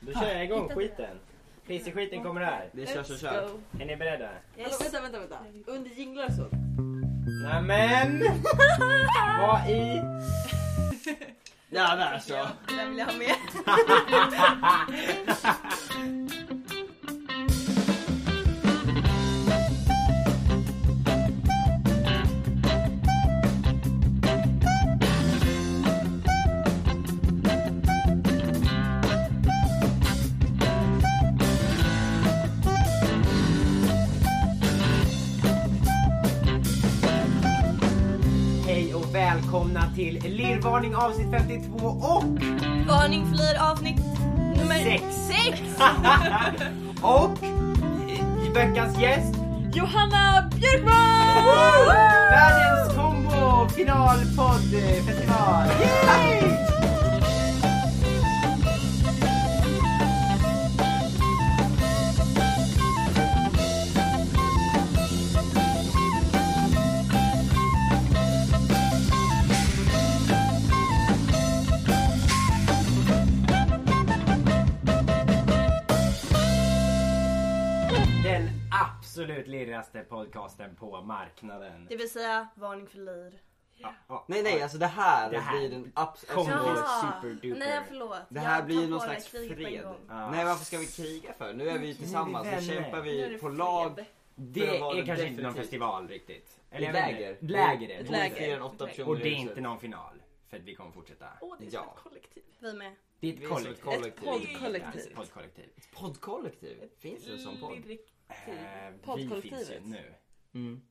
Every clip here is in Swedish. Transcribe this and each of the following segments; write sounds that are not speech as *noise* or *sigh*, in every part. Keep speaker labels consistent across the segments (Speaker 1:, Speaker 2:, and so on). Speaker 1: Då kör jag igång
Speaker 2: Hittade
Speaker 1: skiten. Pissi-skiten kommer här.
Speaker 3: Det körs och körs.
Speaker 1: Är ni beredda?
Speaker 2: Hallå, vänta, vänta, vänta. Under jinglar och sånt.
Speaker 1: Nämen! Vad i...
Speaker 3: Ja, men alltså.
Speaker 2: Den vill jag ha med.
Speaker 1: Hej och välkomna till Lirrvarning avsnitt 52 och...
Speaker 2: Varning flyr avsnitt nummer
Speaker 1: Sex.
Speaker 3: *laughs*
Speaker 2: sex.
Speaker 1: Och... i- i Veckans gäst.
Speaker 2: Johanna Björkman!
Speaker 1: Världens combo finalpoddfestival. Yay! Den absolut lirrigaste podcasten på marknaden.
Speaker 2: Det vill säga varning för lir.
Speaker 1: Ja, ja,
Speaker 3: Nej, nej,
Speaker 1: ja.
Speaker 3: alltså det här,
Speaker 1: Det här.
Speaker 3: blir en abs-
Speaker 1: Kom
Speaker 3: alltså,
Speaker 1: nu.
Speaker 3: det-
Speaker 1: superduper.
Speaker 2: Nej förlåt.
Speaker 3: Det här
Speaker 2: Jag
Speaker 3: blir
Speaker 2: tar
Speaker 3: någon
Speaker 2: på
Speaker 3: slags
Speaker 2: det här kriget på en
Speaker 3: fred.
Speaker 2: gång.
Speaker 1: Ja.
Speaker 3: Nej, varför ska vi kriga för? Nu är vi ju tillsammans, nu
Speaker 1: vänner.
Speaker 3: kämpar
Speaker 2: Nu är det
Speaker 3: vi på
Speaker 2: fred.
Speaker 3: lag.
Speaker 1: Det
Speaker 3: var
Speaker 1: är
Speaker 3: det
Speaker 1: kanske inte någon
Speaker 3: definitivt.
Speaker 1: festival riktigt.
Speaker 3: Eller
Speaker 1: jag vet
Speaker 3: läger.
Speaker 1: inte. Läger är
Speaker 3: Ett
Speaker 1: det.
Speaker 2: läger.
Speaker 3: Fler än åtta personer
Speaker 1: Och det är
Speaker 3: i huset.
Speaker 1: inte någon final. För att vi kommer fortsätta.
Speaker 4: Åh, det är
Speaker 3: Ja.
Speaker 4: som ett kollektiv.
Speaker 2: Vi med.
Speaker 1: Det är
Speaker 3: Vi
Speaker 1: ett
Speaker 3: är som ett
Speaker 1: kollektiv.
Speaker 3: kollektiv.
Speaker 4: Ett
Speaker 1: Ja,
Speaker 4: poddkollektiv.
Speaker 1: ett poddkollektiv.
Speaker 3: Poddkollektiv? Finns det en sån podd?
Speaker 4: Lyrik-
Speaker 1: Eh, vi finns ju
Speaker 4: Poddkollektivet.
Speaker 1: nu.
Speaker 3: Mm.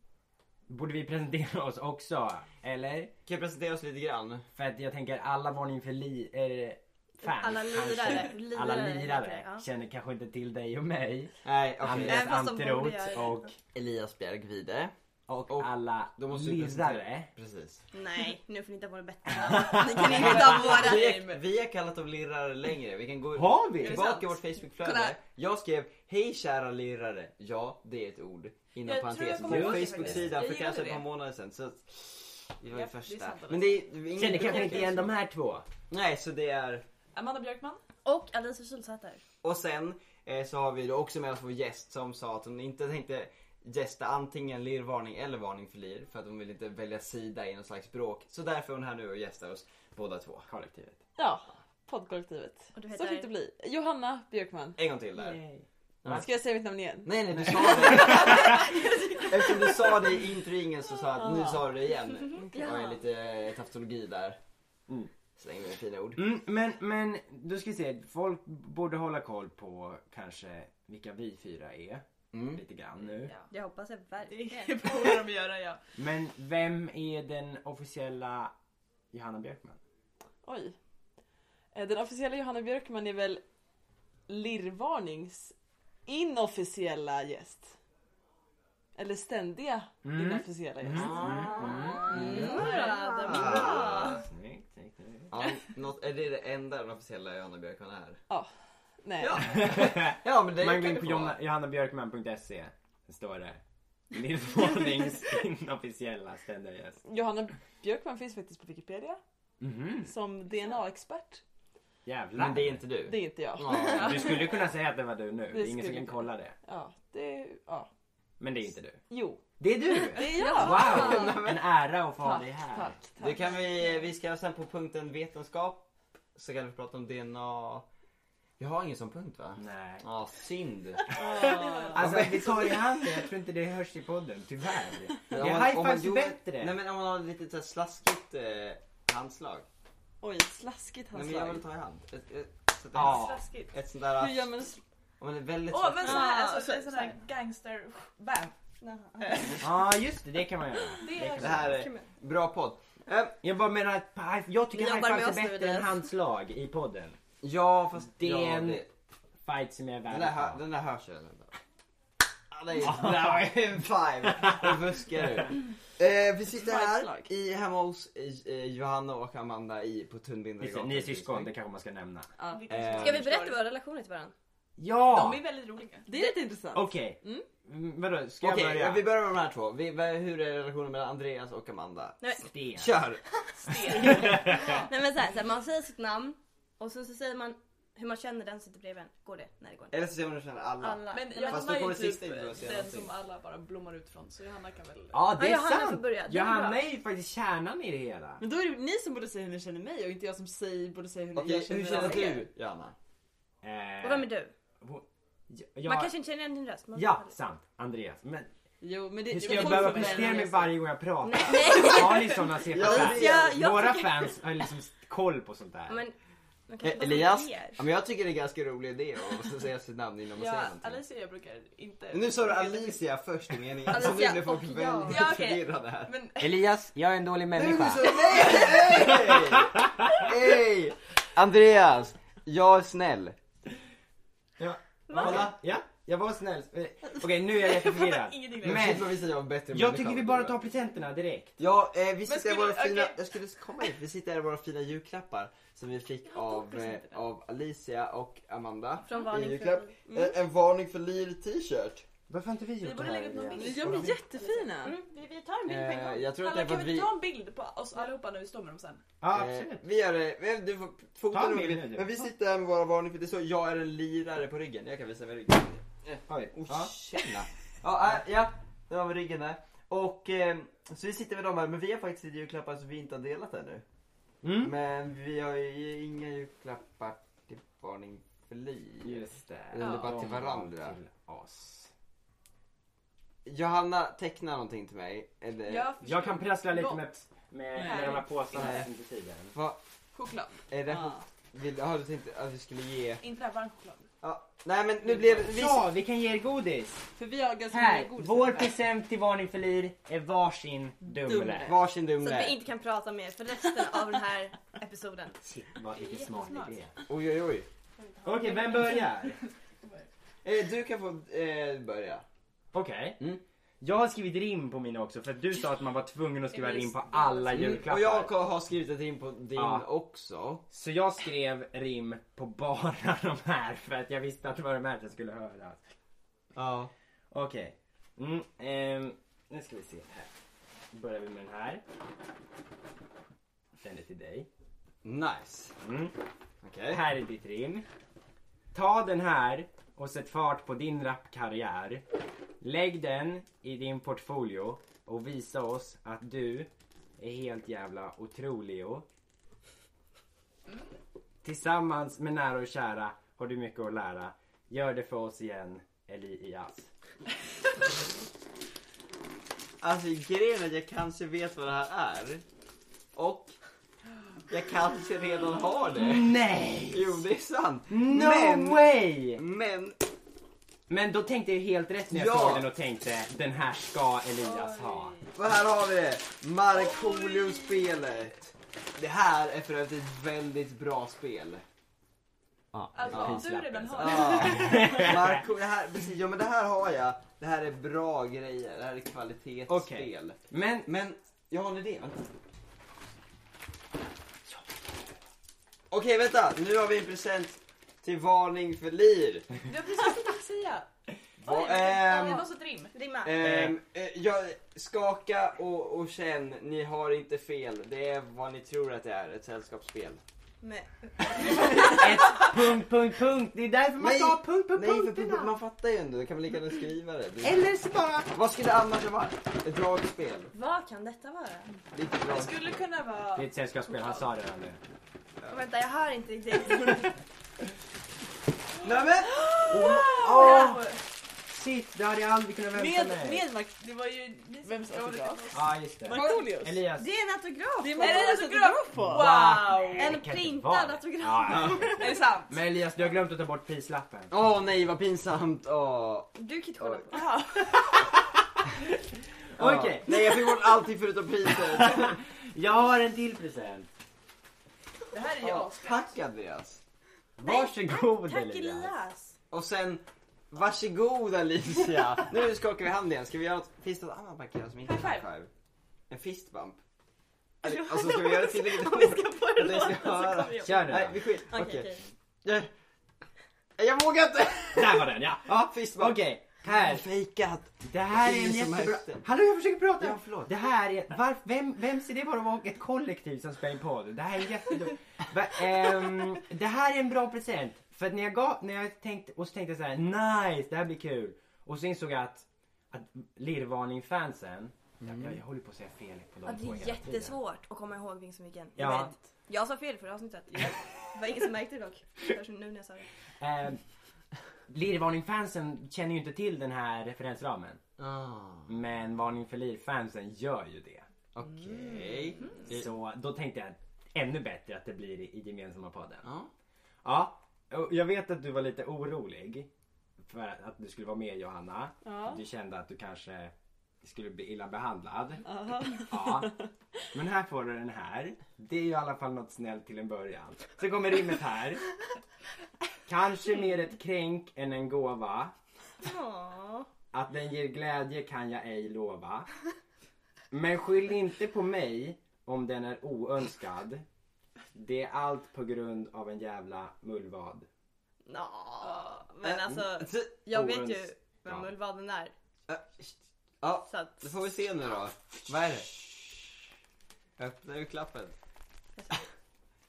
Speaker 1: Borde vi presentera oss också? Eller?
Speaker 3: Kan jag presentera oss lite grann?
Speaker 1: För att jag tänker alla varning för li... Är fans
Speaker 2: Alla lirare.
Speaker 1: kanske.
Speaker 2: lirare
Speaker 1: Alla
Speaker 2: heter det,
Speaker 1: lirare
Speaker 2: ja.
Speaker 1: känner kanske inte till dig och mig.
Speaker 3: Nej, okej.
Speaker 1: Andreas
Speaker 2: Nej, fast de borde
Speaker 1: Anteroth
Speaker 2: göra det.
Speaker 1: och,
Speaker 3: Elias Bjergvide.
Speaker 1: och,
Speaker 3: Och
Speaker 1: alla
Speaker 3: då måste vi
Speaker 1: lirare.
Speaker 3: Precis.
Speaker 2: *laughs* Nej, nu får ni inte
Speaker 3: *laughs*
Speaker 2: vara bättre. Ni kan inte ta
Speaker 3: Vi
Speaker 2: våra.
Speaker 3: är, vi är kallat dem lirare längre. Vi kan gå
Speaker 1: Har vi?
Speaker 3: tillbaka i
Speaker 4: sant?
Speaker 3: vårt
Speaker 2: Kolla
Speaker 3: Facebookflöde.
Speaker 2: här.
Speaker 3: Jag skrev Hej kära lirare. Ja, det är ett ord. Inom
Speaker 4: Jag tror jag
Speaker 3: parentes.
Speaker 4: kommer
Speaker 3: Vår
Speaker 4: ihåg det
Speaker 3: Facebooksida
Speaker 4: faktiskt.
Speaker 3: för
Speaker 4: Jag
Speaker 3: kanske
Speaker 4: gillade
Speaker 3: ett par
Speaker 4: det.
Speaker 3: månader sedan. Så att vi var ju
Speaker 4: Ja, det är
Speaker 3: första.
Speaker 4: sant.
Speaker 3: Men det är, det är ingen
Speaker 1: Känner kanske inte
Speaker 3: bråk,
Speaker 1: igen
Speaker 3: alltså.
Speaker 1: de här två.
Speaker 3: Nej, så det är...
Speaker 4: Amanda Björkman.
Speaker 2: Och Alice Kylsäter.
Speaker 3: Och sen eh, så har vi då också med oss vår gäst som sa att hon inte tänkte gästa antingen lirrvarning eller varning för lir för att hon vill inte välja sida i någon slags bråk. Så därför är hon här nu och gästar oss båda två.
Speaker 1: Kollektivet.
Speaker 4: Ja, poddkollektivet.
Speaker 2: Och du
Speaker 4: Så
Speaker 2: heter?
Speaker 4: fick det bli. Johanna Björkman.
Speaker 3: En gång till där. Va?
Speaker 4: Ska jag säga mitt namn igen?
Speaker 3: Nej nej du
Speaker 1: *laughs*
Speaker 3: sa det. Eftersom du sa det i introingen så sa jag att nu sa du det igen. Det var ju
Speaker 2: Ja.
Speaker 3: lite eh, tautologi där.
Speaker 1: Mm.
Speaker 3: Släng med fina ord.
Speaker 1: Mm, men, men då ska vi se, folk borde hålla koll på kanske vilka vi fyra är
Speaker 3: Mm.
Speaker 1: lite grann nu.
Speaker 2: Det hoppas jag verkligen.
Speaker 4: *laughs* Det borde de göra ja.
Speaker 1: Men vem är den officiella Johanna Björkman?
Speaker 4: Oj. Eh, Den officiella Johanna Björkman är väl Lirrvarnings inofficiella gäst. Eller ständiga
Speaker 1: Mm.
Speaker 4: inofficiella gäst. Ah.
Speaker 2: Bra, de-
Speaker 3: Ah.
Speaker 1: mm. Snyggt, snyggt, snyggt.
Speaker 3: Ja, något, är det det enda den officiella Johanna Björkman är?
Speaker 4: Nej.
Speaker 3: Ja. *laughs* ja men det
Speaker 1: Man
Speaker 3: kan
Speaker 1: går in
Speaker 3: det
Speaker 1: på
Speaker 3: få vara.
Speaker 1: Johanna- johannabjörkman.se, står det. Lillvånings *laughs* inofficiella ständiga gäst.
Speaker 4: Johanna Björkman finns faktiskt på Wikipedia
Speaker 1: Mhm,
Speaker 4: som DNA-expert.
Speaker 1: jävlar.
Speaker 3: Men det är inte du.
Speaker 4: Det är inte jag.
Speaker 3: Ja.
Speaker 1: Du skulle kunna säga att det var du nu, det är ingen som
Speaker 4: skulle
Speaker 1: kan
Speaker 4: jag.
Speaker 1: kolla det.
Speaker 4: Ja, det... Ja.
Speaker 1: Men det är inte du.
Speaker 4: Jo,
Speaker 1: Det är du!
Speaker 4: det är jag!
Speaker 1: Wow! En ära att få ha dig här.
Speaker 4: Tack, tack.
Speaker 3: Det kan vi, vi ska sen på punkten vetenskap så kan vi prata om DNA. Jag har ingen sån punkt va?
Speaker 1: Nej.
Speaker 3: Ja, synd.
Speaker 1: Alltså vi tar i handen, jag tror inte det hörs i podden, tyvärr. Det
Speaker 3: Om
Speaker 1: är
Speaker 3: man- om
Speaker 1: high
Speaker 3: man
Speaker 1: fives
Speaker 3: gjorde-
Speaker 1: bättre.
Speaker 3: Nej men om man har lite så här slaskigt eh, handslag.
Speaker 4: Oj, slaskigt
Speaker 3: Nej men jag
Speaker 4: handslag.
Speaker 3: vill ta i hand. Ett, ett, sånt där-
Speaker 1: Ja.
Speaker 5: Slaskigt.
Speaker 3: ett sånt
Speaker 4: Hur gör
Speaker 3: där,
Speaker 4: man en
Speaker 3: om man är väldigt
Speaker 5: Åh, men
Speaker 3: slaskig.
Speaker 5: sån här,
Speaker 4: Ah,
Speaker 5: alltså,
Speaker 4: så-
Speaker 5: en sån här gangster... Bam!
Speaker 1: Ja just det, det kan man göra.
Speaker 5: Det
Speaker 1: kan
Speaker 5: är
Speaker 3: Det här är bra podd. Eh,
Speaker 1: Jag bara menar att high- jag tycker
Speaker 2: Vi
Speaker 1: high
Speaker 2: jobbar
Speaker 1: fives
Speaker 2: med
Speaker 1: är
Speaker 2: oss nu,
Speaker 1: bättre än
Speaker 2: Elias.
Speaker 1: handslag i podden.
Speaker 3: ja fast
Speaker 1: Det är
Speaker 3: ja,
Speaker 1: en-
Speaker 3: det-
Speaker 1: Fight som jag är
Speaker 3: den,
Speaker 1: värd
Speaker 3: där, hör-
Speaker 1: att ta.
Speaker 3: den där hörs ju. ändå. Ja, det är ju en five. Vad fuskar du? *laughs* Eh, vi sitter här
Speaker 4: Fiveslag.
Speaker 3: i, hemma hos eh, Johanna och Amanda i, på
Speaker 1: Visst,
Speaker 3: Tunnbindaregatan.
Speaker 1: Ni är syskon, det kanske man ska nämna.
Speaker 3: Eh,
Speaker 2: Ska vi berätta våra relationer till varandra?
Speaker 1: Ja!
Speaker 5: De är väldigt roliga.
Speaker 4: Det är lite intressant.
Speaker 1: Okej.
Speaker 4: Mm.
Speaker 1: Mm, Vadå, ska jag
Speaker 3: Okej,
Speaker 1: börja?
Speaker 3: vi börjar med de här två. Vi, vad- hur är relationen mellan Andreas och Amanda?
Speaker 2: Nej,
Speaker 1: Sten.
Speaker 3: Kör!
Speaker 2: Nej men såhär, så här, man säger sitt namn och sen så säger man
Speaker 6: Hur man känner den sitter bredvid en. Går det? Nej det går inte.
Speaker 3: Eller så ser man hur känner alla.
Speaker 6: Alla.
Speaker 4: Men
Speaker 6: jag...
Speaker 3: Fast
Speaker 4: Johanna
Speaker 3: då
Speaker 4: är
Speaker 3: kommer
Speaker 4: ju typ
Speaker 3: sista ut och säger
Speaker 4: den
Speaker 3: någonting.
Speaker 4: som alla bara blommar ut från så Johanna kan väl...
Speaker 1: Ja det är
Speaker 6: Ja, Johanna får
Speaker 1: sant!
Speaker 6: börja. Det är
Speaker 1: Johanna
Speaker 6: bra.
Speaker 1: är ju faktiskt kärnan i det hela.
Speaker 7: Men då är det ni som borde säga hur ni känner mig och inte jag som säger, borde säga hur
Speaker 3: Okej,
Speaker 7: ni känner
Speaker 3: hur känner
Speaker 7: er.
Speaker 3: du Johanna?
Speaker 1: Eh,
Speaker 6: Och vem är du?
Speaker 1: hon- Eh, ja,
Speaker 6: Man
Speaker 1: jag,
Speaker 6: kanske inte känner igen din röst. Man
Speaker 1: ja, sant. Andreas. Men
Speaker 7: Jo men det
Speaker 1: hur ska
Speaker 7: det
Speaker 1: jag
Speaker 7: kommer
Speaker 1: behöva
Speaker 7: från mig.
Speaker 1: prestera mig varje gång jag pratar?
Speaker 6: Nej, nej.
Speaker 1: Har ni sådana CP-fans?
Speaker 6: Ja, jag
Speaker 1: Våra
Speaker 6: tycker-
Speaker 1: fans har liksom koll på sånt där.
Speaker 6: Men man kanske
Speaker 3: Eh,
Speaker 6: bara
Speaker 3: Elias?
Speaker 6: ler.
Speaker 3: Ja, men jag tycker det är en ganska rolig idé att *laughs* säga sitt namn innan man
Speaker 4: Ja,
Speaker 3: säger någonting.
Speaker 4: Alicia jag brukar inte...
Speaker 3: Nu sa du Alicia först i meningen. Alltså, nu
Speaker 6: Alicia
Speaker 3: blir folk
Speaker 6: och jag.
Speaker 3: väldigt
Speaker 4: Ja, okej.
Speaker 3: förvirrade här.
Speaker 4: Men
Speaker 7: *laughs*
Speaker 1: Elias, jag är en dålig
Speaker 3: Nu så, nej, nej, nej! Andreas, jag är snäll.
Speaker 1: Ja,
Speaker 6: Va?
Speaker 3: Kolla.
Speaker 1: ja, jag var snäll. Eh, Okej, nu är jag jätteförvirrad.
Speaker 4: ingenting
Speaker 3: Men,
Speaker 1: Men-
Speaker 3: jag visar jag en bättre
Speaker 1: Jag
Speaker 3: människa
Speaker 1: tycker vi
Speaker 3: än
Speaker 1: bara
Speaker 3: du är.
Speaker 1: tar presenterna direkt.
Speaker 3: Ja, eh, vi sitter
Speaker 4: skulle-
Speaker 3: här våra fina,
Speaker 4: okej.
Speaker 3: jag skulle komma hit, vi sitter här i våra fina julklappar som vi fick
Speaker 4: har
Speaker 3: av,
Speaker 4: presenter.
Speaker 3: eh, av Alicia och Amanda.
Speaker 6: Från
Speaker 3: I
Speaker 6: varning
Speaker 3: julklapp.
Speaker 6: för...
Speaker 3: En, en varning för lir t-shirt.
Speaker 1: Varför har inte vi gjort
Speaker 4: borde
Speaker 1: det här?
Speaker 4: lägga upp någon
Speaker 1: igen?
Speaker 4: bild.
Speaker 7: Ja men jättefina!
Speaker 4: Mm, vi, vi tar en bild på en
Speaker 3: Eh,
Speaker 4: gång.
Speaker 3: jag tror att
Speaker 4: Halla,
Speaker 3: det var
Speaker 4: kan vi
Speaker 3: vi-
Speaker 4: ta en bild på oss allihopa när vi står med dem sen?
Speaker 1: Ja,
Speaker 3: Eh,
Speaker 1: absolut.
Speaker 3: vi gör det, vi- du får fota
Speaker 1: Ta en
Speaker 3: någon
Speaker 1: bild
Speaker 3: bild.
Speaker 1: nu, du.
Speaker 3: Men vi sitter här med våra varning för det är så, jag är en lirare på ryggen. Jag kan visa med ryggen.
Speaker 1: Har vi?
Speaker 3: Oh,
Speaker 1: Ja.
Speaker 3: tjena. Ja, äh, ja, det var med ryggen där. Och eh, så vi sitter med dem här, men vi har faktiskt lite julklappar som vi inte har delat ännu.
Speaker 1: Mm.
Speaker 3: Men vi har ju inga julklappar till varning för liv.
Speaker 1: Just det.
Speaker 3: Eller bara till
Speaker 1: De var
Speaker 3: varandra.
Speaker 1: Till oss.
Speaker 3: Johanna, teckna någonting till mig. Eller?
Speaker 4: Jag,
Speaker 1: Jag kan prassla lite
Speaker 4: Gott.
Speaker 1: med, med,
Speaker 7: Nej.
Speaker 1: med de här påsarna
Speaker 3: Nej.
Speaker 1: under tiden.
Speaker 3: Vad,
Speaker 4: Choklad.
Speaker 3: är det,
Speaker 7: Ja.
Speaker 3: vill, har du tänkt att vi skulle ge?
Speaker 4: Inte det här varm choklad.
Speaker 3: Ja, nej men nu blev det... Vi,
Speaker 1: Ja, vi kan ge er godis!
Speaker 7: För vi har ganska
Speaker 1: Här!
Speaker 7: många godisar.
Speaker 1: Vår present till varning för lir är varsin Dumle.
Speaker 7: Dumle.
Speaker 3: varsin
Speaker 6: Så att vi
Speaker 3: Dumle.
Speaker 6: inte kan prata mer för resten av den här episoden.
Speaker 1: Shit, vad vilken smart
Speaker 6: Jättesmart.
Speaker 1: idé.
Speaker 3: Oj oj oj.
Speaker 1: Okej, vem börjar?
Speaker 3: Eh, du kan få eh, börja.
Speaker 1: Okej.
Speaker 3: Mm.
Speaker 1: Jag har skrivit rim på mina också för att du sa att man var tvungen att skriva
Speaker 4: Är det
Speaker 1: rim på
Speaker 4: just-
Speaker 1: alla
Speaker 3: Mm,
Speaker 1: julklappar.
Speaker 3: Och jag har skrivit ett rim på din
Speaker 1: Ja.
Speaker 3: också.
Speaker 1: Så jag skrev rim på bara *laughs* de här för att jag visste att det var de här som skulle höras.
Speaker 3: Ja.
Speaker 1: Okej. Mm, ehm, nu ska vi se här. Börjar vi med den här. Den är till dig.
Speaker 3: Nice.
Speaker 1: Mm.
Speaker 3: Okej.
Speaker 1: Här är ditt rim. Ta den här och sätt fart på din rapkarriär. Lägg den i din portfolio och visa oss att du är helt jävla otrolig. Tillsammans med nära och kära har du mycket att lära. Gör det för oss igen, Elias.
Speaker 3: Alltså grejen är att jag kanske vet vad det här är. Och jag kanske redan har det.
Speaker 1: Nej!
Speaker 3: Jo, det är sant.
Speaker 1: No
Speaker 3: men,
Speaker 1: way!
Speaker 3: men,
Speaker 1: Men då tänkte jag ju helt rätt när jag
Speaker 3: Ja.
Speaker 1: såg den och tänkte den här ska Elias ha.
Speaker 3: vad här har vi det. Markoolio-spelet. Det här är för övrigt ett väldigt bra spel.
Speaker 4: Alltså
Speaker 3: Ja.
Speaker 4: om du redan har *laughs* det.
Speaker 3: Ah, Marco, det här, precis, ja men det här har jag. Det här är bra grejer. Det här är kvalitetsspel.
Speaker 1: *laughs* Men
Speaker 3: Men jag har en idé. Vänta. Okej, vänta. Nu har vi en present till varning för lir.
Speaker 4: Du har precis inte fått säga.
Speaker 3: Va-
Speaker 4: Oj,
Speaker 3: ehm,
Speaker 4: Det var så ett rim.
Speaker 6: Rimma.
Speaker 3: Ehm, eh, jag, skaka och, och känn, ni har inte fel. Det är vad ni tror att det är, ett sällskapsspel.
Speaker 6: Med...
Speaker 1: punkt, punkt, punkt. Det är därför man
Speaker 3: Nej.
Speaker 1: ska ha punkt på
Speaker 3: Nej, för
Speaker 1: punkterna.
Speaker 3: man fattar ju ändå. Då kan man lika gärna skriva det. det.
Speaker 1: Eller så bara...
Speaker 3: Vad skulle det annars ha varit? Ett dragspel.
Speaker 6: Vad kan detta vara?
Speaker 3: Det är ett
Speaker 4: Det
Speaker 3: dragspel.
Speaker 4: skulle kunna
Speaker 1: Det är
Speaker 4: vara...
Speaker 1: ett sällskapsspel, han sa det redan nu. Eh.
Speaker 6: Och vänta, jag hör inte riktigt.
Speaker 3: Nej men!
Speaker 1: Åh, shit, det hade jag aldrig kunnat vänta
Speaker 7: Med,
Speaker 1: mig.
Speaker 7: med Mark...
Speaker 4: Det var ju ni som
Speaker 7: Vems
Speaker 4: skrev
Speaker 7: autograf?
Speaker 4: det.
Speaker 1: Ja, just det.
Speaker 7: Markoolios.
Speaker 1: Elias.
Speaker 6: Det är en autograf!
Speaker 7: Det är
Speaker 6: på.
Speaker 7: Markoolios
Speaker 4: det är
Speaker 7: autograf på!
Speaker 1: Wow!
Speaker 6: En
Speaker 1: Det kan inte
Speaker 6: printad
Speaker 1: vara det.
Speaker 6: autograf.
Speaker 1: Ja, ja.
Speaker 4: Är det sant?
Speaker 1: Men Elias, du har glömt att ta bort prislappen.
Speaker 3: Åh nej, vad pinsamt. Åh.
Speaker 6: Du kan inte kolla på.
Speaker 1: Okej,
Speaker 3: Ja. Nej, jag fick bort allting förutom priset.
Speaker 1: jag har en till present.
Speaker 4: Det här är ju
Speaker 3: Ja,
Speaker 4: as-
Speaker 3: tack Andreas.
Speaker 1: Varsågod
Speaker 6: Tack Elias!
Speaker 3: Och sen, varsågod Alicia. *laughs* nu skakar vi hand igen. Ska vi göra något, finns det något annat man kan göra som inte är
Speaker 4: High
Speaker 3: high
Speaker 4: five.
Speaker 3: five? En fistbump? Eller, Alltså ska vi göra det tillräckligt
Speaker 6: Om vi ska få den
Speaker 3: Det ska
Speaker 6: låten så
Speaker 3: höra.
Speaker 6: kommer vi ihåg.
Speaker 1: Kör nu
Speaker 3: Nej, vi
Speaker 1: då.
Speaker 3: skit.
Speaker 6: Okej,
Speaker 3: Okej.
Speaker 6: okej.
Speaker 3: Jag, jag vågar inte.
Speaker 1: Där var den ja.
Speaker 3: Ja, *laughs* fistbump.
Speaker 1: Okej, här.
Speaker 3: Fejkat.
Speaker 1: Det här
Speaker 3: Det
Speaker 1: är
Speaker 3: är
Speaker 1: en
Speaker 3: som
Speaker 1: jättebra...
Speaker 3: hälften.
Speaker 1: Hallå jag försöker prata!
Speaker 3: Ja, förlåt.
Speaker 1: Det här är... Var... Vem, vems idé var det att vara ett kollektiv som spelar in podd? Det här är jättedumt. Va, ehm, det här är en bra present. För att när jag gav, när jag tänkte, och så tänkte jag så här: nice det här blir kul. Och så insåg jag att, att Lirrvarning-fansen, jag, jag, jag håller på att säga fel på
Speaker 2: Ja,
Speaker 1: dem
Speaker 2: det
Speaker 1: två
Speaker 2: är
Speaker 1: hela tiden.
Speaker 2: jättesvårt att komma ihåg Vinksomviken.
Speaker 1: Ja.
Speaker 2: Ja. Jag sa fel förra avsnittet. Det var ingen som märkte det dock. Först nu när jag sa det.
Speaker 1: Eh, Lirrvarning-fansen känner ju inte till den här referensramen.
Speaker 3: Ah,
Speaker 1: Men Varning för Liv-fansen gör ju det.
Speaker 3: Okej.
Speaker 1: Mm.
Speaker 3: Det-
Speaker 1: Så då tänkte jag ännu bättre att det blir i i gemensamma podden.
Speaker 3: Ja.
Speaker 1: Ja, och jag vet att du var lite orolig för att du skulle vara med Johanna.
Speaker 7: Ja.
Speaker 1: Du kände att du kanske skulle bli illa behandlad.
Speaker 7: Aha.
Speaker 1: Ja. Men här får du den här. Det är ju i alla fall något snällt till en början. Så kommer rimmet här. Kanske mer ett kränk än en gåva.
Speaker 2: Åh.
Speaker 1: Att den ger glädje kan jag ej lova. Men skyll inte på mig om den är oönskad. Det är allt på grund av en jävla mullvad.
Speaker 2: Nå, men
Speaker 3: Eh, Äh,
Speaker 2: alltså
Speaker 3: mm. *laughs*
Speaker 2: jag vet ju vem mullvaden är.
Speaker 3: eh, Ja,
Speaker 2: Så att,
Speaker 3: då får vi se nu då. Vad är det? Öppnar du klappen? *laughs*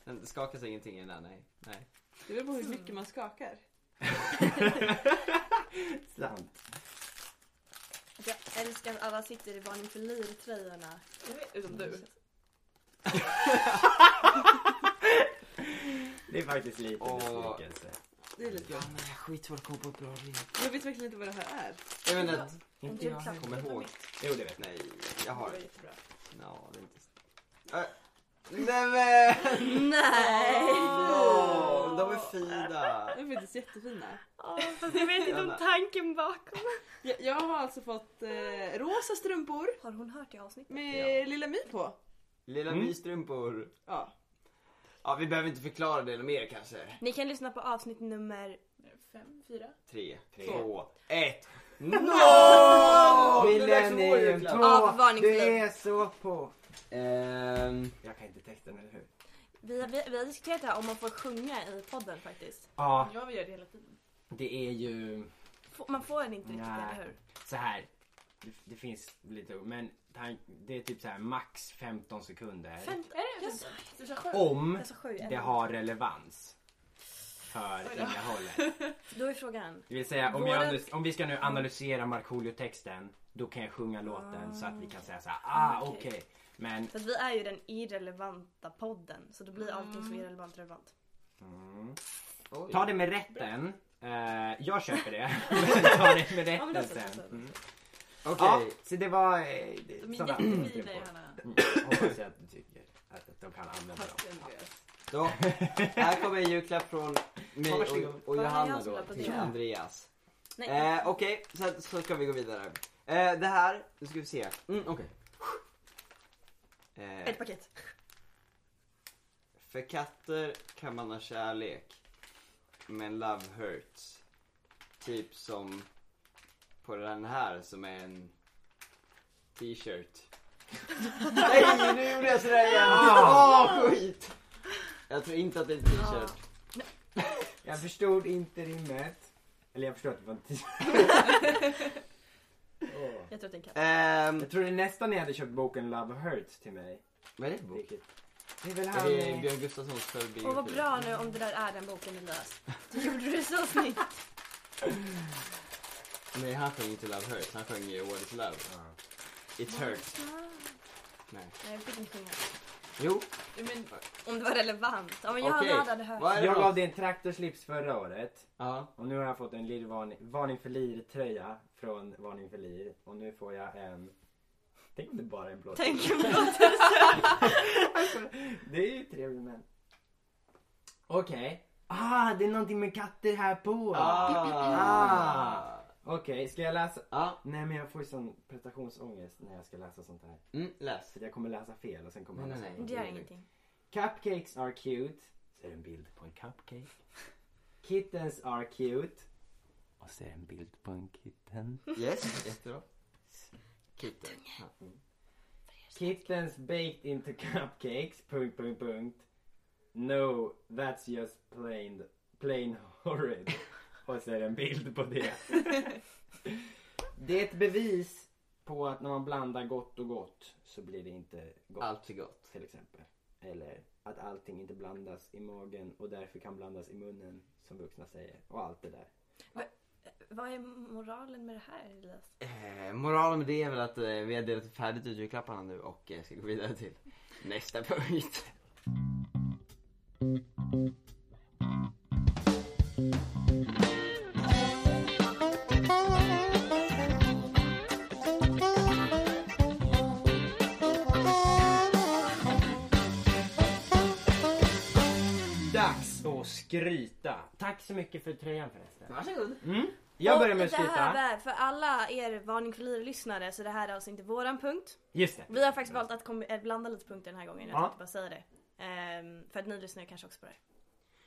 Speaker 3: Den skakas ingenting i den här, nej. nej.
Speaker 7: Det beror på hur mycket man skakar.
Speaker 1: Sant.
Speaker 2: att jag älskar att alla sitter i varning för lir-tröjorna.
Speaker 7: Utom du.
Speaker 1: Det är faktiskt lite
Speaker 3: Åh.
Speaker 1: besvikelse.
Speaker 7: Det är lite
Speaker 3: Ja, men skitsvårt att komma på ett bra rim.
Speaker 7: Jag vet verkligen inte vad det här är.
Speaker 3: Jag vet inte,
Speaker 2: En
Speaker 1: Inte jag.
Speaker 2: julklapp.
Speaker 3: kommer ihåg.
Speaker 1: Jo, det vet ni.
Speaker 3: Nej, jag har
Speaker 4: Det var
Speaker 3: det.
Speaker 4: jättebra.
Speaker 3: Ja, det är inte... Äh, Nej men!
Speaker 2: Nej!
Speaker 3: Åh, de är fina!
Speaker 7: De är faktiskt jättefina.
Speaker 2: Åh, fast jag vet inte om tanken bakom.
Speaker 7: Jag, jag har alltså fått eh, rosa strumpor
Speaker 2: Har hon hört det avsnittet?
Speaker 7: med Lilla My på.
Speaker 3: Lilla
Speaker 1: Mm.
Speaker 3: mysstrumpor.
Speaker 7: Ja.
Speaker 3: Ja, vi behöver inte förklara det mer kanske.
Speaker 2: Ni kan lyssna på avsnitt nummer...
Speaker 4: Fem, fyra.
Speaker 3: Tre,
Speaker 1: Tre.
Speaker 3: två, ett. No!
Speaker 1: Millennium 2,
Speaker 2: Ja, varning
Speaker 1: du
Speaker 2: för liv.
Speaker 1: är så på.
Speaker 3: Ehm,
Speaker 1: Jag kan inte texten, eller hur?
Speaker 2: Vi, har- vi, vi har diskuterat det här om man får sjunga i podden faktiskt.
Speaker 1: Ja,
Speaker 4: Jag vill göra det hela tiden.
Speaker 1: det är ju
Speaker 2: Får- Man får den inte riktigt,
Speaker 1: Nej.
Speaker 2: eller hur?
Speaker 1: så här. Det, det finns lite ord, men tan- det är typ så här max 15 sekunder.
Speaker 2: Femton?
Speaker 4: Är
Speaker 2: Jag sa-
Speaker 4: Du sa sju.
Speaker 1: Om
Speaker 2: jag sa Alltså, sju.
Speaker 1: det
Speaker 2: ändå.
Speaker 1: har relevans för innehållet.
Speaker 2: Då är frågan.
Speaker 1: Det vill säga om,
Speaker 2: Våren-
Speaker 1: jag, analys- om vi ska nu analysera Markoolio-texten då kan jag sjunga låten så att vi kan säga så här, ah
Speaker 2: Ah,
Speaker 1: okej.
Speaker 2: okej.
Speaker 1: Men,
Speaker 2: För att vi är ju den irrelevanta podden. Så då blir allting som är irrelevant relevant.
Speaker 1: mm.
Speaker 3: oj.
Speaker 1: ta det med rätten. Eh, jag köper det. *laughs* Men ta det med
Speaker 2: Ja,
Speaker 1: rätten
Speaker 2: men då så, då
Speaker 1: sen.
Speaker 2: så, då så.
Speaker 1: Mm. Ja,
Speaker 3: Okej.
Speaker 1: så det var eh, det-
Speaker 4: De är
Speaker 1: sådana
Speaker 4: jättefina
Speaker 1: tänkte jag på.
Speaker 4: Johanna.
Speaker 1: Mm, Hoppas jag att du tycker att att de kan använda dem.
Speaker 4: Tack Andreas.
Speaker 3: Då, här kommer en julklapp från mig
Speaker 1: Varsågod.
Speaker 3: och, och
Speaker 2: Var det
Speaker 3: Johanna
Speaker 2: jag som
Speaker 3: då
Speaker 2: lappade
Speaker 3: till
Speaker 2: det?
Speaker 3: Andreas.
Speaker 2: Nej.
Speaker 3: Eh, okej, så, så ska vi gå vidare. Eh, det här, nu ska vi se. Mm, okej. Eh,
Speaker 2: Ett paket.
Speaker 3: för katter kan man ha kärlek. Men love hurts. Typ som på den här som är en t-shirt. Nej, nu gjorde jag sådär igen! Åh, skit! Jag tror inte att det är en t-shirt.
Speaker 2: Ah.
Speaker 1: Jag förstod inte rimmet. Eller jag förstod att det var en t- Åh.
Speaker 2: Jag tror att det är en katt.
Speaker 3: Ehm,
Speaker 1: Jag trodde nästan ni hade köpt boken Love Hurts till mig.
Speaker 3: vad är det för bok?
Speaker 1: Vilket, det är väl
Speaker 3: Är
Speaker 1: han...
Speaker 3: det Björn Gustafssons förebild? typ.
Speaker 2: Och vad bra nu om det där är den boken Elias. Du gjorde det så snyggt.
Speaker 3: Nej, han sjöng inte Love Hurts, han sjöng ju What is Love.
Speaker 1: Ja.
Speaker 3: It hurts. Nej.
Speaker 2: Nej, jag fick inte sjunga.
Speaker 3: Jo,
Speaker 4: Nej, Men,
Speaker 2: Om det var relevant. Ja men
Speaker 3: Okej.
Speaker 2: Johanna hade- hade hört.
Speaker 3: vad är det
Speaker 1: Jag
Speaker 3: då?
Speaker 1: gav dig en traktorslips förra året.
Speaker 3: Ja.
Speaker 1: Och nu har jag fått en lirvarning, varning för lir-tröja från Varning för lir. Och nu får jag en... Tänk om det bara är en blå
Speaker 2: Tänk
Speaker 1: tröja.
Speaker 2: om jag
Speaker 1: Det är ju trevligt men... Okej. Ah, det är någonting med katter här på!
Speaker 3: Ah.
Speaker 1: Okej, ska jag läsa?
Speaker 3: Ja,
Speaker 1: Nej men jag får ju sån prestationsångest när jag ska läsa sånt här.
Speaker 3: mm, läs.
Speaker 1: Så jag kommer läsa fel och sen kommer
Speaker 3: Nej,
Speaker 1: jag
Speaker 3: nej,
Speaker 1: läsa
Speaker 3: nej.
Speaker 2: Det gör ingenting.
Speaker 1: Cupcakes are cute. Så är det en bild på en cupcake. *laughs* Kittens are cute. Och så är det en bild på en kitten.
Speaker 3: Yes, jättebra. Kitten. Ja.
Speaker 1: Mm. Kittens baked into cupcakes. Punkt, punkt, punkt. No, that's just plain, plain *laughs* horrid. Och så är det en bild på *laughs* det. Det är ett bevis på att när man blandar gott och gott så blir det inte gott.
Speaker 3: Allt är gott.
Speaker 1: Till exempel. Eller att allting inte blandas i magen och därför kan blandas i munnen som vuxna säger. Och allt det där.
Speaker 2: Vad är moralen med det här Elias?
Speaker 3: Eh, moralen med det är väl att eh, vi har delat färdigt ut julklapparna nu och eh, ska gå vidare till nästa punkt.
Speaker 1: Dags att skryta! Tack så mycket för tröjan förresten.
Speaker 2: Varsågod.
Speaker 1: Mm. Jag börjar med
Speaker 2: Och
Speaker 1: att
Speaker 2: det
Speaker 1: skryta.
Speaker 2: här är för alla er Varning för lyssnare så det här är alltså inte våran punkt.
Speaker 1: Just det.
Speaker 2: Vi har faktiskt valt att kom- äh, blanda lite punkter den här gången. Jag
Speaker 1: Ja.
Speaker 2: tänkte bara säga det. Ehm, för att ni lyssnar ju kanske också på det här.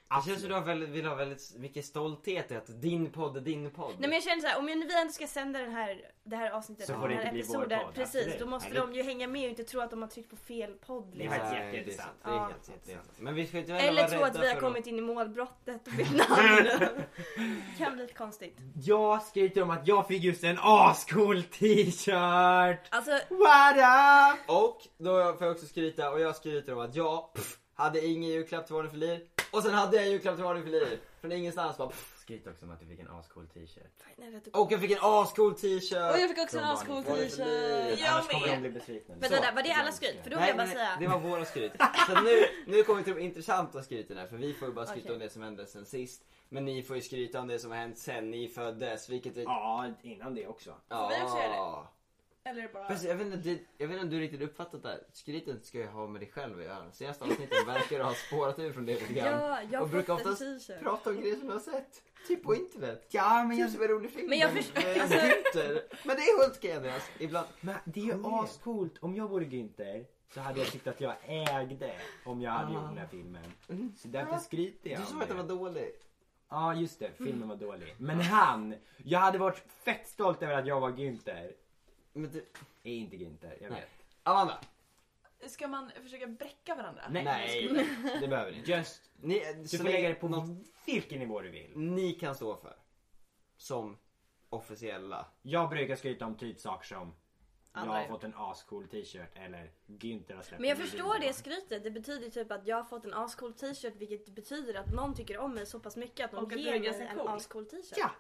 Speaker 3: Det känns som Alltså, du har väldigt, vill ha väldigt mycket stolthet i att din podd är din podd.
Speaker 2: Nej men jag känner såhär, om vi ändå ska sända den här, det här avsnittet,
Speaker 1: Så får
Speaker 2: den
Speaker 1: det
Speaker 2: här
Speaker 1: inte bli vår podd,
Speaker 2: precis,
Speaker 1: absolut.
Speaker 2: då måste
Speaker 1: Nej, det-
Speaker 2: de ju hänga med och inte tro att de har tryckt på fel podd
Speaker 1: Det är
Speaker 2: liksom.
Speaker 1: faktiskt
Speaker 3: Nej, det är
Speaker 1: jätteintressant.
Speaker 3: sant. Det är
Speaker 2: Ja.
Speaker 3: helt sant. Det är sant. Men vi ska inte heller
Speaker 2: Eller
Speaker 3: vara
Speaker 2: tro att
Speaker 3: rädda
Speaker 2: vi
Speaker 3: för
Speaker 2: har
Speaker 3: att-
Speaker 2: kommit in i målbrottet och bytt namn. kan bli lite konstigt.
Speaker 1: Jag skryter om att jag fick just en ascool t-shirt!
Speaker 2: Alltså,
Speaker 1: What up?
Speaker 3: Och då får jag också skryta och jag skryter om att jag pff, hade ingen julklapp till Varning för lir och sen hade jag en julklapp till Varning för lir. Från ingenstans bara pff.
Speaker 1: Skryt också om att du fick en ascool t-shirt.
Speaker 2: fan, är det att du-
Speaker 3: Och jag fick en ascool t-shirt!
Speaker 7: Och jag fick också en
Speaker 1: Från
Speaker 7: ascool
Speaker 1: Barney.
Speaker 7: t-shirt.
Speaker 2: Jag
Speaker 1: Annars kommer
Speaker 2: med.
Speaker 1: de bli besvikna.
Speaker 2: Vänta där, var det alla skryt? För då vill
Speaker 3: Nej,
Speaker 2: jag bara
Speaker 3: nej,
Speaker 2: säga.
Speaker 3: Det var våra
Speaker 2: *laughs*
Speaker 3: skryt. Så nu, nu kommer vi till de intressanta skryten här för vi får ju bara skryta
Speaker 2: Okej.
Speaker 3: om det som hände sen sist. Men ni får ju skryta om det som har hänt sen ni föddes, vilket är...
Speaker 1: Ja, innan det också.
Speaker 3: Ja.
Speaker 6: vi också göra det? Eller är det bara...
Speaker 3: Fast jag vet, inte, det, jag vet inte om du riktigt uppfattat det här. Skryten ska ju ha med dig själv att göra. Senaste avsnittet verkar ha spårat ur från det lite grann.
Speaker 2: Ja, jag
Speaker 3: Och
Speaker 2: har
Speaker 3: brukar
Speaker 2: fått en
Speaker 3: oftast
Speaker 2: t-shirt.
Speaker 3: Prata om grejer som du har sett. Typ på internet. Ja men jag... Typ som en rolig film.
Speaker 2: Men jag förstår- *laughs*
Speaker 3: Eh, Günther. Men det är Hultgren alltså. Ibland.
Speaker 1: Men det är ju
Speaker 3: Kom igen.
Speaker 1: ascoolt. Om jag vore Günther så hade jag tyckt att jag ägde om jag hade
Speaker 3: Ah.
Speaker 1: gjort den här filmen.
Speaker 3: Mm.
Speaker 1: Så därför skryter jag
Speaker 3: Du
Speaker 1: om
Speaker 3: sa att den
Speaker 1: det.
Speaker 3: var Mm. dålig.
Speaker 1: Ja just det, filmen var dålig. Men han! Jag hade varit fett stolt över att jag var Günther.
Speaker 3: Men du...
Speaker 1: Är inte Günther, jag
Speaker 3: Nej.
Speaker 1: vet.
Speaker 3: Amanda.
Speaker 6: Ska man försöka bräcka varandra?
Speaker 1: Nej.
Speaker 3: Det behöver ni inte.
Speaker 1: Just,
Speaker 3: Ni,
Speaker 1: du
Speaker 3: så
Speaker 1: får
Speaker 3: ni-
Speaker 1: lägga det på
Speaker 3: något
Speaker 1: vilken nivå du vill.
Speaker 3: ni kan stå för. Som officiella.
Speaker 1: Jag brukar skryta om typ saker som jag
Speaker 2: Andra
Speaker 1: har
Speaker 2: är-
Speaker 1: fått en ascool t-shirt eller Günther har släppt
Speaker 2: Men jag
Speaker 1: en ny
Speaker 2: förstår
Speaker 1: video.
Speaker 2: det skrytet. Det betyder typ att jag har fått en ascool t-shirt vilket betyder att någon tycker om mig så pass mycket att de
Speaker 6: Och att du
Speaker 2: ger
Speaker 6: är
Speaker 2: mig
Speaker 6: ganska
Speaker 2: en
Speaker 6: cool.
Speaker 2: ascool t-shirt.
Speaker 1: Ja.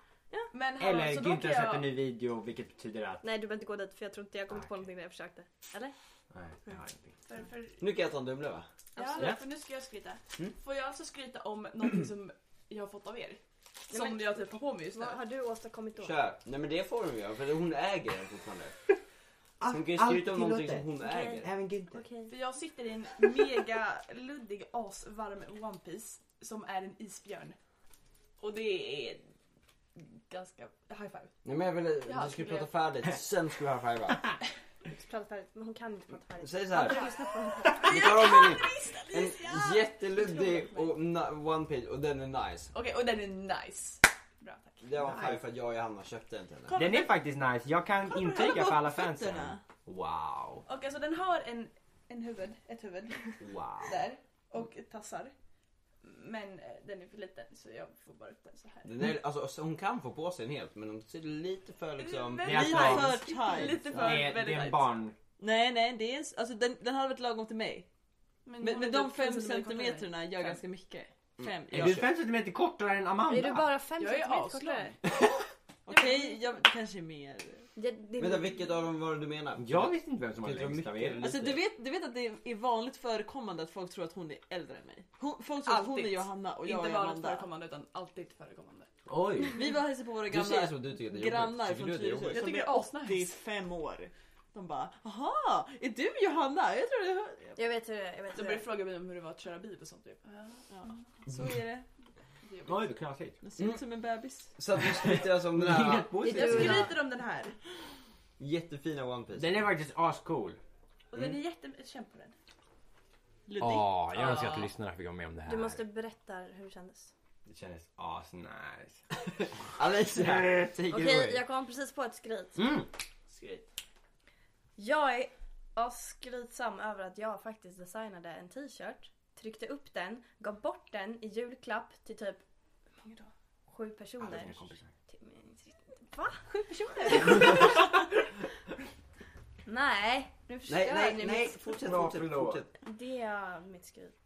Speaker 6: Men hallå,
Speaker 1: Eller
Speaker 6: så då
Speaker 1: Günther
Speaker 6: kan
Speaker 1: har släppt en
Speaker 6: jag...
Speaker 1: ny video vilket betyder att...
Speaker 2: Nej du behöver inte gå dit för jag tror inte jag
Speaker 1: Ah,
Speaker 2: kom inte på
Speaker 1: okej.
Speaker 2: någonting när jag försökte. Eller?
Speaker 1: Nej, jag har ingenting.
Speaker 6: För, för,
Speaker 3: Nu kan jag ta en Dumle va?
Speaker 6: ja,
Speaker 1: Absolut.
Speaker 6: för nu ska jag skryta.
Speaker 3: Mm.
Speaker 6: Får jag alltså skryta om någonting som jag har fått av er? Som
Speaker 2: men-
Speaker 6: jag typ har på mig just nu.
Speaker 2: Vad har du åstadkommit då?
Speaker 3: Kör. Nej men det får hon göra för hon äger den fortfarande. Hon kan ju
Speaker 1: Allt
Speaker 3: skryta om någonting som
Speaker 1: tillåtet.
Speaker 3: hon
Speaker 2: Okej.
Speaker 3: äger.
Speaker 1: Även Günther.
Speaker 2: Okej.
Speaker 6: För jag sitter i en mega luddig asvarm One Piece som är en isbjörn. Och det är ganska high five.
Speaker 3: Nej men jag ville,
Speaker 6: Ja,
Speaker 3: du skulle
Speaker 6: skulle
Speaker 3: prata färdigt, sen skulle du high-fivea.
Speaker 2: Prata färdigt. Men hon kan inte prata färdigt.
Speaker 3: Säg såhär.
Speaker 2: Jag lyssnar på henne.
Speaker 3: Vi tar om en, en jätteluddig och na- one page och den är nice.
Speaker 6: Okej, och den är nice. Bra tack.
Speaker 3: Det var
Speaker 1: Nice.
Speaker 3: nice. för att jag och Johanna köpte den till henne.
Speaker 6: Kolla.
Speaker 1: Den är faktiskt nice, jag kan intyga för alla fansen.
Speaker 7: fötterna.
Speaker 1: Wow,
Speaker 6: Okej, så den har en, en huvud, ett huvud
Speaker 1: wow.
Speaker 6: där och tassar. Men eh, den är för liten så jag får bara upp den så här.
Speaker 3: Den är, alltså, så hon kan få på sig den helt men hon ser lite
Speaker 4: Mm,
Speaker 3: för liksom...
Speaker 1: Det är
Speaker 6: Väldigt
Speaker 1: alltså-
Speaker 6: tight.
Speaker 7: För tight.
Speaker 6: Lite för,
Speaker 1: Det är,
Speaker 6: väldigt
Speaker 1: det är en
Speaker 6: tight.
Speaker 1: barn...
Speaker 7: Nej, nej, det är, s- alltså, den, den hade varit lagom till mig. Men,
Speaker 6: hon
Speaker 7: men
Speaker 6: Mm, är
Speaker 7: de
Speaker 6: typ
Speaker 7: fem
Speaker 6: fem
Speaker 7: centimeterna gör
Speaker 6: Fem. Mm.
Speaker 7: ganska mycket. Fem.
Speaker 1: Är
Speaker 7: jag
Speaker 1: du
Speaker 7: kör.
Speaker 1: fem centimeter kortare än Amanda?
Speaker 2: Är du bara fem
Speaker 6: Jag är
Speaker 2: centimeter
Speaker 6: aslång.
Speaker 2: kortare?
Speaker 7: Okej, jag kanske är mer.
Speaker 2: Det, det,
Speaker 3: Vänta vilket av dem var det du menar?
Speaker 1: Jag visste inte vem som var
Speaker 3: Tyckte du
Speaker 1: längst av
Speaker 3: mycket?
Speaker 1: er.
Speaker 7: Alltså
Speaker 3: Lite.
Speaker 7: du vet, du vet att det är vanligt förekommande att folk tror att hon är äldre än mig. Hon, folk tror att hon är
Speaker 6: Alltid.
Speaker 7: Johanna och jag
Speaker 6: Inte
Speaker 7: är
Speaker 6: vanligt
Speaker 7: Amanda.
Speaker 6: förekommande utan alltid förekommande.
Speaker 1: Oj.
Speaker 7: Vi var och hälsade på våra
Speaker 3: Du säger
Speaker 7: gamla
Speaker 3: som du tycker det är jobbigt.
Speaker 7: grannar
Speaker 3: Tycker
Speaker 7: från
Speaker 3: du att det är
Speaker 7: Tyresö
Speaker 3: jobbigt?
Speaker 6: Jag
Speaker 7: som
Speaker 6: tycker det
Speaker 7: är
Speaker 6: är asnice.
Speaker 7: 85 år. De bara aha, är du Johanna? Jag tror det
Speaker 2: Jag vet hur det är. Jag vet
Speaker 6: De
Speaker 2: hur
Speaker 6: började
Speaker 2: det
Speaker 6: fråga mig om hur det var att köra bil och sånt. Typ. Ja,
Speaker 7: ja, Så är det.
Speaker 6: det är jobbigt.
Speaker 1: Oj, knasigt.
Speaker 7: Jag ser ut som en bebis.
Speaker 3: Så att du skryter alltså om
Speaker 1: *laughs*
Speaker 3: den här
Speaker 1: Inget
Speaker 2: Det
Speaker 6: Jag
Speaker 2: är
Speaker 1: positivt.
Speaker 2: du.
Speaker 6: skryter om den här.
Speaker 3: jättefina One Piece.
Speaker 1: Den är faktiskt ascool.
Speaker 6: Och den är jätte... Känn på den.
Speaker 7: Luddig.
Speaker 1: Åh,
Speaker 6: jag önskar att
Speaker 1: lyssnarna fick vara med om det
Speaker 2: är. Du måste berätta hur det kändes.
Speaker 1: Det kändes asnice.
Speaker 3: Alicia,
Speaker 1: *laughs*
Speaker 3: take it
Speaker 2: Okej,
Speaker 3: away.
Speaker 2: jag kom precis på ett skryt.
Speaker 1: Mm.
Speaker 3: Skryt.
Speaker 2: Jag är asskrytsam över att jag faktiskt designade en t-shirt, tryckte upp den, gav bort den i julklapp till typ hur många då? sju
Speaker 1: Alla
Speaker 2: personer.
Speaker 1: dina kompisar.
Speaker 2: Till- men inte riktigt- Va? Sju personer? *laughs* Nej, nu förstör
Speaker 3: Nej, nej,
Speaker 2: ni
Speaker 3: nej,
Speaker 2: mitt...
Speaker 3: fortsätt,
Speaker 1: Ja,
Speaker 3: fortsätt,
Speaker 1: förlåt.
Speaker 3: fortsätt.
Speaker 2: Det är mitt skryt.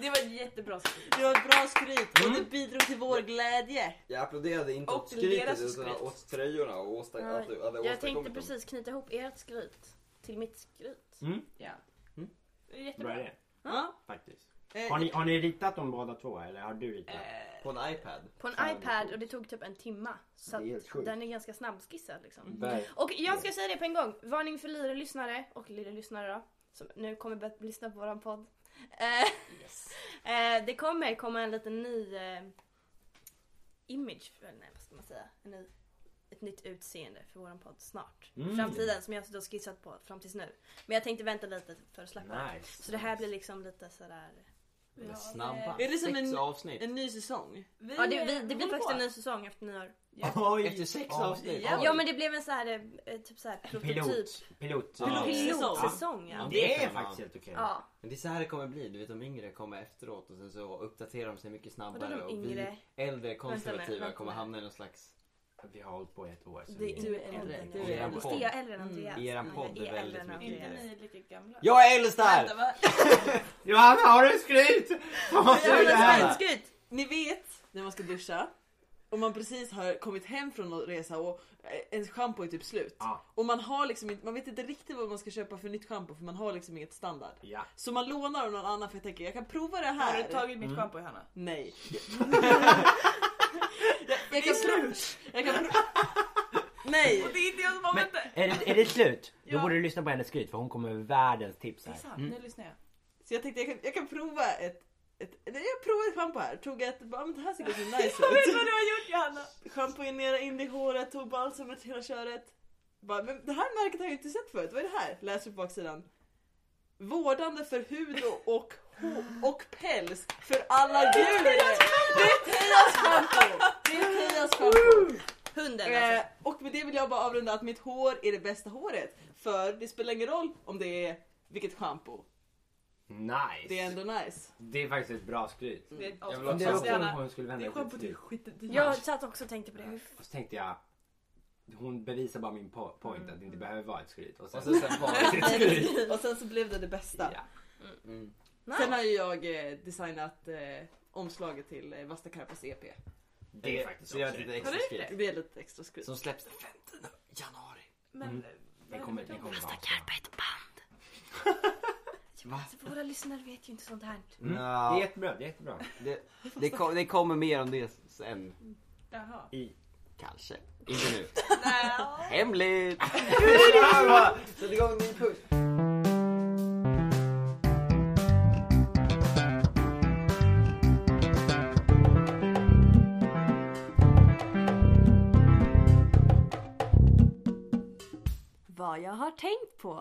Speaker 6: Det var ett jättebra skriv.
Speaker 7: Det var ett bra skryt
Speaker 3: Mm.
Speaker 7: och det bidrog till vår glädje.
Speaker 3: Jag applåderade inte
Speaker 6: Och
Speaker 3: åt
Speaker 6: deras
Speaker 3: skrytet utan
Speaker 6: skryt.
Speaker 3: åt tröjorna och åsta,
Speaker 2: Ja,
Speaker 3: att du hade
Speaker 2: Jag tänkte
Speaker 3: åstadkommit dem.
Speaker 2: precis knyta ihop ert skryt till mitt skryt.
Speaker 6: Ja.
Speaker 3: Mm.
Speaker 6: Det är
Speaker 1: Bra
Speaker 6: Jättebra.
Speaker 1: idé,
Speaker 7: Ja.
Speaker 1: faktiskt.
Speaker 7: Eh,
Speaker 1: Har ni, har ni ritat dem båda två eller har du ritat?
Speaker 6: Eh,
Speaker 3: På en iPad.
Speaker 2: På en
Speaker 1: Fan, vad
Speaker 2: iPad
Speaker 1: coolt.
Speaker 2: och det tog typ en timma. Så
Speaker 1: Det är helt
Speaker 2: att
Speaker 1: sjukt. Mm.
Speaker 2: den är ganska snabbskissad liksom.
Speaker 1: Ver-
Speaker 2: Och jag ska säga det på en gång. Varning för lirare lyssnare och lirare lyssnare då. Som nu kommer börja lyssna på våran podd. Eh,
Speaker 6: yes.
Speaker 2: *laughs* Eh, det kommer komma en liten ny eh, image, eller nej vad ska man säga? En ny, ett nytt utseende för våran podd snart.
Speaker 1: Mm.
Speaker 2: Framtiden som jag har suttit och skissat på fram tills nu. Men jag tänkte vänta lite för att släppa det.
Speaker 1: Nice.
Speaker 2: Så det här blir liksom lite sådär...
Speaker 3: De är
Speaker 6: Ja,
Speaker 3: snabba.
Speaker 7: Är det som
Speaker 3: Sex
Speaker 7: en-
Speaker 3: avsnitt.
Speaker 7: En ny säsong.
Speaker 6: Vi,
Speaker 2: Ja, det, vi,
Speaker 6: eh,
Speaker 2: det blir
Speaker 6: håller
Speaker 2: faktiskt
Speaker 6: på.
Speaker 2: en ny säsong efter nyår.
Speaker 1: Oj!
Speaker 3: Efter sex
Speaker 1: Ja.
Speaker 3: avsnitt.
Speaker 6: Ja.
Speaker 2: Ja men det blev en så här, eh, typ så här prototyp.
Speaker 1: Pilot. Pilot.
Speaker 3: Ja.
Speaker 2: Pilotsäsong ja.
Speaker 3: Ja.
Speaker 1: Det är faktiskt helt okej.
Speaker 2: Ja,
Speaker 3: Men det är så här det kommer bli. Du vet de yngre kommer efteråt och sen så uppdaterar de sig mycket snabbare.
Speaker 2: Vadå de
Speaker 3: och
Speaker 2: yngre?
Speaker 3: vi äldre konservativa
Speaker 2: Vänta nu, vänta
Speaker 3: kommer
Speaker 2: nu.
Speaker 3: hamna i någon slags...
Speaker 1: Vi har hållit på i ett år. så
Speaker 2: det
Speaker 1: vi-
Speaker 2: är
Speaker 7: Du
Speaker 2: du
Speaker 7: är äldre.
Speaker 2: äldre.
Speaker 3: Du är
Speaker 2: nu. Visst är jag äldre än
Speaker 7: Mm.
Speaker 2: Andreas?
Speaker 3: Eran
Speaker 2: Ja,
Speaker 3: podd
Speaker 2: jag
Speaker 3: är väldigt
Speaker 2: äldre än
Speaker 3: mycket
Speaker 6: Inte
Speaker 2: Andreas.
Speaker 6: ni lika gamla?
Speaker 3: Jag är äldst här!
Speaker 6: Vänta, va?
Speaker 1: Johanna har du skryt? Vad måste
Speaker 2: Ja,
Speaker 1: du
Speaker 2: men
Speaker 1: göra?
Speaker 2: skryt.
Speaker 7: Ni vet när man ska duscha och man precis har kommit hem från någon resa och eh, ens schampo är typ slut.
Speaker 1: Ja.
Speaker 7: Och man har liksom inte, man vet inte riktigt vad man ska köpa för nytt schampo för man har liksom inget standard.
Speaker 1: Ja.
Speaker 7: Så man lånar av någon annan för jag tänker jag kan prova det här.
Speaker 6: Har du tagit mitt schampo Hanna?
Speaker 7: Nej. jag, jag kan prova. Jag kan prova. *laughs* Nej.
Speaker 6: Och det är inte jag som har
Speaker 1: Men
Speaker 6: använt det!
Speaker 1: är det, är det slut? Då
Speaker 6: Ja.
Speaker 1: borde du lyssna på hennes skryt för hon kommer med världens tips
Speaker 6: Det är
Speaker 1: här.
Speaker 6: sant, nu lyssnar jag.
Speaker 7: Så jag tänkte jag kan, jag kan prova ett, ett eller jag provar ett schampo här. Tog ett, bara, men det här ser ganska nice
Speaker 6: Jag vet
Speaker 7: ut.
Speaker 6: vad du har gjort Johanna!
Speaker 7: Schamponerade in det i håret, tog balsamet hela köret. Bara, men det här märket har jag inte sett förut, vad är det här? Läser på baksidan. Vårdande för hud och, och, hå- och päls för alla djur! Det är Theas schampo! Det är Theas schampo!
Speaker 2: Hunden
Speaker 7: Eh,
Speaker 2: alltså.
Speaker 7: och med det vill jag bara avrunda att mitt hår är det bästa håret. För det spelar ingen roll om det är vilket schampo.
Speaker 1: Nice.
Speaker 7: Det är ändå nice.
Speaker 1: Det är faktiskt ett bra skryt.
Speaker 6: Det är ett
Speaker 3: Jag vill
Speaker 1: Men
Speaker 6: avsnitt.
Speaker 1: Mm. det
Speaker 6: Johanna,
Speaker 1: var hon,
Speaker 3: också-
Speaker 1: hon skulle
Speaker 6: Det
Speaker 1: vända
Speaker 6: är
Speaker 1: till
Speaker 6: schampo
Speaker 1: ett
Speaker 6: till
Speaker 1: skryt.
Speaker 6: skitdyrt.
Speaker 2: Jag satt också och tänkte på det. Hur
Speaker 1: Och så tänkte jag, hon bevisar bara min po- point att det inte behöver vara ett skryt. Och sen,
Speaker 3: Och så sen bara...
Speaker 1: ett skryt.
Speaker 7: *laughs* Och sen så blev det det bästa.
Speaker 1: Ja.
Speaker 3: Mm.
Speaker 7: Sen har ju jag eh, designat eh, omslaget till eh, Vasta Karpas EP.
Speaker 1: Det är faktiskt
Speaker 3: Så jag
Speaker 1: också
Speaker 3: har lite
Speaker 1: ett.
Speaker 6: Har
Speaker 3: extra
Speaker 6: du gjort
Speaker 3: skryt.
Speaker 7: Det är lite extra skryt.
Speaker 3: Som släpps den 15 januari.
Speaker 6: Men,
Speaker 1: Mm. Det kommer, det kommer vara så.
Speaker 2: Alltså, våra lyssnare vet ju inte sånt här.
Speaker 1: Mm. Det är
Speaker 3: Nja,
Speaker 1: jättebra, det är jättebra.
Speaker 3: det, det, kom, det kommer mer om det sen.
Speaker 6: Jaha.
Speaker 3: Kanske. Inte nu.
Speaker 6: Nej.
Speaker 3: Hemligt! Sätt igång en ny push.
Speaker 2: Vad jag har tänkt på.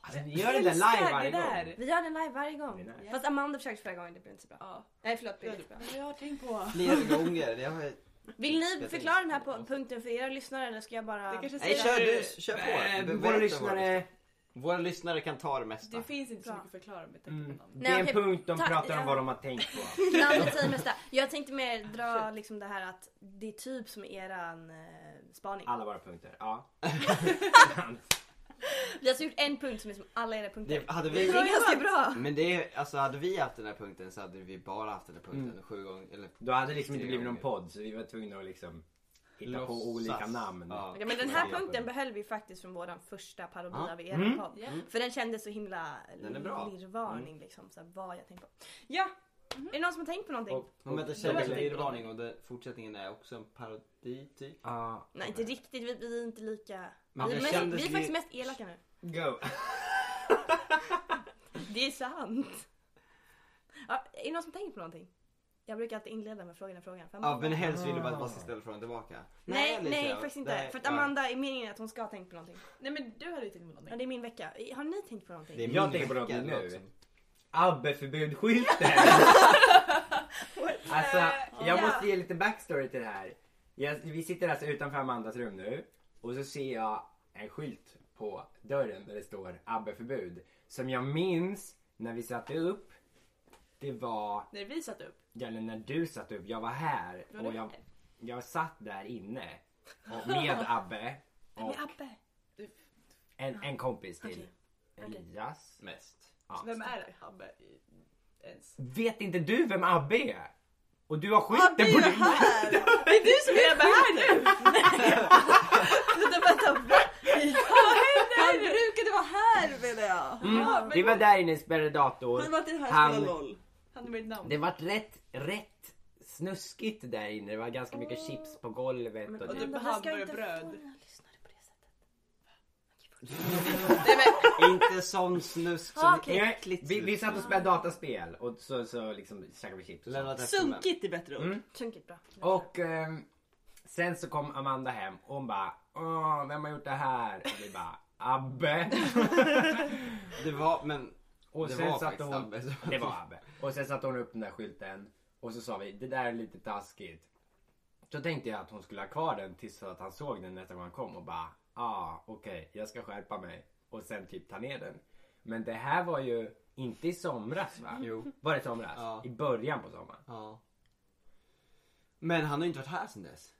Speaker 1: Alltså, ni gör det där live varje gång.
Speaker 2: Vi gör den live varje gång.
Speaker 1: Det är nice.
Speaker 2: Fast Amanda försökte förra gången, det blev inte så bra.
Speaker 6: Ja.
Speaker 2: Nej förlåt, det blev inte så bra.
Speaker 6: Jag har tänkt på.
Speaker 3: Flera gånger. Jag har...
Speaker 2: Vill ni
Speaker 3: tänkte-
Speaker 2: förklara den här på punkten för era lyssnare eller ska jag bara...
Speaker 6: Det kanske
Speaker 3: Nej
Speaker 6: säger-
Speaker 3: kör du, kör på.
Speaker 1: Eh,
Speaker 3: Berätta
Speaker 1: Våra
Speaker 3: vad-
Speaker 1: lyssnare,
Speaker 3: Våra lyssnare kan ta det mesta.
Speaker 6: Det finns inte så
Speaker 2: Bra.
Speaker 6: mycket att förklara med tanke
Speaker 1: mm,
Speaker 6: på namn.
Speaker 1: det är en
Speaker 2: okej,
Speaker 1: punkt de
Speaker 2: ta-
Speaker 1: pratar
Speaker 2: ja.
Speaker 1: om vad de har tänkt på.
Speaker 2: Namnet säger mesta. Jag tänkte mer dra liksom det här att det är typ som eran eh, spaning.
Speaker 1: Alla våra punkter, ja.
Speaker 2: Vi har alltså gjort en punkt som är som alla era punkter.
Speaker 3: Det, hade
Speaker 2: Det
Speaker 3: vi...
Speaker 2: är ganska bra.
Speaker 3: Men det är, alltså hade vi haft den här punkten så hade vi bara haft den här punkten
Speaker 1: Mm.
Speaker 3: sju gånger. Eller
Speaker 1: Då hade det liksom
Speaker 3: tre
Speaker 1: inte blivit någon
Speaker 3: gånger.
Speaker 1: podd så vi var tvungna att liksom hitta på
Speaker 3: Låtsas.
Speaker 1: olika namn.
Speaker 3: Ja.
Speaker 2: Ja, men den här
Speaker 3: Ja.
Speaker 2: punkten behöll vi faktiskt från våran första parodi
Speaker 3: Ja.
Speaker 2: av er
Speaker 1: Mm.
Speaker 2: podd.
Speaker 6: Ja.
Speaker 2: För den kändes så himla
Speaker 3: Den är bra. Mm.
Speaker 2: lirrvarning liksom. Så här, vad jag tänkt på. Ja! Är det någon som har tänkt på någonting?
Speaker 1: Och,
Speaker 3: Men vänta,
Speaker 1: då
Speaker 3: känner
Speaker 1: vill-
Speaker 3: vi varning och det, fortsättningen är också en parodi typ?
Speaker 1: Ja,
Speaker 2: Nej inte riktigt, vi, vi är inte lika...
Speaker 3: Men
Speaker 2: vi,
Speaker 3: det
Speaker 2: är mest,
Speaker 3: kändes
Speaker 2: vi är
Speaker 3: li-
Speaker 2: faktiskt mest elaka nu.
Speaker 1: go.
Speaker 2: Det är sant. Ja, är det någon som tänkt på någonting? Jag brukar alltid inleda med frågan och frågan. För
Speaker 3: Ja
Speaker 2: Amanda...
Speaker 3: men helst vill du bara att
Speaker 1: Ah.
Speaker 3: man ska ställa frågan tillbaka.
Speaker 2: nej, nej,
Speaker 3: Alicia.
Speaker 2: faktiskt inte.
Speaker 3: Nej,
Speaker 2: för att
Speaker 3: ja.
Speaker 2: Amanda är meningen att hon ska ha tänkt på någonting.
Speaker 6: Nej men du hade ju tänkt på
Speaker 2: Ja,
Speaker 6: någonting.
Speaker 2: det är min vecka. Har ni tänkt på någonting?
Speaker 3: Det är
Speaker 1: Jag
Speaker 3: min
Speaker 1: tänker på
Speaker 3: vecka,
Speaker 1: något nu.
Speaker 3: låter som.
Speaker 1: *laughs* Abbeförbudskylten! alltså, jag måste ge lite backstory till det här. Jag, vi sitter alltså utanför Amandas rum nu och så ser jag en skylt på dörren där det står abbeförbud. Som jag minns när vi satte upp, det var
Speaker 6: När vi satte upp.
Speaker 1: Ja, eller när du satt upp, jag var här
Speaker 6: Var
Speaker 1: och
Speaker 6: du
Speaker 1: jag,
Speaker 6: här?
Speaker 1: jag satt där inne och med Abbe. Och,
Speaker 2: Med Abbe.
Speaker 1: En, en kompis till
Speaker 2: Okej. Okej.
Speaker 1: Elias.
Speaker 3: Mest.
Speaker 1: Ja.
Speaker 6: Vem är det? Abbe i- ens?
Speaker 1: Vet inte du vem Abbe är? Och du har skiten
Speaker 7: Abbe är
Speaker 1: på
Speaker 7: ju
Speaker 1: din...
Speaker 7: här!
Speaker 6: Det är du som är Abbe här nu!
Speaker 2: Vänta, vänta, va?
Speaker 7: Han brukade vara här menar jag!
Speaker 1: Mm. Det var där inne i spärrade dator.
Speaker 7: Han har varit i den här
Speaker 1: Han-
Speaker 7: och spelat LOL.
Speaker 6: Han är mitt namn.
Speaker 1: Det vart rätt, rätt snuskigt där inne. Det var ganska mycket chips på golvet. Och
Speaker 6: Och
Speaker 1: typ,
Speaker 6: du-
Speaker 2: Amanda, vi ska
Speaker 6: hamburgare,
Speaker 2: inte
Speaker 6: bröd.
Speaker 2: fånga lyssnare på det sättet.
Speaker 3: Inte sån snusk som
Speaker 2: Ah, okej.
Speaker 1: Nej, vi, vi satt och spelade dataspel och så, så liksom käkade vi chips. Och, så.
Speaker 3: lämnat efter mig.
Speaker 7: Sunkigt är bättre ord.
Speaker 1: Mm.
Speaker 2: Sunkigt bra.
Speaker 1: och ehm, sen så kom Amanda hem och hon bara Åh, vem har gjort det här? Och vi bara Abbe.
Speaker 3: Det var, men
Speaker 1: Och
Speaker 3: det
Speaker 1: sen
Speaker 3: var
Speaker 1: satte
Speaker 3: faktiskt
Speaker 1: hon
Speaker 3: Abbe.
Speaker 1: Det var Abbe. Och sen satte hon upp den där skylten och så sa vi det där är lite taskigt. Så tänkte jag att hon skulle ha kvar den tills så att han såg den nästa gång han kom och bara ah okej jag ska skärpa mig och sen typ ta ner den. Men det här var ju inte i somras va?
Speaker 3: Jo.
Speaker 1: Var det somras?
Speaker 3: Ja.
Speaker 1: I början på sommaren?
Speaker 3: Ja. Men han har ju inte varit här sedan dess.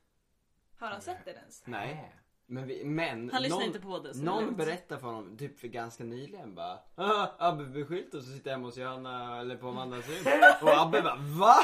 Speaker 6: Har han sett den ens?
Speaker 3: Nej. Men, vi, men
Speaker 7: Han lyssnar
Speaker 3: någon,
Speaker 7: inte på det. så det är
Speaker 3: någon
Speaker 7: lugnt.
Speaker 3: berättade för honom typ för ganska nyligen bara "Ah, Abbe beskyllt och så sitter jag hemma hos Johanna eller på Amandas rum och Abbe bara
Speaker 7: *laughs*
Speaker 3: VA?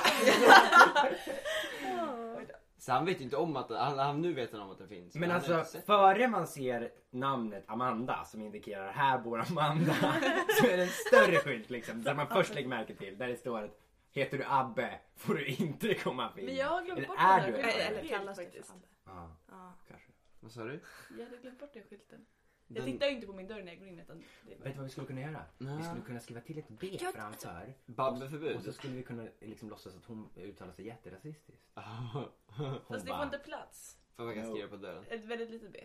Speaker 3: Så han vet ju inte om att han, han, nu vet han om att den finns.
Speaker 1: Men
Speaker 3: han har
Speaker 1: alltså
Speaker 3: inte sett den.
Speaker 1: före man ser namnet Amanda som indikerar här bor Amanda *laughs* så är det en större skylt liksom där man först lägger märke till där det står att Heter du Abbe får du inte komma in.
Speaker 4: Men jag har glömt
Speaker 1: Eller
Speaker 4: bort
Speaker 1: är
Speaker 4: den
Speaker 1: du
Speaker 4: där
Speaker 1: en
Speaker 6: skylten.
Speaker 1: Abbe?
Speaker 2: Eller kallas det
Speaker 4: faktiskt.
Speaker 2: för Abbe?
Speaker 1: Ja,
Speaker 2: Ja.
Speaker 1: kanske.
Speaker 3: Vad sa du?
Speaker 4: Jag hade glömt bort den skylten. Jag
Speaker 3: Den-
Speaker 4: tittar ju inte på min dörr när jag går in utan det
Speaker 1: Vet du vad vi skulle kunna göra?
Speaker 3: Nej.
Speaker 1: Vi skulle kunna skriva till ett B
Speaker 2: Jag-
Speaker 1: framför och så
Speaker 3: *laughs* Babbeförbud?
Speaker 1: skulle vi kunna liksom låtsas att hon uttalar sig
Speaker 3: *laughs*
Speaker 1: jätterasistiskt. Hon
Speaker 4: Fast det får inte plats.
Speaker 3: För man kan
Speaker 1: No.
Speaker 3: skriva på dörren.
Speaker 4: Ett väldigt litet B.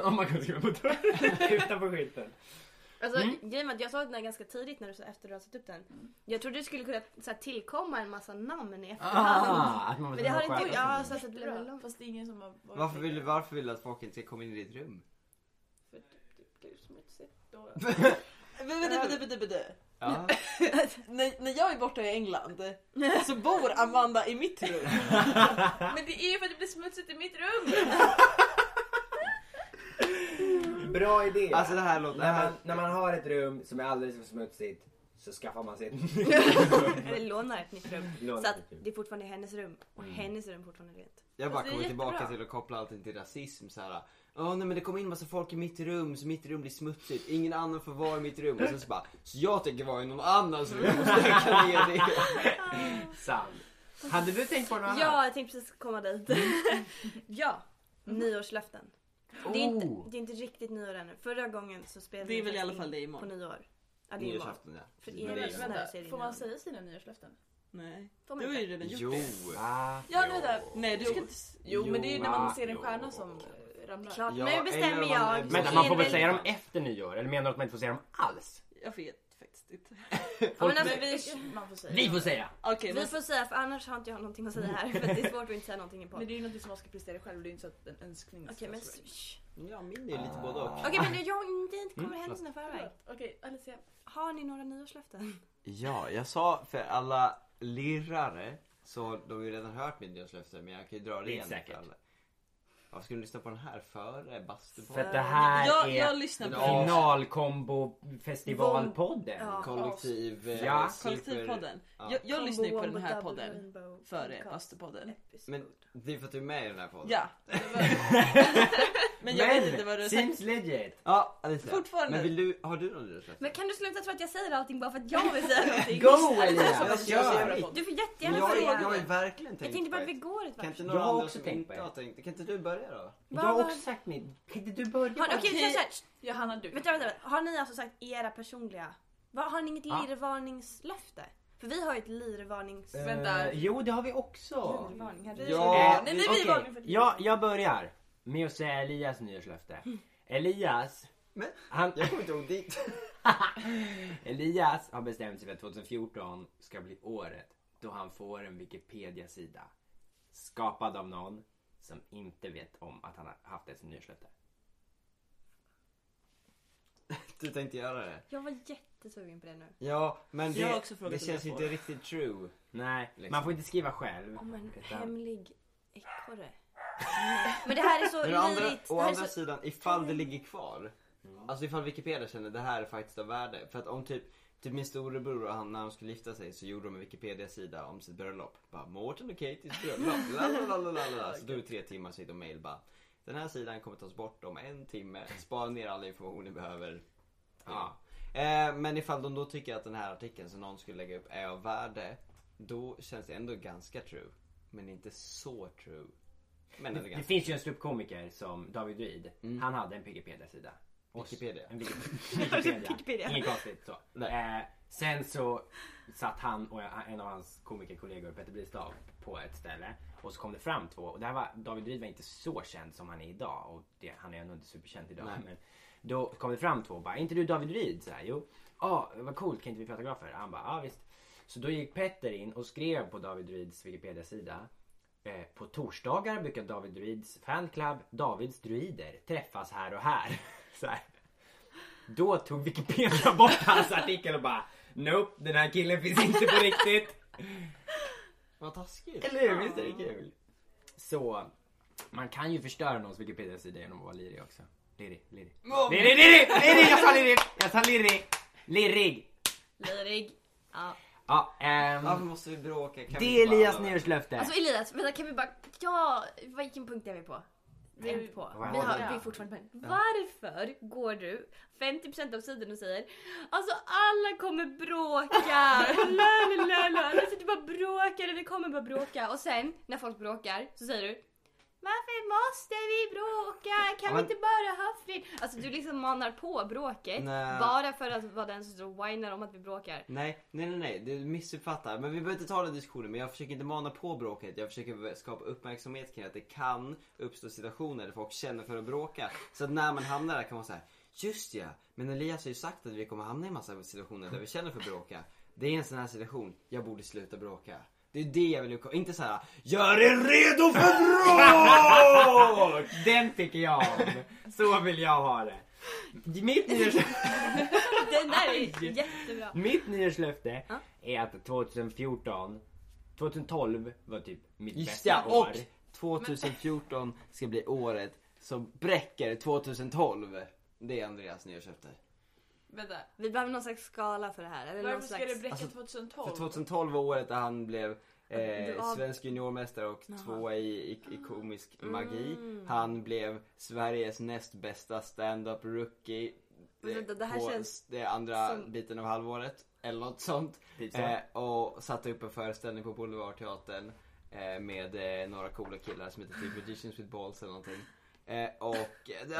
Speaker 1: Om man kunde skriva på
Speaker 3: *laughs*
Speaker 1: dörren utanför skylten.
Speaker 2: Alltså
Speaker 1: Mm.
Speaker 2: grejen var att jag såg den där ganska tidigt när du, efter du hade satt upp den. Jag trodde det skulle kunna så här, tillkomma en massa namn i efterhand.
Speaker 1: Ah, att man
Speaker 2: Men det har
Speaker 1: sköta
Speaker 2: inte...
Speaker 1: sig.
Speaker 2: Ja, alltså- så att det blev väldigt
Speaker 4: Bra.
Speaker 2: långt.
Speaker 4: Fast det är ingen som har varit
Speaker 3: Varför vill, du-
Speaker 4: där.
Speaker 3: varför vill du att folk inte ska komma in i ditt rum?
Speaker 4: För typ, typ, gud som ett sätt då.
Speaker 7: Men, men, men, men, men, men, men. *laughs*
Speaker 3: Ja.
Speaker 7: När, när jag är borta i *laughs* England så bor Amanda i mitt rum.
Speaker 4: Men det är ju för att det blir smutsigt i mitt rum!
Speaker 1: Bra idé!
Speaker 3: Alltså det här låter... det
Speaker 1: när,
Speaker 3: här-
Speaker 1: man, när man har ett rum som är alldeles för smutsigt så skaffar man sig ett
Speaker 2: *laughs* Eller lånar ett nytt rum.
Speaker 1: Lånar
Speaker 2: Så att
Speaker 1: ett nytt rum.
Speaker 2: det är fortfarande hennes rum. Och hennes rum fortfarande är rent.
Speaker 3: Jag bara
Speaker 4: Fast det är
Speaker 3: kommer tillbaka
Speaker 4: jättebra.
Speaker 3: till att koppla allting till rasism så här. Åh nej men det kommer in massa folk i mitt rum så mitt rum blir smutsigt. Ingen annan får vara i mitt rum. Och sen så bara, så jag tänker vara i någon annans rum och stöka ner det.
Speaker 1: sand. Hade du tänkt på något annat?
Speaker 2: Ja, jag tänkte precis komma dit. ja, nyårslöften. Det är, inte, det är inte riktigt nyår ännu. Förra gången så spelade
Speaker 7: Det är
Speaker 2: vi
Speaker 7: väl i alla
Speaker 2: faktiskt
Speaker 7: fall det
Speaker 2: in På
Speaker 7: imorgon.
Speaker 2: nyår. Ja, det är imorgon.
Speaker 3: Nyårsafton ja.
Speaker 2: För
Speaker 3: Men
Speaker 2: er
Speaker 3: det är-
Speaker 2: lyssnare så är det
Speaker 4: Får man
Speaker 2: innan.
Speaker 4: säga sina nyårslöften?
Speaker 7: Nej.
Speaker 2: Får man
Speaker 7: Du har ju
Speaker 2: inte?
Speaker 7: redan gjort
Speaker 3: Jo.
Speaker 7: det.
Speaker 1: Ah,
Speaker 4: Ja, nu där.
Speaker 7: Nej,
Speaker 4: Du
Speaker 7: du-
Speaker 4: ska inte... s- Jo, men det är ju när
Speaker 1: Jo,
Speaker 4: man ser en
Speaker 1: jo.
Speaker 4: stjärna som eh, ramlar.
Speaker 2: Klart,
Speaker 3: Ja,
Speaker 2: nu bestämmer
Speaker 3: eller man-
Speaker 2: jag.
Speaker 1: Vänta,
Speaker 3: Så
Speaker 1: man
Speaker 3: är
Speaker 1: får
Speaker 3: det
Speaker 1: väl
Speaker 3: väl-
Speaker 1: säga dem efter nyår? Eller menar du att man inte får säga dem alls?
Speaker 7: Jag vet faktiskt inte.
Speaker 2: Ja, men
Speaker 1: Folk-
Speaker 2: alltså, vi,
Speaker 4: Man får säga.
Speaker 1: Vi får säga!
Speaker 2: vi
Speaker 7: Okej, men
Speaker 2: får säga för annars har inte jag någonting att säga här. För att det är Alltså, svårt att inte säga någonting i
Speaker 4: Men
Speaker 2: podden.
Speaker 4: det är ju någonting som man ska prestera själv, det är inte så att en önskning ska
Speaker 2: Okej men
Speaker 4: slå in.
Speaker 2: shh.
Speaker 3: Ja min är lite både och.
Speaker 2: Okej men det- jag det kommer
Speaker 3: Mm,
Speaker 2: händelserna
Speaker 3: alltså.
Speaker 2: i förväg.
Speaker 4: Förlåt. Okej, Alicia.
Speaker 2: Har ni några nyårslöften?
Speaker 3: Ja, jag sa för alla lirrare så de har ju redan hört mitt nyårslöfte men jag kan ju dra det
Speaker 1: Det är
Speaker 3: igen. för
Speaker 1: säkert.
Speaker 3: alla. Varför skulle du lyssna på den här före
Speaker 1: För
Speaker 3: bastupodden?
Speaker 1: att det här
Speaker 7: jag,
Speaker 1: är
Speaker 7: jag lyssnar på
Speaker 3: Ja.
Speaker 1: finalkombo-festivalpodden.
Speaker 2: Ja.
Speaker 3: Kollektiv... eh,
Speaker 1: Ja.
Speaker 3: super-
Speaker 7: kollektivpodden.
Speaker 3: Ja.
Speaker 7: Jag, jag lyssnar ju på den här
Speaker 2: Combo Double
Speaker 7: podden
Speaker 2: Rainbow
Speaker 7: före
Speaker 2: Podcast
Speaker 7: bastupodden.
Speaker 2: Episode.
Speaker 3: Men det är för att du är med i den här podden.
Speaker 7: *laughs* Ja. Men jag vet inte vad du har sagt.
Speaker 1: seems legit!
Speaker 3: Ja, Alicia.
Speaker 7: Fortfarande.
Speaker 3: Men vill du, har du någon nyårslöfte?
Speaker 2: Men kan du sluta tro att jag säger allting bara för att jag vill *laughs* säga någonting?
Speaker 1: Go Elia!
Speaker 3: Jag kör!
Speaker 4: mitt.
Speaker 2: Du får
Speaker 3: Men
Speaker 2: jättegärna
Speaker 3: jag,
Speaker 2: säga.
Speaker 3: jag,
Speaker 2: Jag,
Speaker 3: jag har verkligen tänkt
Speaker 2: tänkte bara
Speaker 3: på
Speaker 2: att vi
Speaker 3: ett.
Speaker 2: går ett
Speaker 3: Kan
Speaker 2: varv.
Speaker 3: inte
Speaker 1: Jag
Speaker 3: någon
Speaker 1: har
Speaker 3: annan
Speaker 1: också
Speaker 3: som
Speaker 1: tänkt
Speaker 3: inte
Speaker 1: på ett.
Speaker 3: har tänkt Kan inte du börja då?
Speaker 1: Jag
Speaker 2: Vad-
Speaker 1: har
Speaker 2: vad-
Speaker 1: också sagt mitt. Kan inte du börja?
Speaker 2: Har, okej,
Speaker 7: Okej.
Speaker 2: så här,
Speaker 4: Johanna, du.
Speaker 2: vänta, vänta, vänta. Har ni alltså sagt era personliga? Vad, har ni inget
Speaker 3: Ah.
Speaker 1: Ja.
Speaker 2: lirrvarningslöfte? För vi har ju ett lirrvarnings...
Speaker 1: Eh,
Speaker 4: vänta.
Speaker 1: Jo, det har vi också.
Speaker 2: Lirrvarning. hade vi?
Speaker 3: Ja.
Speaker 1: Eh,
Speaker 4: Nej, nej, vi
Speaker 1: okej.
Speaker 4: varning för-
Speaker 1: ja, jag börjar med att säga Elias nyårslöfte. Elias,
Speaker 3: Men-
Speaker 1: han,
Speaker 3: Jag kommer inte ihåg dit.
Speaker 1: Elias har bestämt sig för att 2014 ska bli året då han får en Wikipedia-sida skapad av någon som inte vet om att han har haft ett nyårslöfte.
Speaker 3: Du tänkte göra det?
Speaker 2: Jag var jättesugen på det nu.
Speaker 3: Ja, men det,
Speaker 7: Jag har också frågat
Speaker 3: det
Speaker 7: om jag
Speaker 3: känns inte
Speaker 7: får.
Speaker 3: riktigt true.
Speaker 1: Nej,
Speaker 3: Liksom.
Speaker 1: man får inte skriva själv.
Speaker 2: Om en
Speaker 1: utan-
Speaker 2: hemlig ekorre. Men det här är så
Speaker 3: Men å andra,
Speaker 2: lirigt. Det
Speaker 3: å
Speaker 2: här är
Speaker 3: andra
Speaker 2: så...
Speaker 3: sidan, ifall det ligger kvar. Alltså ifall Wikipedia känner det här är faktiskt av värde. För att om typ, typ min storebror och han när de skulle gifta sig så gjorde de en Wikipedia-sida om sitt bröllop. Bara Mårten och Katies bröllop. Lalalala. Så då är det tre timmar sitt och mail bara. Den här sidan kommer tas bort om en timme. Spara ner all information ni behöver. Ja. Eh, men ifall de då tycker att den här artikeln som någon skulle lägga upp är av värde. Då känns det ändå ganska true. Men inte så true. Men
Speaker 1: Det,
Speaker 3: ändå
Speaker 1: det
Speaker 3: ganska.
Speaker 1: finns ju en ståuppkomiker som David Druid.
Speaker 3: Mm.
Speaker 1: Han hade en Wikipedia-sida. Och-
Speaker 3: Wikipedia.
Speaker 1: En Wikipedia.
Speaker 2: Wikipedia.
Speaker 1: Inget konstigt så.
Speaker 3: Nej.
Speaker 1: Eh, sen så satt han och en av hans komikerkollegor Peter Bristav på ett ställe. Och så kom det fram två. Och det här var, David Druid var inte så känd som han är idag. Och det, han är ändå inte superkänd idag.
Speaker 3: Nej.
Speaker 1: Men då kom det fram två och bara, är inte du David Druid? Så här, jo. Ja, ah, vad coolt, kan inte vi få autografer? Han bara, ja ah, visst. Så då gick Petter in och skrev på David Druids Wikipedia-sida. Eh, på torsdagar brukar David Druids fanclub, Davids Druider, träffas här och här. *laughs* Så här. Då tog Wikipedia bort hans artikel och bara Nope, den här killen finns inte på riktigt.
Speaker 3: Vad taskigt.
Speaker 1: Eller hur? Visst är det kul? Så man kan ju förstöra någons Wikipedia-sida genom att vara lirig också. Lirig, lirig. Lirig, lirig, lirig! Jag sa lirig! Jag sa lirig! Lirig!
Speaker 2: Lirig. Ja.
Speaker 1: Ja, ehm,
Speaker 3: Varför måste vi bråka? Kan vi
Speaker 1: det är
Speaker 3: inte bara-
Speaker 1: Elias nyårslöfte.
Speaker 2: Alltså Elias, vänta kan vi bara... Ja, vilken punkt är vi på? Vi är på.
Speaker 1: Vad
Speaker 2: Vi, har,
Speaker 1: är det?
Speaker 2: vi är fortfarande på den. Varför går du 50% av sidan och säger Alltså alla kommer bråka! la, la, la, la. Vi sitter bara och bråkar och vi kommer bara bråka. Och sen när folk bråkar så säger du Varför måste vi bråka? Kan
Speaker 3: Men-
Speaker 2: vi inte bara ha fred? Alltså du liksom manar på bråket
Speaker 3: Nej.
Speaker 2: bara för att vara den som står och whinar om att vi
Speaker 3: *laughs*
Speaker 2: bråkar.
Speaker 3: Nej, nej, nej, nej, du missuppfattar. Men vi behöver inte ta den diskussionen. Men jag försöker inte mana på bråket. Jag försöker skapa uppmärksamhet kring att det kan uppstå situationer där folk känner för att bråka. Så att när man hamnar där kan man säga Just ja, men Elias har ju sagt att vi kommer hamna i en massa situationer där vi känner för att bråka. Det är en sån här situation, jag borde sluta bråka. Det är det jag vill Inte så här. gör er redo för bråk!
Speaker 1: Åh, den tycker jag om. Så vill jag ha det. Mitt nyårslöfte
Speaker 2: Den där är jättebra.
Speaker 1: Mitt nyårslöfte
Speaker 2: Ja.
Speaker 1: är att 2014, 2012 var typ mitt
Speaker 3: Just
Speaker 1: bästa
Speaker 3: ja,
Speaker 1: år.
Speaker 3: och 2014 ska bli året som bräcker 2012. Det är Andreas nyårslöfte.
Speaker 4: Vänta,
Speaker 2: Vi behöver någon slags skala för det här. Eller någon
Speaker 4: varför ska
Speaker 2: slags...
Speaker 4: det bräcka
Speaker 3: Alltså,
Speaker 4: 2012?
Speaker 3: För 2012 var året där han blev
Speaker 2: Du
Speaker 3: eh,
Speaker 2: av-
Speaker 3: svensk juniormästare och
Speaker 2: Jaha.
Speaker 3: tvåa i, i, i komisk magi.
Speaker 2: Mm.
Speaker 3: Han blev Sveriges näst bästa stand-up rookie.
Speaker 2: Men vänta, det här
Speaker 3: på
Speaker 2: känns
Speaker 3: det andra
Speaker 2: som-
Speaker 3: biten av halvåret. Eller något sånt.
Speaker 1: Typ så.
Speaker 3: Eh, och satte upp en föreställning på Boulevardteatern. Eh, med eh, några coola killar som heter typ Magicians with balls eller någonting. Eh, och... Eh,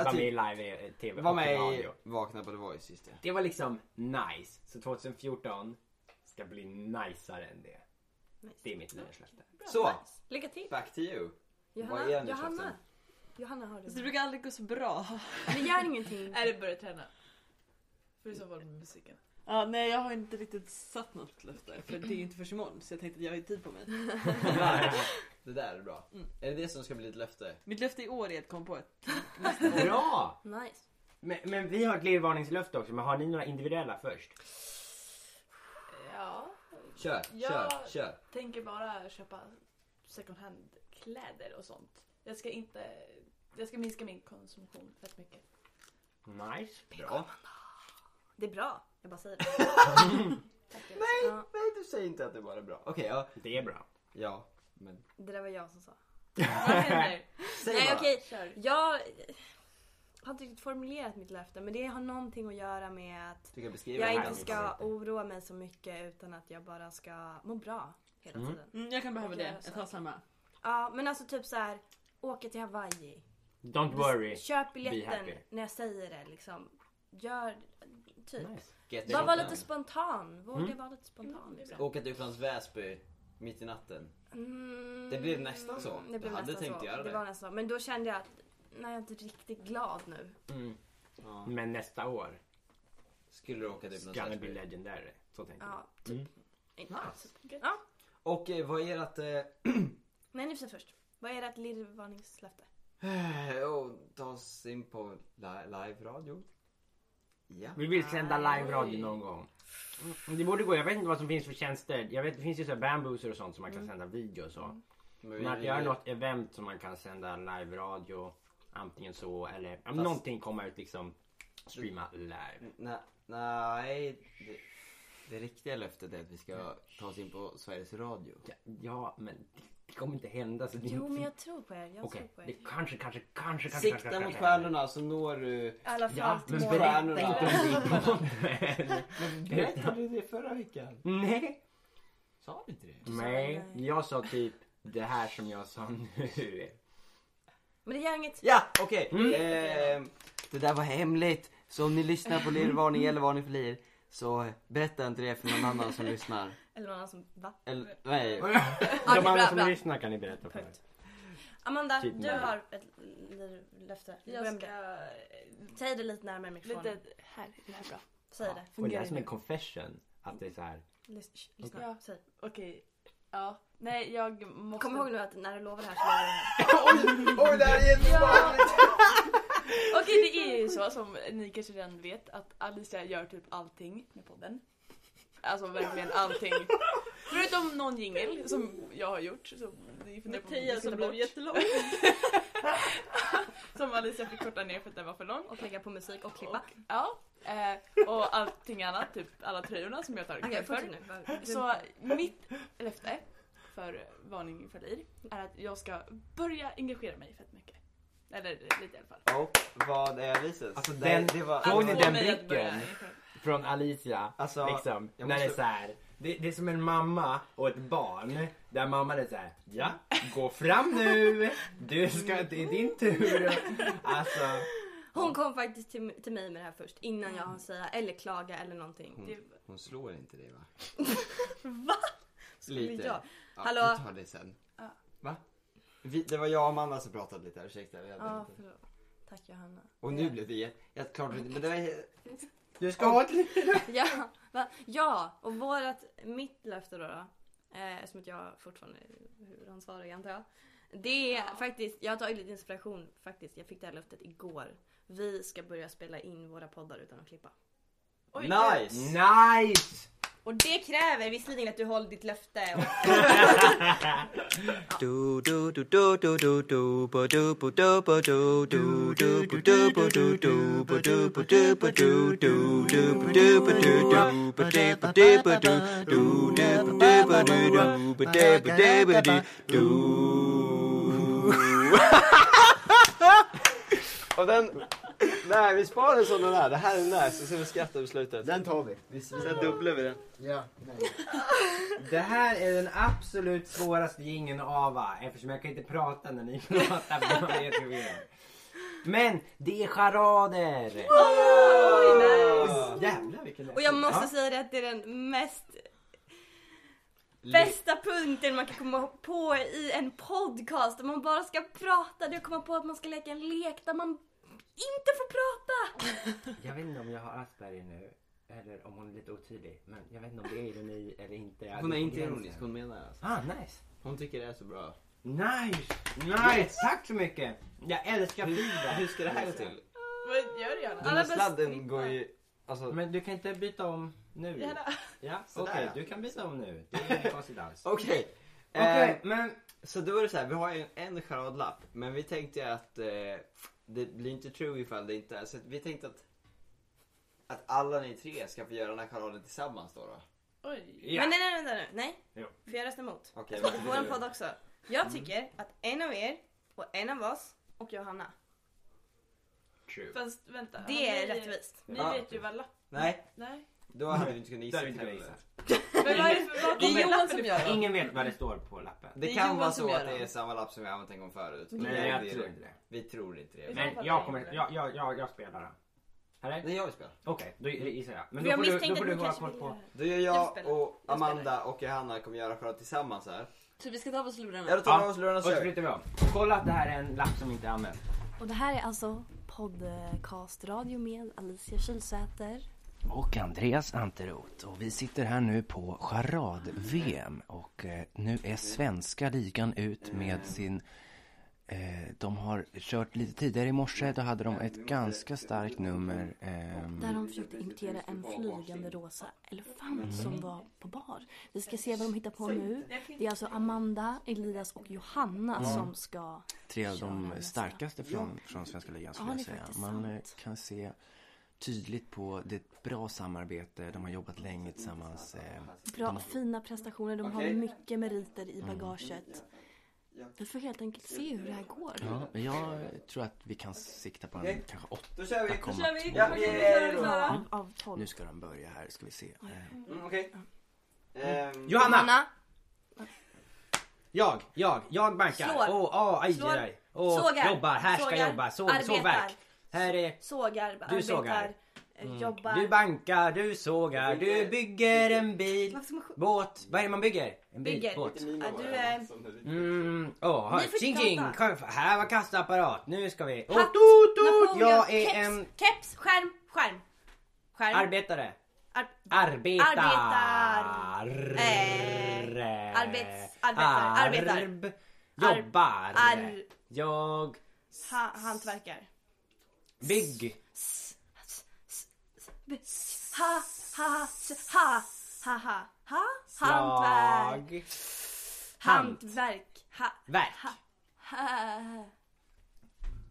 Speaker 1: var
Speaker 3: typ-
Speaker 1: med i live eh, tv
Speaker 3: var
Speaker 1: och
Speaker 3: med i
Speaker 1: radio.
Speaker 3: Vakna på The Voice, just det.
Speaker 1: Det var liksom nice. Så 2014 ska bli najsare än det. Det är mitt nyårslöfte.
Speaker 3: Så,
Speaker 2: Lycka till!
Speaker 3: back
Speaker 1: *laughs*
Speaker 3: to you. Vad är
Speaker 2: Johanna,
Speaker 3: det,
Speaker 2: Johanna.
Speaker 3: Kerstin?
Speaker 2: Johanna har
Speaker 7: Så det
Speaker 2: det.
Speaker 7: brukar aldrig gå så bra.
Speaker 2: Vi gör ingenting.
Speaker 4: Är det börja träna? För i så fall med musiken.
Speaker 7: Ja, nej jag har inte riktigt satt något löfte för det är ju inte förrän imorgon så jag tänkte att jag har ju tid på mig.
Speaker 3: Det där är bra.
Speaker 7: Mm.
Speaker 3: Är det det som ska bli ett löfte?
Speaker 7: Mitt löfte i år är att komma på ett.
Speaker 1: Bra!
Speaker 2: Nice.
Speaker 1: Men, men vi har ett lillvarningslöfte också, men har ni några individuella först?
Speaker 4: Ja,
Speaker 3: Kör,
Speaker 4: Ja.
Speaker 3: kör, kör.
Speaker 4: tänker bara köpa second hand kläder och sånt. Jag ska inte, jag ska minska min konsumtion rätt mycket.
Speaker 1: Nice.
Speaker 3: Bra.
Speaker 2: Det är bra. Jag bara
Speaker 3: *laughs*
Speaker 2: säger det.
Speaker 4: Tack.
Speaker 2: Ja,
Speaker 3: Nej, du säger inte att det bara är bra. Okej, ja.
Speaker 1: Det är bra.
Speaker 3: Ja, men
Speaker 2: det där var jag som sa.
Speaker 4: Vad händer?
Speaker 3: säg
Speaker 2: Nej
Speaker 3: bara.
Speaker 2: okej.
Speaker 4: Kör.
Speaker 2: Jag har inte riktigt formulerat mitt löfte men det har någonting att göra med att
Speaker 3: Du kan beskriva
Speaker 2: jag
Speaker 3: det
Speaker 2: inte
Speaker 3: här.
Speaker 2: ska oroa mig så mycket utan att jag bara ska må bra hela
Speaker 1: Mm.
Speaker 2: tiden.
Speaker 7: Mm, jag kan behöva
Speaker 4: Okej,
Speaker 7: det.
Speaker 4: jag sa.
Speaker 7: Jag tar samma.
Speaker 2: Ja men alltså typ så här. åka till Hawaii.
Speaker 1: Don't worry.
Speaker 2: Köp
Speaker 1: happy.
Speaker 2: biljetten när jag säger det liksom. Gör, typ.
Speaker 1: Nice.
Speaker 3: Get
Speaker 2: Bara
Speaker 3: it
Speaker 2: vara
Speaker 3: done.
Speaker 2: lite spontan. Våga
Speaker 1: Mm.
Speaker 2: vara lite spontan.
Speaker 4: Mm, det är
Speaker 2: Liksom.
Speaker 4: bra.
Speaker 3: Åka till Upplands Väsby mitt i natten.
Speaker 2: Mm,
Speaker 3: Det blev nästan så.
Speaker 2: Det
Speaker 3: Jag
Speaker 2: blev
Speaker 3: hade
Speaker 2: nästan
Speaker 3: tänkt
Speaker 2: så.
Speaker 3: göra
Speaker 2: det.
Speaker 3: det.
Speaker 2: var nästan så. Men då kände jag att nej, jag är inte riktigt glad nu.
Speaker 1: Mm.
Speaker 3: Ja.
Speaker 1: Men nästa år
Speaker 3: Skulle du åka till Upplands
Speaker 1: ska det bli
Speaker 3: Väsby.
Speaker 1: legendary. Så tänker jag.
Speaker 2: Ja, typ.
Speaker 1: Mm.
Speaker 2: Inte alls.
Speaker 3: Och eh, vad är ert... Eh,
Speaker 2: Nej, ni får se först. Vad är ert lillvarningslöfte?
Speaker 3: och oh, ta oss in på li- live-radio? Ja.
Speaker 1: Vi vill sända live radio någon gång. Mm, Det borde gå. Jag vet inte vad som finns för tjänster. Jag vet, det finns ju så här bambooser och sånt som man kan sända video och så.
Speaker 3: Men
Speaker 1: Men att göra något event som man kan sända live radio. Antingen så eller ja, men någonting kommer ut liksom Streama live.
Speaker 3: Nej, nej det, det riktiga löftet är att vi ska ta oss in på Sveriges Radio.
Speaker 1: Ja, ja men det kommer inte hända så det är
Speaker 2: Jo
Speaker 1: inte-
Speaker 2: men jag tror på er, jag tror
Speaker 1: Okej,
Speaker 2: på
Speaker 1: det
Speaker 2: er.
Speaker 1: kanske, kanske, kanske, kanske, kanske,
Speaker 3: Sikta
Speaker 1: kanske,
Speaker 3: mot
Speaker 1: kanske.
Speaker 3: stjärnorna så når du...
Speaker 4: I alla
Speaker 1: Ja,
Speaker 4: fall
Speaker 1: *laughs* men
Speaker 4: till
Speaker 3: berätta
Speaker 4: morgonen.
Speaker 1: berätta inte om din podd.
Speaker 3: Berättade du det förra veckan?
Speaker 1: Nej.
Speaker 3: Sa du inte det?
Speaker 1: Nej, jag sa typ det här som jag sa nu.
Speaker 2: Men det gör inget.
Speaker 3: Ja, okej. Ehm, det där var hemligt. Så om ni lyssnar på Lirrvarning eller Varning för lir så berätta inte det för någon annan som lyssnar.
Speaker 2: Eller någon annan som, va?
Speaker 3: Eller, nej.
Speaker 1: De
Speaker 2: bra,
Speaker 1: andra som
Speaker 2: bra.
Speaker 1: lyssnar kan ni berätta för mig.
Speaker 2: Amanda,
Speaker 1: Typ
Speaker 2: du
Speaker 1: nej.
Speaker 2: har ett l- löfte.
Speaker 4: Jag
Speaker 2: Jag
Speaker 4: ska...
Speaker 2: Säg det lite närmare mikrofonen.
Speaker 4: Lite... Här, är det här bra?
Speaker 2: Säg det.
Speaker 1: Och det här
Speaker 4: Fungerar
Speaker 1: som en
Speaker 4: det?
Speaker 1: confession. Att det är så här.
Speaker 2: Lys- sh- Lyssna.
Speaker 4: Ja.
Speaker 2: Säg.
Speaker 4: Okej. Ja. Nej, jag måste...
Speaker 2: Kom ihåg nu att när du lovar det här så lovar du det här.
Speaker 3: Oj, det här är jättefarligt!
Speaker 4: Okej, det är ju så som ni kanske redan vet att Alicia gör typ allting med podden. Alltså verkligen allting. Förutom någon jingel som jag har gjort. Som, ni funderar på om vi
Speaker 7: Mattias
Speaker 4: ska ta
Speaker 7: som blev
Speaker 4: bort.
Speaker 7: jättelång.
Speaker 4: *laughs* som Alicia fick korta ner för att den var för lång.
Speaker 2: Och lägga på musik och klippa.
Speaker 4: Och, ja, eh, och allting annat, typ alla tröjorna som jag tar
Speaker 2: Okej,
Speaker 4: cred
Speaker 2: fortsätt
Speaker 4: för.
Speaker 2: nu. Vad-
Speaker 4: Så mitt löfte för varning för lir är att jag ska börja engagera mig fett mycket. Eller lite i alla fall. Alltså,
Speaker 3: Och vad är viset?
Speaker 1: Alltså,
Speaker 3: Nej,
Speaker 1: den-
Speaker 3: det var...
Speaker 1: Såg ni
Speaker 4: Att få
Speaker 1: den
Speaker 4: mig att börja
Speaker 1: blicken?
Speaker 4: engagera mig.
Speaker 1: Från Alicia.
Speaker 3: Alltså,
Speaker 1: liksom.
Speaker 3: jag
Speaker 1: När det är
Speaker 3: måste-
Speaker 1: så här. Det, det är som en mamma och ett barn. Där mamman är så här. Ja, gå fram nu! Du ska, det är din tur. Alltså.
Speaker 2: Hon kom faktiskt till, till mig med det här först. Innan jag hann säga eller klaga eller någonting.
Speaker 3: Hon, hon slår inte dig va?
Speaker 2: *laughs* Va?
Speaker 3: Lite.
Speaker 2: jag?
Speaker 3: Ja,
Speaker 2: Hallå?
Speaker 3: Vi tar det sen.
Speaker 4: Ja.
Speaker 3: Va? Vi, det var jag och Amanda som pratade lite här, ursäkta. Vi hade
Speaker 2: Ja,
Speaker 3: inte.
Speaker 2: förlåt. Tack Johanna.
Speaker 3: Och nu blev det jätte... Jag klart inte, men det var...
Speaker 1: Du ska ha ett
Speaker 2: *laughs* Ja, va? ja och vårat, mitt löfte då, då eh, eftersom att jag fortfarande är huvudansvarig antar jag. Det är faktiskt, jag har tagit lite inspiration faktiskt. Jag fick det här löftet igår. Vi ska börja spela in våra poddar utan att klippa.
Speaker 3: Nice!
Speaker 1: Nice!
Speaker 2: Och det kräver visserligen att du håller ditt löfte. Och...
Speaker 8: Do do do do do do do ba do ba do ba do do do ba do ba do do ba do ba do ba do do do ba do ba do do ba do ba do ba do do do ba do ba do do ba do ba do ba do do.
Speaker 3: Och den... Nej, vi sparar den som den är. Det här är nice. Och sen vi skrattar vi i slutet.
Speaker 9: Den tar vi. vi
Speaker 3: Sen dubblar vi den.
Speaker 9: ja, nej.
Speaker 1: Det här är den absolut svåraste jingeln att ava eftersom jag kan inte prata när ni *laughs* pratar för jag vet hur vi gör. Men det är charader! Jävlar vilken lätt.
Speaker 2: Och jag måste
Speaker 1: Ja.
Speaker 2: säga det att det är den mest bästa punkten man kan komma på i en podcast. Där man bara ska prata. Du kommer på att man ska leka en lek där man inte får prata.
Speaker 1: Jag vet inte om jag har Asperger nu eller om hon är lite otydlig. Men jag vet inte om det är ironi eller inte. Jag
Speaker 3: Hon är
Speaker 1: hade
Speaker 3: inte
Speaker 1: gränsen.
Speaker 3: ironisk, hon menar alltså.
Speaker 1: Ah, nice!
Speaker 3: Hon tycker det är så bra.
Speaker 1: Nice! Nice! Tack så mycket! Jag älskar
Speaker 3: Hur
Speaker 1: feedback.
Speaker 3: ska det här gå till?
Speaker 4: Vad gör jag?
Speaker 3: Den här sladden går ju... Alltså...
Speaker 1: Men du kan inte byta om nu? Ja, okej.
Speaker 3: Sådär, ja.
Speaker 1: Du kan byta om nu. Det
Speaker 3: *laughs*
Speaker 1: är inget konstigt alls.
Speaker 3: Okej.
Speaker 1: Okej,
Speaker 3: Ehm,
Speaker 1: men
Speaker 3: Så då är det så här, vi har en, en charadlapp, men vi tänkte ju att eh, det blir inte true ifall det inte är så att vi tänkte att att alla ni tre ska få göra den här charaden tillsammans då. då.
Speaker 4: Oj.
Speaker 1: Ja.
Speaker 2: Men nej, nej, vänta nu. Nej.
Speaker 1: Jo.
Speaker 2: För jag röstar emot.
Speaker 3: Okej,
Speaker 2: jag ska
Speaker 3: vad
Speaker 2: på vår
Speaker 3: tycker du?
Speaker 2: podd också.
Speaker 7: Mm.
Speaker 2: Jag tycker att en av er och en av oss och Johanna.
Speaker 1: True.
Speaker 4: Fast vänta.
Speaker 2: Det är
Speaker 4: ni-
Speaker 2: rättvist.
Speaker 4: Ni
Speaker 3: Ja.
Speaker 4: vet ju vad lapp...
Speaker 3: Nej,
Speaker 4: Nej.
Speaker 3: då hade vi inte kunnat gissa
Speaker 1: Där är inte
Speaker 3: heller.
Speaker 1: grisat.
Speaker 4: Men vad är det för vad
Speaker 7: Det är
Speaker 4: kommer
Speaker 7: Johan
Speaker 4: lappen
Speaker 7: som
Speaker 4: ifrån?
Speaker 7: gör det.
Speaker 1: Ingen vet vad det står på lappen.
Speaker 3: Det
Speaker 7: är
Speaker 3: kan
Speaker 7: Johan
Speaker 3: vara
Speaker 7: som
Speaker 3: så
Speaker 7: gör
Speaker 3: att det
Speaker 7: den.
Speaker 3: är samma lapp som vi har använt en gång förut.
Speaker 1: Nej,
Speaker 3: det-
Speaker 1: jag
Speaker 3: det-
Speaker 1: tror inte det.
Speaker 3: Vi tror inte det.
Speaker 4: Men-
Speaker 1: Men jag kommer... Jag, jag, jag, jag spelar den. Eller?
Speaker 3: Nej, jag vill spela.
Speaker 1: Okej, då gissar jag. Men då
Speaker 2: För jag
Speaker 1: får du, då
Speaker 2: misstänkte
Speaker 1: får
Speaker 2: att
Speaker 1: du
Speaker 2: ni
Speaker 1: hålla
Speaker 2: kanske
Speaker 1: koll på...
Speaker 2: ville-
Speaker 3: Då gör
Speaker 2: Jag
Speaker 3: jag
Speaker 2: spelar.
Speaker 3: och
Speaker 2: Jag spelar.
Speaker 3: Amanda och Johanna kommer göra charad tillsammans här.
Speaker 7: Så vi ska ta av oss lurarna.
Speaker 3: Ja, då tar vi av oss lurarna
Speaker 1: och
Speaker 3: och
Speaker 1: så
Speaker 3: kör.
Speaker 1: flyttar vi om. Kolla att det här är en lapp som inte är använd.
Speaker 2: Och det här är alltså podcastradio med Alicia Kylsäter.
Speaker 10: och Andreas Anterot och vi sitter här nu på charad-VM och eh, nu är svenska ligan ut med sin eh, de har kört lite tidigare i morse, då hade de ett ganska starkt nummer. ehm,
Speaker 2: Där de försökte imitera en flygande rosa elefant
Speaker 10: Mm.
Speaker 2: som var på bar. Vi ska se vad de hittar på nu. Det är alltså Amanda, Elias och Johanna som ska...
Speaker 10: tre av
Speaker 2: Köra
Speaker 10: de
Speaker 2: nästa.
Speaker 10: starkaste från, från svenska ligan skulle
Speaker 2: Ja,
Speaker 10: jag
Speaker 2: det är
Speaker 10: säga.
Speaker 2: faktiskt
Speaker 10: Man eh,
Speaker 2: sant.
Speaker 10: kan se tydligt på det är ett bra samarbete, de har jobbat länge tillsammans. Eh,
Speaker 9: Bra, fina prestationer. De
Speaker 3: Okej.
Speaker 9: har mycket meriter i bagaget.
Speaker 1: Mm.
Speaker 9: Vi får helt enkelt se hur det här går.
Speaker 2: Mm.
Speaker 10: ja, men jag tror att vi kan sikta på en
Speaker 3: Okej.
Speaker 10: kanske åtta.
Speaker 3: Då kör vi!
Speaker 10: komma två.
Speaker 3: Ja, vi är redo!
Speaker 9: Av, av tolv.
Speaker 10: Nu ska de börja här, ska vi se. Eh,
Speaker 3: Mm, Okej. Ehm,
Speaker 1: Johanna!
Speaker 2: Anna,
Speaker 1: Jag, jag, jag bankar.
Speaker 2: Slår.
Speaker 1: Åh, åh, aj,
Speaker 2: Slår.
Speaker 1: aj, aj. Åh,
Speaker 2: Sågar.
Speaker 1: jobbar, här ska
Speaker 2: Sågar.
Speaker 1: jobba. Så, så verk. Här är...
Speaker 2: sågar, arbetar,
Speaker 1: sågar. Mm.
Speaker 2: eh, jobbar.
Speaker 1: Du bankar, du sågar, du bygger en bil.
Speaker 2: Varför ska man sjunga?
Speaker 1: Båt. Vad är det man bygger? En bil,
Speaker 2: Bygger.
Speaker 1: båt.
Speaker 2: Ja, du är...
Speaker 1: Mm, åh, hör.
Speaker 2: Ni får
Speaker 1: Tjing
Speaker 2: prata.
Speaker 1: tjing. Kom, Här var kassaapparat. Nu ska vi... Åh,
Speaker 2: Hatt,
Speaker 1: toot toot.
Speaker 2: Napoleon,
Speaker 1: Jag är
Speaker 2: keps,
Speaker 1: en
Speaker 2: keps, skärm, skärm. Skärm.
Speaker 1: arbetare.
Speaker 2: Ar-
Speaker 1: Arbetar.
Speaker 2: Arbetar.
Speaker 1: Eh,
Speaker 2: arbets- arbetar. Arbetar.
Speaker 1: Arb. Jobbar.
Speaker 2: ar-
Speaker 1: Jag
Speaker 2: ha, hantverkare.
Speaker 1: bygg.
Speaker 2: Ha, ha, s- ha, ha, ha, ha. Hantverk.
Speaker 1: Slag.
Speaker 2: Hantverk. Ha,
Speaker 1: Verk.
Speaker 2: ha.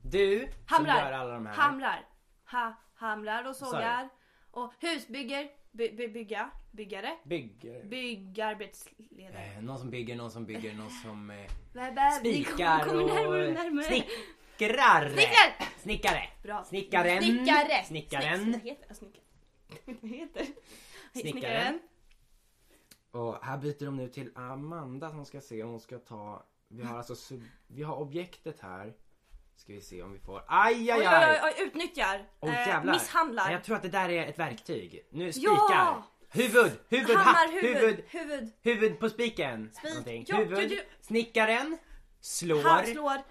Speaker 1: Du som gör
Speaker 2: Hamrar.
Speaker 1: alla de här.
Speaker 2: Hamrar. Ha, hamrar och
Speaker 1: Sorry.
Speaker 2: sågar. Och husbygger. By, by, bygga. Byggare.
Speaker 1: Bygger.
Speaker 2: Byggarbetsledare.
Speaker 10: eh, någon som bygger, någon som bygger, någon som... Eh,
Speaker 2: Bä, bä, vi
Speaker 1: Spikar
Speaker 2: kommer närmare och
Speaker 1: och
Speaker 2: närmare.
Speaker 1: snickrar.
Speaker 2: Snickare!
Speaker 1: Snickare.
Speaker 2: Bra.
Speaker 1: Snickaren.
Speaker 2: Snickare.
Speaker 1: Snickaren.
Speaker 2: Snick- heter- Snickare. Vad heter?
Speaker 1: Snickaren. Och här byter de nu till Amanda som ska se om hon ska ta... Vi har alltså sub... Vi har objektet här. Ska vi se om vi får... Aj, aj,
Speaker 2: Oj,
Speaker 1: aj!
Speaker 2: oj, oj, oj, utnyttjar.
Speaker 1: Åh,
Speaker 2: Eh,
Speaker 1: jävlar.
Speaker 2: misshandlar.
Speaker 1: Nej, Jag tror att det där är ett verktyg. Nu spikar.
Speaker 2: Ja!
Speaker 1: Huvud, huvud, hack,
Speaker 2: Hammar,
Speaker 1: huvud,
Speaker 2: huvud,
Speaker 1: huvud,
Speaker 2: huvud,
Speaker 1: på spiken.
Speaker 2: Spik.
Speaker 1: Någonting.
Speaker 2: Ja,
Speaker 1: huvud,
Speaker 2: ja, ja.
Speaker 1: snickaren, slår,
Speaker 2: han slår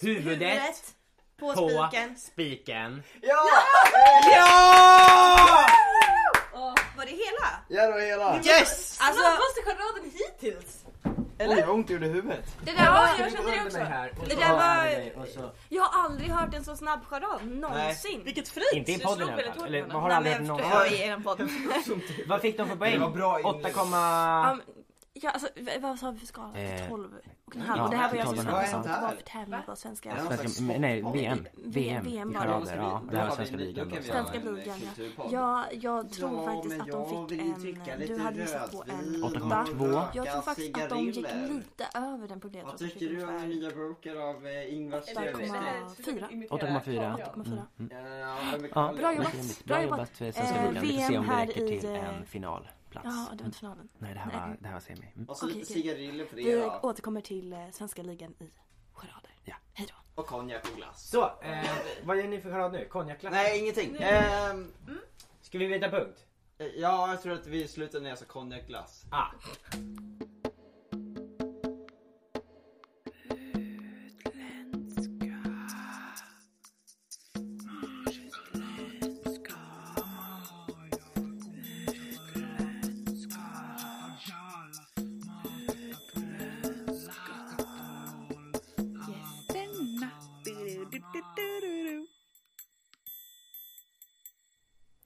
Speaker 1: huvudet,
Speaker 2: huvudet på
Speaker 1: på
Speaker 2: spiken.
Speaker 1: spiken.
Speaker 3: Ja!
Speaker 1: Ja!
Speaker 2: Var det hela?
Speaker 3: Ja, det var hela!
Speaker 1: Yes!
Speaker 2: Alltså,
Speaker 4: Måste charaden hittills?
Speaker 3: Eller? Oj, vad ont det gjorde i huvudet.
Speaker 2: det där var...
Speaker 4: Jag kände det
Speaker 1: Mig
Speaker 4: också.
Speaker 1: här, och
Speaker 2: Det
Speaker 1: så
Speaker 2: där
Speaker 1: avhandlar
Speaker 2: var-
Speaker 1: mig, och så-
Speaker 2: Jag har aldrig hört en så snabb charad någonsin.
Speaker 7: Vilket flyt!
Speaker 1: Inte i
Speaker 4: Du
Speaker 1: podden
Speaker 4: slog
Speaker 1: i alla
Speaker 4: väldigt
Speaker 1: fall.
Speaker 4: hårt
Speaker 1: Eller
Speaker 4: på
Speaker 1: vad har
Speaker 2: Nej,
Speaker 1: aldrig
Speaker 2: men
Speaker 1: hört någon
Speaker 2: jag förstår ju er podd.
Speaker 1: Vad fick de för poäng?
Speaker 3: Det var bra inlägg.
Speaker 1: 8, komma...
Speaker 9: Ja, men- ja, alltså, v- vad sa vi för skala?
Speaker 10: Eh,
Speaker 9: 12 och en halv.
Speaker 10: ja,
Speaker 9: och det här var jag
Speaker 10: tolv
Speaker 9: som
Speaker 10: och en
Speaker 9: skrev
Speaker 10: halv,
Speaker 9: som
Speaker 3: ja.
Speaker 9: var för tävling på
Speaker 3: Ja.
Speaker 9: svenska.
Speaker 10: svenska, Alltså, men nej, VM. VM.
Speaker 9: VM
Speaker 10: I
Speaker 9: var det.
Speaker 10: charader, ja. Det här var svenska ligan. då.
Speaker 9: Svenska ligan, ja. Jag, jag tror faktiskt att de fick en... Du hade gissat på en
Speaker 10: 8,2.
Speaker 9: Jag tror faktiskt att de gick lite över den på det.
Speaker 3: Vad
Speaker 9: Jag tror att
Speaker 3: tycker
Speaker 9: de fick
Speaker 3: du om den
Speaker 9: ungefär
Speaker 3: nya boken av eh, Ingvar Stenbeck?
Speaker 9: komma-
Speaker 10: 8,4.
Speaker 9: fyra. fyra.
Speaker 3: Ja, ja, men-
Speaker 10: Ja,
Speaker 9: Bra jobbat.
Speaker 10: Mm. Bra
Speaker 9: Bra
Speaker 10: jobbat
Speaker 9: jobbat.
Speaker 10: för svenska
Speaker 9: Eh,
Speaker 10: ligan. Vi får se om det
Speaker 9: VM
Speaker 10: räcker
Speaker 9: här
Speaker 10: till
Speaker 9: i, eh,
Speaker 10: en finalplats.
Speaker 9: Ja, det var inte finalen.
Speaker 10: Nej, det här var, det här var semi. Mm.
Speaker 3: Och så lite
Speaker 9: Okej,
Speaker 3: cigariller på det
Speaker 9: Vi
Speaker 3: ja.
Speaker 9: återkommer till eh, svenska ligan i charader.
Speaker 10: Ja.
Speaker 9: Hej då.
Speaker 3: Och konjak och glass.
Speaker 1: Så, eh, vad gör ni för charad nu? Konjakklass?
Speaker 3: Nej, ingenting. Ehm,
Speaker 1: Ska vi byta punkt?
Speaker 3: ja, jag tror att vi slutar när jag sa konjak glass.
Speaker 1: Ah.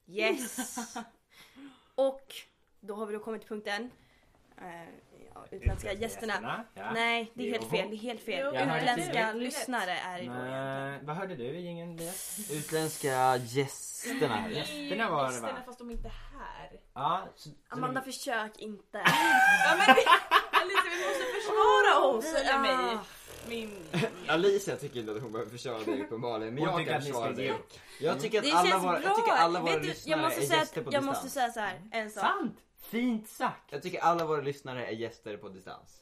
Speaker 2: Yes! Och då har vi då kommit till punkten. Eh, ja, utländska gästerna.
Speaker 1: Ja.
Speaker 2: Nej, det är helt
Speaker 1: Jo.
Speaker 2: fel. Det är helt fel.
Speaker 4: Jo,
Speaker 1: Jag hörde
Speaker 2: Utländska
Speaker 4: inte.
Speaker 2: lyssnare är det då egentligen.
Speaker 1: Nej, Eh, vad hörde du i jingeln Tobias?
Speaker 3: Utländska gästerna här.
Speaker 1: Gästerna var det va?
Speaker 4: Fast de är inte här.
Speaker 1: Ja, så,
Speaker 2: Amanda, försök inte.
Speaker 4: Ja, men vi, Alice, vi måste försvara oss. Eller mig.
Speaker 9: Ah.
Speaker 4: Min...
Speaker 3: Alicia tycker inte att hon behöver försvara dig uppenbarligen, men
Speaker 1: Hon
Speaker 3: jag
Speaker 1: tycker
Speaker 3: kan
Speaker 1: att ni
Speaker 3: försvara
Speaker 1: ska
Speaker 3: dig.
Speaker 1: ge
Speaker 3: Jag tycker
Speaker 2: Det
Speaker 3: att alla
Speaker 2: känns
Speaker 3: våra,
Speaker 2: bra.
Speaker 3: jag tycker alla våra
Speaker 2: Vet du, jag
Speaker 3: lyssnare är
Speaker 2: måste säga,
Speaker 3: gäster på
Speaker 2: att, jag måste
Speaker 3: distans. Mm.
Speaker 2: säga så här, en sak.
Speaker 1: sant! Fint sagt!
Speaker 3: Jag tycker alla våra lyssnare är gäster på distans.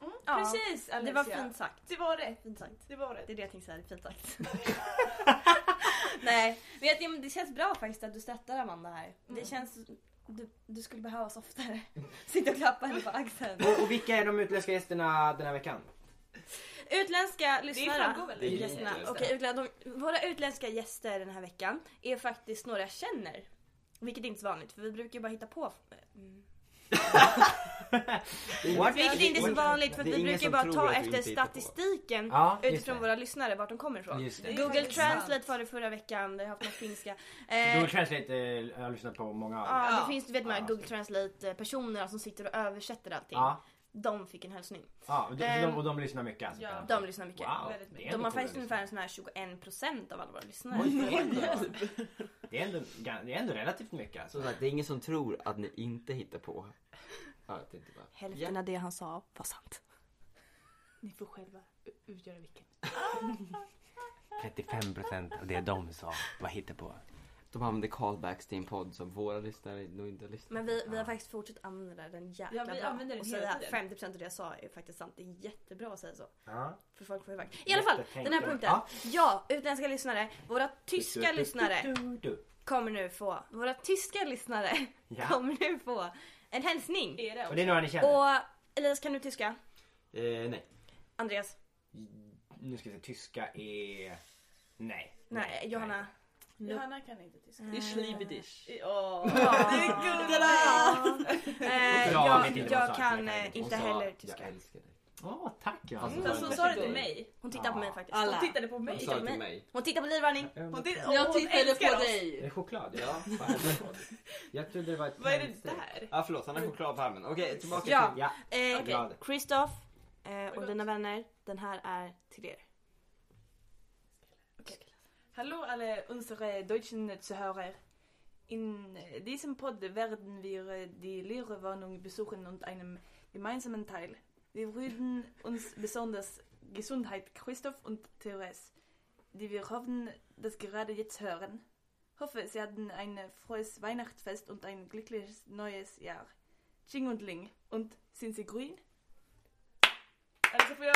Speaker 2: Ja,
Speaker 4: Precis Alicia.
Speaker 2: Det var fint sagt.
Speaker 4: Det var rätt.
Speaker 2: Fint sagt.
Speaker 4: Det var rätt.
Speaker 2: Det är det jag tänkte säga, det är fint sagt. *laughs* Nej, men jag, tycker- det känns bra faktiskt att du stöttar Amanda här. Det känns... Du, du skulle behövas oftare. *laughs* Sitta och klappa henne på axeln.
Speaker 1: Och, och vilka är de utländska gästerna den här veckan?
Speaker 2: Utländska
Speaker 4: framgår
Speaker 2: lyssnare.
Speaker 4: väl?
Speaker 3: Det är
Speaker 2: Gästerna.
Speaker 3: lite.
Speaker 2: Okej, utländ- de, våra utländska gäster den här veckan är faktiskt några jag känner. Vilket är inte så vanligt för vi brukar ju bara hitta på. Mm.
Speaker 1: What?
Speaker 2: Vilket är inte så vanligt för att
Speaker 3: Det är
Speaker 2: vi
Speaker 3: ingen
Speaker 2: brukar ju
Speaker 3: som
Speaker 2: bara
Speaker 3: tror
Speaker 2: ta
Speaker 3: att vi inte
Speaker 2: efter
Speaker 3: hittar på.
Speaker 2: statistiken
Speaker 1: Ja, just
Speaker 2: utifrån
Speaker 1: det.
Speaker 2: våra lyssnare, vart de kommer ifrån.
Speaker 1: Just det.
Speaker 4: Det är
Speaker 2: Google
Speaker 4: faktiskt sant.
Speaker 2: Translate var det förra veckan, det har haft något finska. Eh,
Speaker 1: Google Translate eh, jag har lyssnat på många av.
Speaker 2: Ja,
Speaker 4: Ja.
Speaker 2: det finns du vet de här
Speaker 1: Ja.
Speaker 2: Google Translate personerna som sitter och översätter allting.
Speaker 1: Ja.
Speaker 9: De fick en hälsning.
Speaker 1: Ja, och de, så de,
Speaker 9: Ehm,
Speaker 1: och de lyssnar mycket alltså?
Speaker 4: ja.
Speaker 1: på den
Speaker 9: De
Speaker 1: här.
Speaker 9: lyssnar mycket.
Speaker 1: Wow,
Speaker 4: Väldigt mycket.
Speaker 1: det är
Speaker 9: De
Speaker 1: ändå coola
Speaker 9: har faktiskt
Speaker 1: lyssnare.
Speaker 9: ungefär sån här 21% av alla våra lyssnare.
Speaker 1: Oj, det är
Speaker 9: *laughs*
Speaker 1: ändå- det, är ändå, gan- det är ändå relativt mycket alltså.
Speaker 3: Som sagt, det är ingen som tror att ni inte hittar på. Ja, jag tänkte bara.
Speaker 11: Hälften av det han sa var sant.
Speaker 4: Ni får själva u- utgöra vilken.
Speaker 12: 35 procent av det de sa var hittepå.
Speaker 3: De använder callbacks till en podd som våra lyssnare nog inte har lyssnat
Speaker 9: Men vi, vi har faktiskt fortsatt använda den jäkla
Speaker 4: Ja, vi
Speaker 9: bra.
Speaker 4: använder den
Speaker 9: och
Speaker 4: hela
Speaker 9: säga
Speaker 4: tiden.
Speaker 9: 50% av det jag sa är faktiskt sant. Det är jättebra att säga så.
Speaker 1: Ja.
Speaker 9: För folk får ju faktiskt. I alla fall, den här
Speaker 1: Jättetänkande.
Speaker 9: punkten.
Speaker 1: Ja.
Speaker 9: Ja, utländska lyssnare. Våra tyska lyssnare
Speaker 1: Du, du, du.
Speaker 9: kommer nu få, våra tyska lyssnare
Speaker 1: Ja.
Speaker 9: kommer nu få en hälsning.
Speaker 4: Era
Speaker 1: Och det är några ni känner?
Speaker 9: Och eh, Elias kan du tyska?
Speaker 3: Eh, nej.
Speaker 9: Andreas?
Speaker 1: Nu ska vi se, tyska är... Nej.
Speaker 9: Nej, Johanna?
Speaker 4: Johanna kan inte tyska.
Speaker 7: Ich liebe dich.
Speaker 9: Eh,
Speaker 1: Bra,
Speaker 9: jag
Speaker 1: vet inte vad hon
Speaker 9: jag
Speaker 1: sa, så
Speaker 9: kan
Speaker 1: jag kan
Speaker 9: eh,
Speaker 1: inte.
Speaker 9: inte
Speaker 3: Hon sa,
Speaker 9: heller
Speaker 3: Jag
Speaker 9: tyska.
Speaker 3: älskar dig.
Speaker 1: Åh, tack ja.
Speaker 3: Alltså,
Speaker 4: Fast hon sa det till mig.
Speaker 9: Hon tittar på mig faktiskt.
Speaker 7: Alla.
Speaker 4: Hon tittade på mig.
Speaker 3: Hon sa det till
Speaker 9: mig.
Speaker 3: mig.
Speaker 9: Hon tittar på Livvarning.
Speaker 1: Hon
Speaker 7: Jag tittade
Speaker 4: älskar
Speaker 7: på
Speaker 4: oss.
Speaker 1: Är
Speaker 7: dig.
Speaker 1: det choklad? Ja. fan, det är choklad. Jag trodde det var ett
Speaker 4: Vad är det
Speaker 1: tändstick.
Speaker 4: där?
Speaker 3: Ja, ah, förlåt. Han har choklad på armen. Okej, tillbaka
Speaker 9: Ja.
Speaker 3: till...
Speaker 1: Ja.
Speaker 9: Eh,
Speaker 1: Okej.
Speaker 9: okej. Kristoff eh, och dina vänner. Den här är till er.
Speaker 4: Hallo alle unsere deutschen Zuhörer. In äh, diesem Pod werden wir äh, die Lehrerwohnung besuchen und einem gemeinsamen Teil. Wir würden uns *laughs* besonders Gesundheit Christoph und Therese, die wir hoffen, dass gerade jetzt hören. Hoffe, sie hatten ein frohes Weihnachtsfest und ein glückliches neues Jahr. Ching und Ling. Und sind sie grün? Also für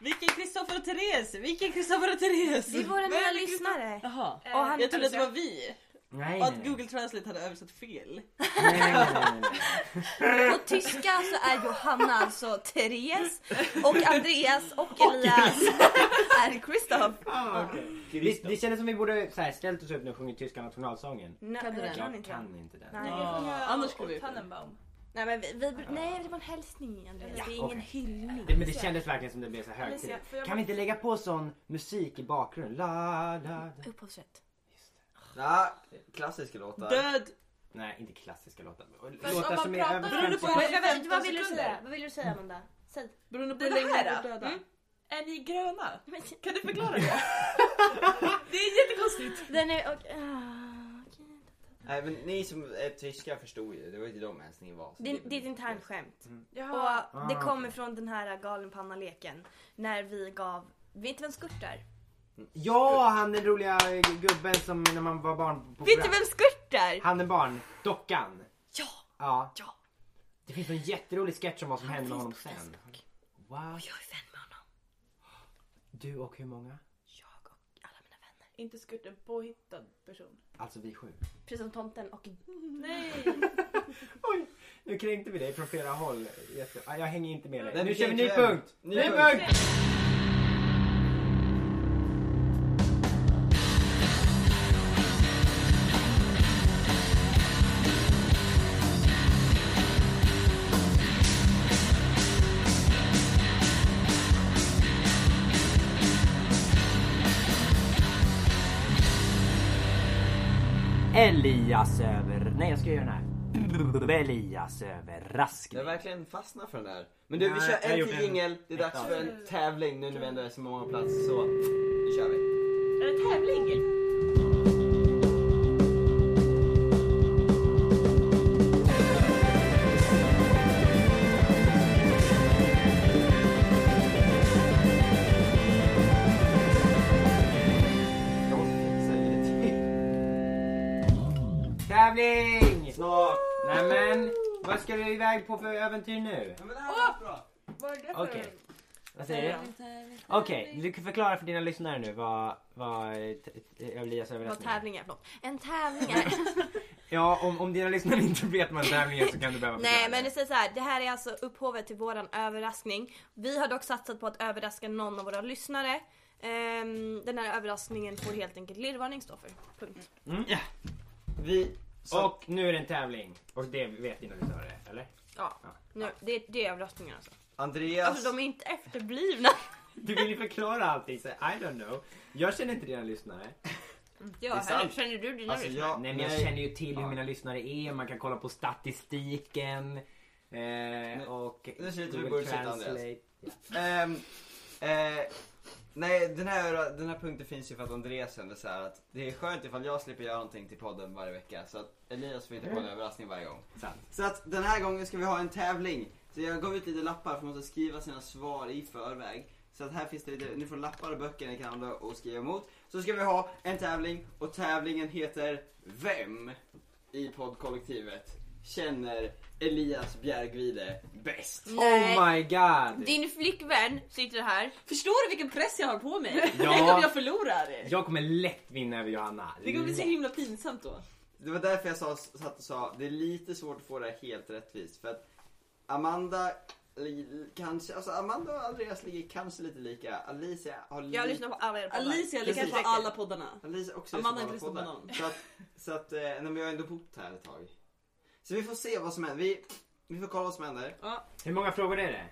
Speaker 7: Vilken Kristoffer och Therese? Vilken Kristoffer och Therese?
Speaker 9: Det är våra
Speaker 7: Vem
Speaker 9: nya
Speaker 7: är Christopher-
Speaker 9: lyssnare.
Speaker 7: Jaha.
Speaker 9: Och han,
Speaker 7: Jag trodde
Speaker 4: also
Speaker 7: att det var vi.
Speaker 1: Nej,
Speaker 7: Och
Speaker 1: nej,
Speaker 7: att
Speaker 1: nej.
Speaker 7: Google Translate hade översatt fel.
Speaker 1: nej, nej, nej, nej.
Speaker 9: På tyska så är Johanna alltså Therese och *laughs* Andreas och Elias *laughs* är Kristoff.
Speaker 1: Ah, okej. det, det kändes som vi borde så här, ställt oss upp nu och sjungit tyska nationalsången.
Speaker 2: Mm.
Speaker 9: Nej,
Speaker 4: Kan du
Speaker 9: jag
Speaker 4: den?
Speaker 9: kan
Speaker 1: Jag
Speaker 9: inte den.
Speaker 1: kan inte den.
Speaker 9: Nej.
Speaker 7: Ja, annars skulle vi-
Speaker 4: Tannenbaum.
Speaker 9: Nej, men vi, vi, nej, det var en hälsning Andreas. Det är ingen
Speaker 1: okej.
Speaker 9: hyllning.
Speaker 1: Det, men det kändes verkligen som det blev så här
Speaker 4: Alicia,
Speaker 1: högtidligt.
Speaker 4: får jag
Speaker 1: Kan vi inte lägga på sån musik i bakgrunden? La, la, la.
Speaker 9: Upphovsrätt.
Speaker 3: Ja, klassiska låtar.
Speaker 7: Död.
Speaker 1: Nej, inte klassiska låtar. Och
Speaker 4: om
Speaker 1: Låtar
Speaker 4: man
Speaker 1: som är över
Speaker 4: pratar om det
Speaker 1: 50
Speaker 7: på-
Speaker 9: Vad, vad, vad vill du
Speaker 7: 15
Speaker 9: säga? Vad vill du säga Amanda? Säg.
Speaker 7: Beroende på
Speaker 4: Det
Speaker 7: hur länge
Speaker 4: här
Speaker 7: vi har
Speaker 4: då? Mm.
Speaker 7: varit döda.
Speaker 4: Är ni gröna?
Speaker 9: Men-
Speaker 4: Kan du förklara *laughs* det? det är jättekonstigt.
Speaker 9: Den är... Och, ah, okej.
Speaker 3: Nej, men ni som är tyska förstod ju. Det var ju inte de hälsningen var. så väl
Speaker 9: det, det är ett
Speaker 3: lite-
Speaker 9: internt skämt.
Speaker 4: Jaha.
Speaker 9: Och det kommer från den här galenpanna-leken. När vi gav... Vet du vem Skurt är?
Speaker 1: Ja, han den roliga gubben som när man var barn på
Speaker 9: Vet du
Speaker 1: program.
Speaker 9: vem Skurt är?
Speaker 1: Han är barn, dockan.
Speaker 9: Ja!
Speaker 1: Ja.
Speaker 9: Ja.
Speaker 1: Det finns en jätterolig sketch om vad som hände med honom sen. Wow.
Speaker 9: Jag är vän med honom.
Speaker 1: Du och hur många?
Speaker 9: Jag och alla mina vänner.
Speaker 4: Inte skurten påhittad person.
Speaker 1: Alltså vi sju.
Speaker 9: Precis som tomten och...
Speaker 4: Nej.
Speaker 1: Oj, nu kränkte vi dig från flera håll. Jätte... Ah, jag hänger inte med dig.
Speaker 3: Vem
Speaker 1: nu kör vi ny
Speaker 3: kränker vem?
Speaker 1: punkt.
Speaker 3: Ny
Speaker 1: Ny
Speaker 3: punkt.
Speaker 1: punkt! Elias över... Nej jag ska göra den här. Elias överraskning.
Speaker 3: Jag har verkligen fastnat för den där. Men du, vi
Speaker 1: Nej,
Speaker 3: kör
Speaker 1: jag har
Speaker 3: en
Speaker 1: gjort
Speaker 3: till
Speaker 1: en-
Speaker 3: jingel. Det är
Speaker 1: ett
Speaker 3: dags för en
Speaker 4: avsnitt.
Speaker 3: tävling nu när vi ändå är så många platser. Så nu kör vi.
Speaker 4: Är det tävling?
Speaker 3: Jag måste säga det till.
Speaker 1: Tävling!
Speaker 3: Snart.
Speaker 1: Nämen, vad ska du iväg på för äventyr nu?
Speaker 3: Ja, men det här var bra.
Speaker 4: Vad är det för...
Speaker 1: Okej. Vad säger du? Okej, du kan förklara för dina lyssnare nu vad, vad eh, t- eh, Elias
Speaker 9: Vad
Speaker 1: överraskning är.
Speaker 9: tävlingar, förlåt. En tävling är...
Speaker 1: Ja, om, om dina lyssnare inte vet vad en tävling är så kan du behöva
Speaker 9: Nej
Speaker 1: förklara
Speaker 9: men det
Speaker 1: det.
Speaker 9: säger så här, det här är alltså upphovet till våran överraskning. Vi har dock satsat på att överraska någon av våra lyssnare. Ehm, den här överraskningen får helt enkelt Lillvarning stå för. Punkt.
Speaker 3: Vi... Så,
Speaker 1: Och nu är det en tävling. Och det vet dina lyssnare, eller?
Speaker 9: Ja. Nu, det, det är överraskningen alltså.
Speaker 3: Andreas.
Speaker 9: Alltså de är inte efterblivna.
Speaker 1: Du vill ju förklara allting så I don't know. Jag känner inte dina lyssnare.
Speaker 9: Ja,
Speaker 3: är sant.
Speaker 9: känner du dina
Speaker 3: Alltså
Speaker 9: lyssnare?
Speaker 3: jag...
Speaker 1: Nej men jag känner ju till hur
Speaker 3: Ja.
Speaker 1: mina lyssnare är, man kan kolla på statistiken. Eh, och
Speaker 3: nu ser det ut som vi
Speaker 1: Google
Speaker 3: borde sitta, Andreas.
Speaker 1: Translate.
Speaker 3: Ehm, eh, nej, den här, den här punkten finns ju för att Andreas kände så här att det är skönt ifall jag slipper göra någonting till podden varje vecka så att Elias får inte på en överraskning varje gång.
Speaker 1: Sant.
Speaker 3: Så att den här gången ska vi ha en tävling. Så jag gav ut lite lappar för man måste skriva sina svar i förväg. Så att här finns det lite, ni får lappar och böcker ni kan använda och skriva emot. Så ska vi ha en tävling och tävlingen heter Vem i poddkollektivet känner Elias Bjergvide bäst?
Speaker 2: Nej.
Speaker 1: Oh my god!
Speaker 2: Din flickvän sitter här.
Speaker 7: Förstår du vilken press jag har på mig?
Speaker 1: Ja.
Speaker 7: Tänk om jag förlorar!
Speaker 1: Jag kommer lätt vinna över Johanna.
Speaker 7: Det kommer bli så
Speaker 1: Lätt.
Speaker 7: himla pinsamt då.
Speaker 3: Det var därför jag sa, satt och sa det är lite svårt att få det här helt rättvist. För att Amanda li- kanske, alltså Amanda och Andreas ligger kanske lite lika. Alicia har lite...
Speaker 2: Jag lyssnar på alla era poddar.
Speaker 7: Alicia lyckas
Speaker 3: Precis.
Speaker 7: på alla poddarna.
Speaker 3: Alicia också
Speaker 7: Amanda
Speaker 3: lyssnar
Speaker 7: inte
Speaker 3: alla
Speaker 7: lyssnar på
Speaker 3: poddar.
Speaker 7: någon.
Speaker 3: Så att, så att eh, nej, men jag har ändå bott här ett tag. Så vi får se vad som händer. Vi, vi får kolla vad som händer.
Speaker 1: Hur många frågor är det?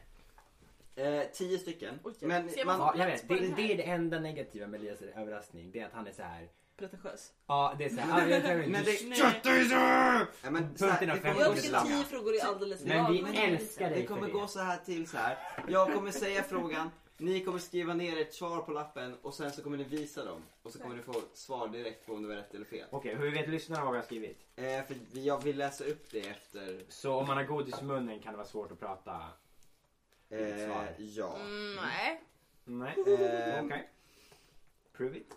Speaker 3: Eh, tio stycken.
Speaker 7: Oj,
Speaker 3: men
Speaker 7: ser man
Speaker 3: man,
Speaker 1: Ja, jag vet. Det, det är det enda negativa med Elias överraskning. Det är att han är så här.
Speaker 7: Pretentiös.
Speaker 1: Ja, det är så här. Ja, jag tar-
Speaker 3: men det...
Speaker 7: Nej.
Speaker 3: Ja, men, så här,
Speaker 1: Punkterna fem
Speaker 3: det kommer
Speaker 7: Jag
Speaker 1: gånger
Speaker 3: gå
Speaker 7: tycker
Speaker 3: snabbt.
Speaker 1: snabbt.
Speaker 7: tio frågor är alldeles
Speaker 1: Men vi
Speaker 7: lagom.
Speaker 1: älskar dig
Speaker 3: Det kommer
Speaker 1: för
Speaker 3: gå
Speaker 1: det.
Speaker 3: så här till så här. Jag kommer säga frågan, ni kommer skriva ner ett svar på lappen och sen så kommer ni visa dem. Och så kommer ni få svar direkt på om det var rätt eller fel.
Speaker 1: Okej, hur vet lyssnarna vad vi har skrivit?
Speaker 3: Eh, för jag vill läsa upp det efter...
Speaker 1: Så om man har godis i munnen kan det vara svårt att prata? Ditt
Speaker 3: Eh,
Speaker 1: svar.
Speaker 3: ja.
Speaker 2: Mm, nej.
Speaker 1: Nej. Okej.
Speaker 3: Eh,
Speaker 1: Prove it.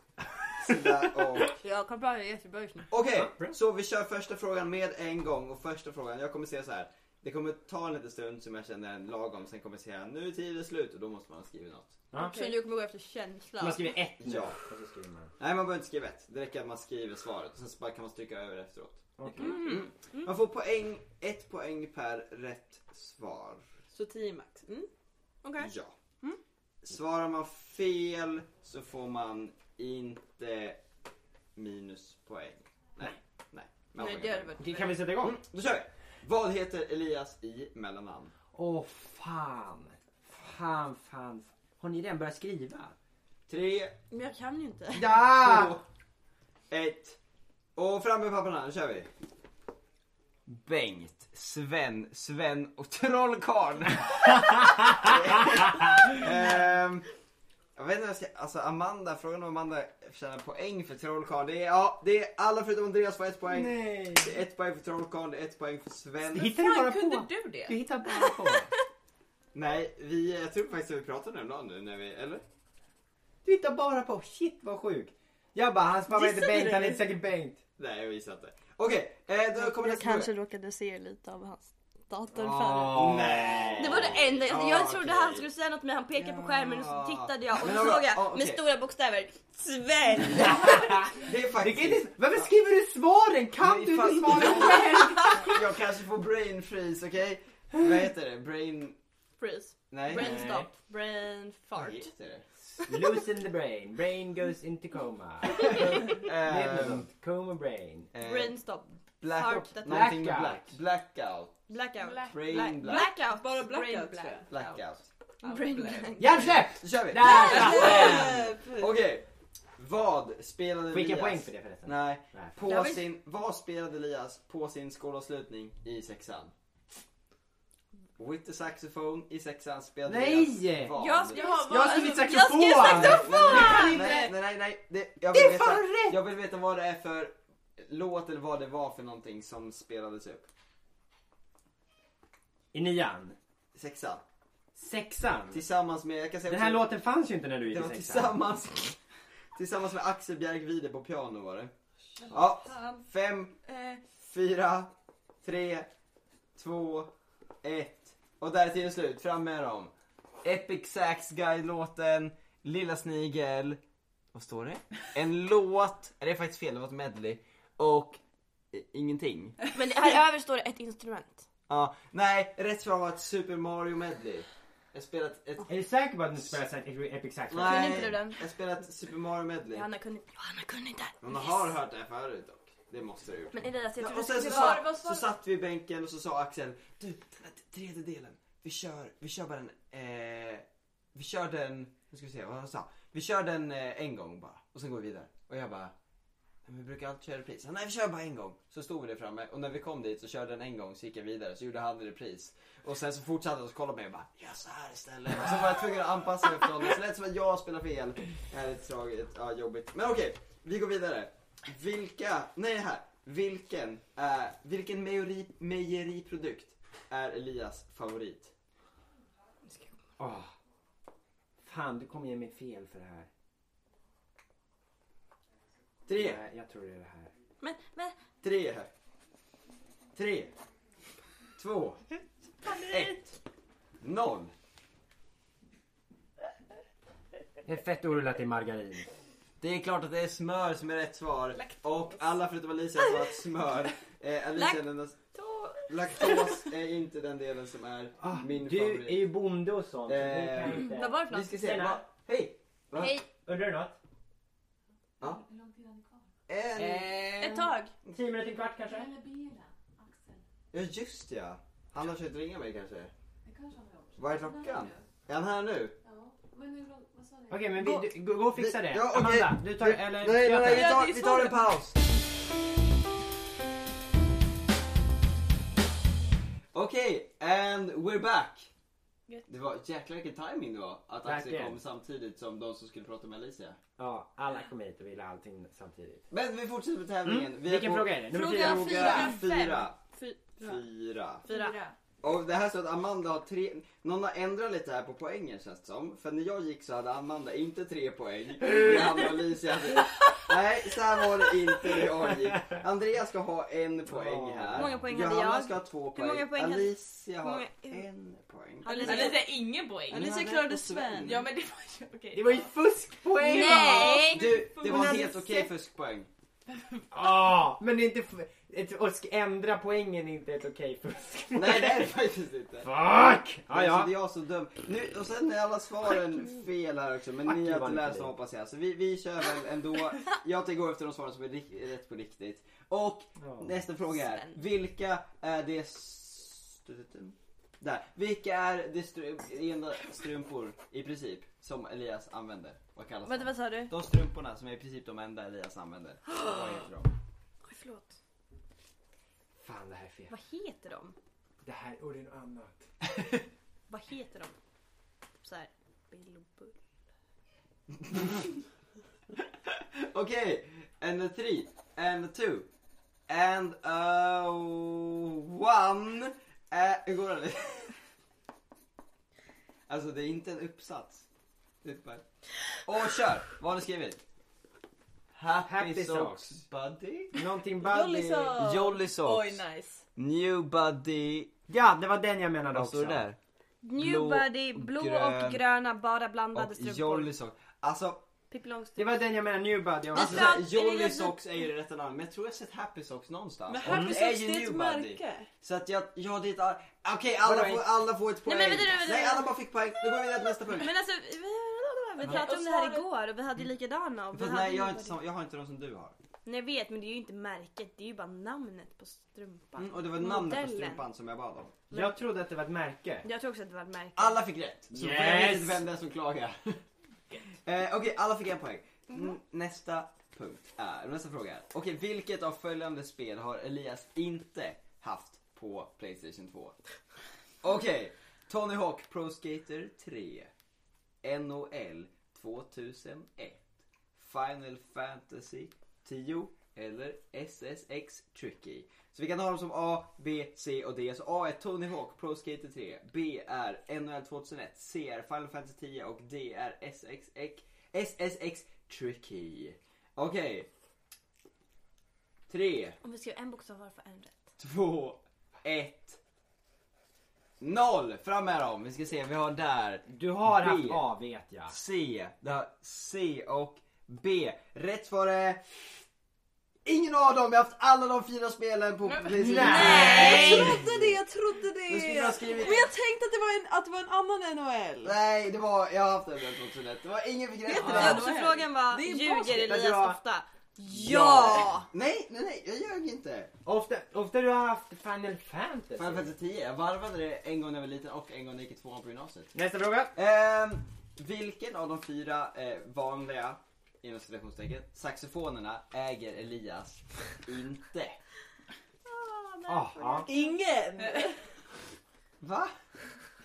Speaker 3: sida och...
Speaker 2: Jag kan prata jättebra just nu.
Speaker 3: Okej,
Speaker 1: Ja, bra.
Speaker 3: så vi kör första frågan med en gång och första frågan, jag kommer säga så här. Det kommer ta en liten stund som jag känner en lagom, sen kommer jag säga nu är tiden slut och då måste man ha skrivit något.
Speaker 2: Så du kommer gå efter känsla.
Speaker 1: Man skriver ett nu.
Speaker 3: Ja.
Speaker 1: Och så skriver man.
Speaker 3: Nej man behöver inte skriva ett, det räcker att man skriver svaret och sen så bara kan man stryka över efteråt.
Speaker 1: Okej.
Speaker 3: Mm. Man får poäng, ett poäng per rätt svar.
Speaker 7: Så tio max. Mm.
Speaker 2: Okej.
Speaker 3: Ja.
Speaker 2: Mm.
Speaker 3: Svarar man fel så får man inte minuspoäng. Nej, nej. Man
Speaker 2: Nej,
Speaker 3: får
Speaker 2: det
Speaker 3: inga
Speaker 2: hade
Speaker 3: poäng.
Speaker 2: varit
Speaker 1: Okej, Kan vi sätta igång?
Speaker 3: Mm, då kör vi! Vad heter Elias i mellannamn?
Speaker 1: Åh fan. Fan, fan. Har ni redan börjat skriva?
Speaker 3: Tre,
Speaker 2: Men jag kan ju inte.
Speaker 1: Ja!
Speaker 3: två, ett. Och fram med papperna, nu kör vi. Bengt, Sven, Sven och Trollkarlen. Ehm, jag vet inte vad jag ska, alltså Amanda, frågan om Amanda tjänar poäng för Trollkarlen. Det är, ja, det är alla förutom Andreas får ett poäng.
Speaker 1: Nej.
Speaker 3: Det är ett poäng för Trollkarlen, det är ett poäng för Sven.
Speaker 1: Hittar du bara
Speaker 4: kunde
Speaker 1: på?
Speaker 4: du
Speaker 1: Du
Speaker 4: det?
Speaker 1: hittar bara på.
Speaker 3: Nej, vi, jag tror faktiskt att vi pratade häromdagen nu när vi, eller?
Speaker 1: Du hittar bara på. Shit vad sjukt. Jag bara, hans pappa heter
Speaker 7: Gissade
Speaker 1: Bengt,
Speaker 7: du?
Speaker 1: han heter säkert Bengt.
Speaker 3: Nej, jag visade inte. Okej, eh, då kommer
Speaker 9: Jag
Speaker 3: nästa fråga.
Speaker 9: kanske råkade se lite av hans dator förut.
Speaker 1: Åh.
Speaker 3: Nej.
Speaker 2: Det var det enda, jag,
Speaker 3: Ah,
Speaker 2: jag trodde
Speaker 3: okej.
Speaker 2: han skulle säga något men han pekade på skärmen och så tittade jag och
Speaker 3: Men
Speaker 2: då
Speaker 3: det var-
Speaker 2: såg jag
Speaker 3: ah, okej.
Speaker 2: med
Speaker 3: *laughs*
Speaker 2: stora bokstäver Sven!
Speaker 3: Det är
Speaker 1: Det
Speaker 3: faktiskt...
Speaker 1: kan inte, varför skriver du svaren? Kan
Speaker 3: Nej,
Speaker 1: du
Speaker 3: fan.
Speaker 1: inte svaren själv?
Speaker 3: Jag kanske får brain freeze, okej? Vad heter det? Brain...
Speaker 2: Freeze.
Speaker 3: Nej.
Speaker 2: Brain
Speaker 1: Nej.
Speaker 2: stop. Brain fart.
Speaker 3: Vad heter det?
Speaker 1: Loosen the brain, brain goes into coma. Det heter
Speaker 3: Ehm,
Speaker 1: något. Coma brain.
Speaker 3: eh,
Speaker 2: Brain stop.
Speaker 3: Blackout.
Speaker 2: Heart-
Speaker 3: Någonting med black.
Speaker 1: Blackout.
Speaker 3: Blackout.
Speaker 2: Blackout.
Speaker 4: Black-
Speaker 3: Brain
Speaker 2: Black-
Speaker 3: black.
Speaker 2: Blackout.
Speaker 7: Bara
Speaker 2: Brain
Speaker 7: blackout
Speaker 2: black.
Speaker 7: tror jag.
Speaker 3: Blackout.
Speaker 2: Brain black.
Speaker 1: Hjärnsläpp!
Speaker 3: Då kör vi!
Speaker 1: Där slapp den!
Speaker 7: Äh,
Speaker 3: Okej. Vad spelade
Speaker 1: Fick jag
Speaker 3: Elias...
Speaker 1: poäng för det förresten?
Speaker 3: Nej.
Speaker 1: Nej.
Speaker 2: Där
Speaker 3: På
Speaker 2: vi-
Speaker 3: sin... Vad spelade Elias på sin skolavslutning i sexan? With the saxophone i sexan spelade
Speaker 1: Nej!
Speaker 3: Elias vad?
Speaker 2: Jag ska ha...
Speaker 1: Jag har skrivit
Speaker 2: alltså,
Speaker 1: saxofon!
Speaker 2: Jag ska
Speaker 3: Nej, nej, nej, nej, nej. Det, jag, vill
Speaker 1: är
Speaker 3: veta,
Speaker 1: fan rätt!
Speaker 3: jag vill veta vad det är för låt eller vad det var för någonting som spelades upp.
Speaker 1: I nian.
Speaker 3: Sexan.
Speaker 1: Sexan.
Speaker 3: Tillsammans med, jag kan säga
Speaker 1: Den här
Speaker 3: också-
Speaker 1: låten fanns ju inte när du gick
Speaker 3: det
Speaker 1: i
Speaker 3: var
Speaker 1: sexan.
Speaker 3: tillsammans, *laughs* tillsammans med Axel Bjärgvide på piano var det. Ja, fem, fyra, tre, två, ett. Och där är tiden slut, fram med dem. Epic Sax Guide-låten, Lilla Snigel. Vad står det? En låt, nej, det är faktiskt fel, det var ett medley. Och eh, ingenting.
Speaker 2: Men här
Speaker 3: *laughs*
Speaker 2: över står det ett instrument.
Speaker 3: Ja, nej, rätt svar var ett Super Mario medley. Jag spelat ett...
Speaker 1: Är du säker på att du spelar sax- Epic Sax?
Speaker 3: Nej,
Speaker 2: inte du den?
Speaker 3: jag spelat Super Mario medley.
Speaker 2: Johanna kunde, Johanna kunde inte.
Speaker 3: Men man har hört det här förut dock. Det måste du ha gjort.
Speaker 2: Men Elias jag
Speaker 3: Ja,
Speaker 2: trodde
Speaker 3: och
Speaker 2: du
Speaker 3: sen
Speaker 2: skulle
Speaker 3: så,
Speaker 2: vara...
Speaker 3: sa, så satt vi i bänken och så sa Axel, du den här tredje delen, vi kör, vi kör bara den, eh, vi kör den, nu ska vi se vad han sa, vi kör den eh, en gång bara och sen går vi vidare. Och jag bara, Men vi brukar alltid köra repris. Nej vi kör bara en gång. Så stod vi där framme och när vi kom dit så körde den en gång så gick jag vidare så gjorde han en repris. Och sen så fortsatte han och så kollade på mig och bara gör så här istället. Och så var jag tvungen att anpassa mig efter honom. Så lät det som att jag spelade fel. Det här är ett tragiskt, ja jobbigt. Men okej, vi går vidare. Vilka, nej här. Vilken, eh, vilken mejeri, mejeriprodukt är Elias favorit?
Speaker 1: Åh. Fan, du kommer ge mig fel för det här.
Speaker 3: Tre,
Speaker 1: Nej, jag tror det är det här.
Speaker 9: Men, men,
Speaker 3: tre, tre, två, ett, noll.
Speaker 1: Det är fett orullat i margarin.
Speaker 3: Det är klart att det är smör som är rätt svar. Och alla förutom Alicia har svarat smör. Eh, Alicia är den enda- Laktos är inte den delen som är min
Speaker 1: Ah, du
Speaker 3: favorit.
Speaker 1: är ju bonde och sånt. så det kan
Speaker 3: Eh,
Speaker 2: Vad
Speaker 1: inte...
Speaker 2: var det för
Speaker 3: Vi
Speaker 2: något?
Speaker 3: ska se.
Speaker 1: Tjena.
Speaker 3: Va? Hej! Va?
Speaker 2: Hej.
Speaker 1: Undrar du något?
Speaker 3: En...
Speaker 1: Eh.
Speaker 2: Ett tag.
Speaker 1: Tio minuter, en kvart kanske?
Speaker 3: Ja just ja. Han har försökt ringa mig kanske. Vad är klockan? Är han här nu?
Speaker 1: Okej, men vi, du, gå, gå och fixa
Speaker 3: Vi-
Speaker 1: det.
Speaker 3: ja, okej.
Speaker 1: Amanda, du tar...
Speaker 3: Vi-
Speaker 1: Eller...
Speaker 3: Nej, nej,
Speaker 1: Göte.
Speaker 3: nej vi,
Speaker 7: Ja, det
Speaker 3: tar,
Speaker 7: är
Speaker 3: vi tar en
Speaker 7: svaret.
Speaker 3: paus. Okej, and we're back.
Speaker 4: Gött.
Speaker 3: Det var jäkla vilken timing det var att Axel
Speaker 1: Verkligen.
Speaker 3: kom samtidigt som de som skulle prata med Alicia.
Speaker 1: Ja, alla kom hit och ville allting samtidigt.
Speaker 3: Men vi fortsätter med tävlingen.
Speaker 1: Mm.
Speaker 3: Vi är
Speaker 1: Vilken
Speaker 3: på
Speaker 1: fråga är det? Nummer fyra.
Speaker 2: Fråga
Speaker 3: Fråga
Speaker 2: Fyra, fem.
Speaker 3: fyra.
Speaker 2: Fyra.
Speaker 3: Fyra.
Speaker 2: Fyra.
Speaker 3: Och det här så att Amanda har tre, någon har ändrat lite här på poängen känns det som. För när jag gick så hade Amanda inte
Speaker 1: *laughs*
Speaker 3: tre poäng. Men han och Alicia hade... Nej, så här var det inte när jag gick. Andreas ska ha en poäng här.
Speaker 2: Hur många poäng hade
Speaker 3: Johanna
Speaker 2: jag?
Speaker 3: ska ha två
Speaker 2: Hur
Speaker 3: poäng.
Speaker 2: många poäng hade-
Speaker 3: Alicia
Speaker 2: Hur
Speaker 3: har
Speaker 2: många-
Speaker 3: en poäng.
Speaker 2: Alicia-
Speaker 4: Alicia, ingen poäng.
Speaker 7: Alicia
Speaker 3: hade
Speaker 7: klarade
Speaker 3: ett
Speaker 7: Sven.
Speaker 4: Ja men det var ju okej.
Speaker 1: Det var ju fuskpoäng!
Speaker 2: Nej!
Speaker 3: Du, det var
Speaker 1: Hon
Speaker 3: en
Speaker 1: hade
Speaker 3: helt okej
Speaker 1: sex.
Speaker 3: fuskpoäng.
Speaker 1: Ja, men det är inte... f- Ett, att ändra poängen är inte ett okej fusk.
Speaker 3: Nej, det är det faktiskt inte.
Speaker 1: Fuck!
Speaker 3: Ah,
Speaker 1: Ja, ja.
Speaker 3: Det är jag som döm. Nu, och sen är alla svaren fel här också. Men
Speaker 1: Fuck
Speaker 3: ni
Speaker 1: you,
Speaker 3: har
Speaker 1: Vanity
Speaker 3: inte läst dem
Speaker 1: Day.
Speaker 3: hoppas jag. Så vi, vi kör väl ändå. Jag tänker gå efter de svaren som är rikt- rätt på riktigt. Och nästa fråga är.
Speaker 2: Sven.
Speaker 3: Vilka är det... s- Där. Vilka är det stru- enda strumpor i princip som Elias använder? Vad kallas
Speaker 2: Vänta,
Speaker 3: de?
Speaker 2: vad sa du?
Speaker 3: De strumporna som är i princip de enda Elias använder. Vad heter de?
Speaker 2: Oj, förlåt.
Speaker 1: Fan, det här är fel.
Speaker 2: Vad heter de?
Speaker 1: Det här och det är något annat.
Speaker 2: Vad heter de? Typ såhär... Bill och Bull.
Speaker 3: Okej, and a three, and a two, and a one. Eh, Hur går det? *laughs* Alltså det är inte en uppsats. Det är bara... Och kör! Vad har ni skrivit? Happy,
Speaker 1: Happy
Speaker 3: socks.
Speaker 1: socks.
Speaker 3: buddy.
Speaker 1: Någonting buddy.
Speaker 4: Oh.
Speaker 3: Jolly socks.
Speaker 7: Oj nice.
Speaker 3: New buddy.
Speaker 1: Ja, det var den jag menade
Speaker 3: Vad
Speaker 1: också.
Speaker 3: står Alltså, det där? Blå och
Speaker 2: Newbody, blå
Speaker 3: grön.
Speaker 2: och gröna, bara
Speaker 3: Och
Speaker 2: blandade strumpor.
Speaker 3: jolly socks. Alltså,
Speaker 2: Pippi Långstrump.
Speaker 1: Det var den jag menade, new buddy.
Speaker 3: alltså
Speaker 2: ska-
Speaker 3: såhär,
Speaker 2: är
Speaker 3: jolly
Speaker 2: det-
Speaker 3: socks är ju det rätta namnet. Men jag tror jag har sett happy socks någonstans.
Speaker 7: Men
Speaker 3: Och
Speaker 7: Happy Socks
Speaker 3: är
Speaker 7: det
Speaker 3: ju
Speaker 7: är
Speaker 3: new
Speaker 7: ett
Speaker 3: buddy.
Speaker 7: märke.
Speaker 3: Så att jag, ja det är ett ar- Okej alla,
Speaker 1: Alright.
Speaker 3: får, alla får ett
Speaker 2: Nej,
Speaker 3: poäng.
Speaker 2: men vänta, vänta, vänta.
Speaker 3: Nej alla bara fick poäng. Nu går vi vidare till nästa punkt.
Speaker 2: Men alltså, vi, vi pratade om det här igår och vi hade ju likadana. Och vi
Speaker 3: Fast
Speaker 2: hade
Speaker 3: nej jag har,
Speaker 2: Newbody.
Speaker 3: inte, som- jag har inte de som du har.
Speaker 2: Nej jag vet men det är ju inte märket, det är ju bara namnet på strumpan.
Speaker 3: Mm, och det var namnet på
Speaker 2: Modellen.
Speaker 3: strumpan som jag bad om.
Speaker 1: Jag trodde att det var ett märke.
Speaker 2: Jag tror också att det var ett märke.
Speaker 3: Alla fick rätt. Så jag vet
Speaker 1: Yes.
Speaker 3: inte vem det är som klagar. *laughs* eh, Okej alla fick en poäng.
Speaker 2: Mhm.
Speaker 3: N- nästa punkt är, nästa fråga är. Okej vilket av följande spel har Elias inte haft på Playstation 2? Okej. Tony Hawk Pro Skater 3. NHL 2001. Final Fantasy 10 eller SSX Tricky. Så vi kan ha dem som A, B, C och D. Så A är Tony Hawk Pro Skater 3. B är NHL 2001. C är Final Fantasy 10 och D är SSX, SSX Tricky. Okej. Tre,
Speaker 2: Om vi skriver en bokstav var för en rätt.
Speaker 3: två, ett, noll. Fram med dem. Vi ska se, vi har där.
Speaker 1: Du har haft
Speaker 3: B.
Speaker 1: A vet jag.
Speaker 3: C. Det har C och B. Rätt svar är... Ingen av dem! Vi har haft alla de fyra spelen på Playstation.
Speaker 7: Jag trodde det, jag trodde
Speaker 3: Du skulle ha
Speaker 7: det.
Speaker 3: skrivit...
Speaker 7: Men jag tänkte att det var en, att det var en annan NHL.
Speaker 3: Nej, det var... Jag har haft den sedan 2001. Det var ingen fick rätt.
Speaker 7: Heter
Speaker 3: Ah.
Speaker 7: den
Speaker 2: Och så
Speaker 7: NHL?
Speaker 2: frågan var,
Speaker 7: Det är
Speaker 2: ljuger
Speaker 7: basket.
Speaker 2: Elias
Speaker 1: Ja.
Speaker 2: ofta?
Speaker 7: Ja!
Speaker 3: Nej, nej, nej. Jag ljög inte.
Speaker 1: Ofta, ofta du har haft Final Fantasy.
Speaker 3: Final Fantasy 10. Jag varvade det en gång när jag var liten och en gång när jag gick i tvåan på gymnasiet.
Speaker 1: Nästa fråga.
Speaker 3: Ehm, vilken av de fyra eh, vanliga inom citationstecken, saxofonerna äger Elias inte.
Speaker 1: Ah, ja.
Speaker 7: Ingen!
Speaker 3: Va?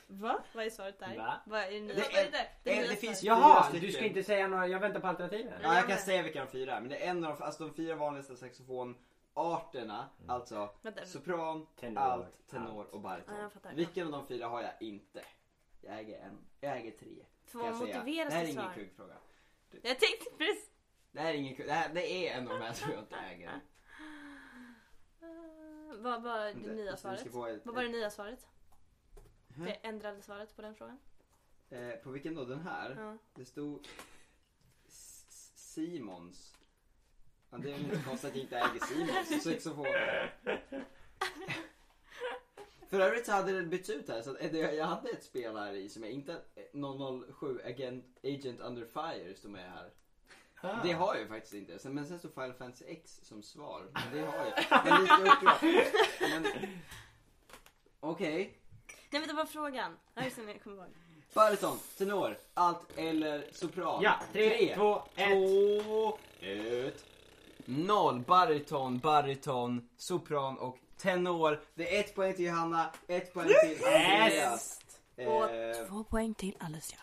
Speaker 7: Va?
Speaker 2: Vad är svaret där?
Speaker 3: Va?
Speaker 2: Vad är det nya?
Speaker 3: Det, är, det, det finns fyra
Speaker 1: Jaha,
Speaker 3: stycken.
Speaker 1: du ska inte säga några, jag väntar på alternativen.
Speaker 3: Ja, jag kan säga vilka de fyra är, men det är en av de, alltså de fyra vanligaste saxofonarterna, alltså
Speaker 2: Vänta.
Speaker 3: sopran,
Speaker 1: Tenor,
Speaker 3: alt, tenor
Speaker 1: alt.
Speaker 3: och
Speaker 2: Ja,
Speaker 3: bariton.
Speaker 2: jag fattar.
Speaker 3: Vilken av de fyra har jag inte? Jag äger en, jag äger tre.
Speaker 2: För
Speaker 3: kan
Speaker 2: att
Speaker 3: jag säga.
Speaker 2: motivera
Speaker 3: Det här är
Speaker 2: sitt
Speaker 3: ingen
Speaker 2: svar.
Speaker 3: kuggfråga.
Speaker 2: Jag tänkte precis...
Speaker 3: Det här är ingen kugg, det, här, det är en av de här som jag inte äger.
Speaker 2: Eh, vad var *laughs* det nya
Speaker 3: Så vi ska
Speaker 2: svaret?
Speaker 3: få ett-
Speaker 2: Vad var det nya svaret? Det ändrade svaret på den frågan.
Speaker 3: Eh, på vilken då? Den här?
Speaker 2: Ja.
Speaker 3: Det stod S- S- Simons. Ja, det är väl inte konstigt att jag inte äger Simons saxofon. För övrigt så hade det bytts ut här så att eh, jag hade ett spel här i som jag inte eh, 007 Agent, Agent Under Fire står med här.
Speaker 1: Ah.
Speaker 3: Det har jag ju faktiskt inte. Sen- Men sen stod Final Fantasy X som svar. Men det har jag. Jag är lite upprörd. Men... Okej.
Speaker 2: Nej vänta, vad var frågan? Ja just det, jag kommer ihåg.
Speaker 3: Bariton, tenor, alt eller sopran.
Speaker 1: Ja, tre, två, ett.
Speaker 3: två, ett. Noll. Bariton, bariton, sopran och tenor. Det är ett poäng till Johanna, ett poäng till Andreas. Eh, mm,
Speaker 9: Och två poäng till Alicia.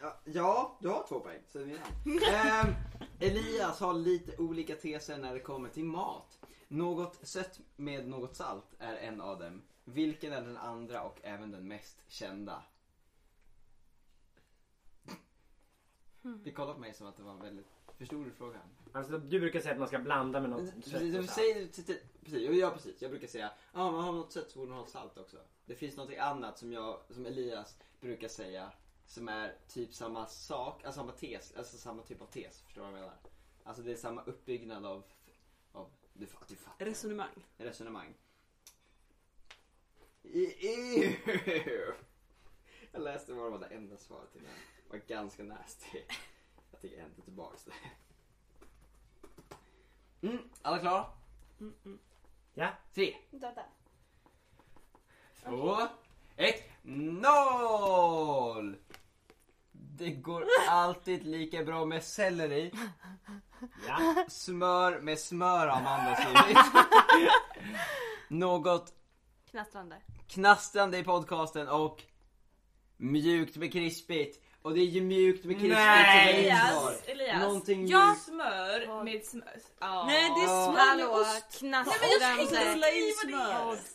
Speaker 3: ja, ja, du har två poäng. Så vi
Speaker 9: *laughs*
Speaker 3: eh, Elias har lite olika teser när det kommer till mat. Något sött med något salt är en av dem. Vilken är den andra och även den mest kända?
Speaker 9: Hmm.
Speaker 3: Du kollar på mig som att det var en väldigt... Förstod du frågan?
Speaker 1: Alltså, du brukar säga att man ska blanda med något
Speaker 3: Precis,
Speaker 1: kött och
Speaker 3: jag
Speaker 1: så.
Speaker 3: säger- typ- precis, jag gör precis. Jag brukar säga, ja ah, man har något sött så borde man ha salt också. Det finns något annat som jag, som Elias brukar säga, som är typ samma sak, alltså samma tes, alltså samma typ av tes. Förstår du vad jag menar? Alltså det är samma uppbyggnad av, av du, fa- du fattar.
Speaker 7: Resonemang.
Speaker 3: Resonemang. I- Ew. Jag läste vad det var det enda svaret till den. Det var ganska nasty. Jag tänker hämta tillbaks det. Mm, alla klara?
Speaker 1: Ja.
Speaker 3: Tre, två, ett, noll! Det går alltid lika bra med selleri.
Speaker 1: Ja.
Speaker 3: Smör med smör Amanda skrivit. Något
Speaker 2: Knastrande.
Speaker 3: knastrande i podcasten och mjukt med krispigt. Och det är ju mjukt med krispigt
Speaker 1: Nej!
Speaker 3: som är mitt svar.
Speaker 4: Elias, Elias.
Speaker 3: Någonting
Speaker 4: jag
Speaker 3: mjukt.
Speaker 4: smör med smör. Ja.
Speaker 7: Nej det är smör
Speaker 2: Hallå,
Speaker 7: och
Speaker 2: knastrande.
Speaker 7: rulla in smör.
Speaker 2: Podcast.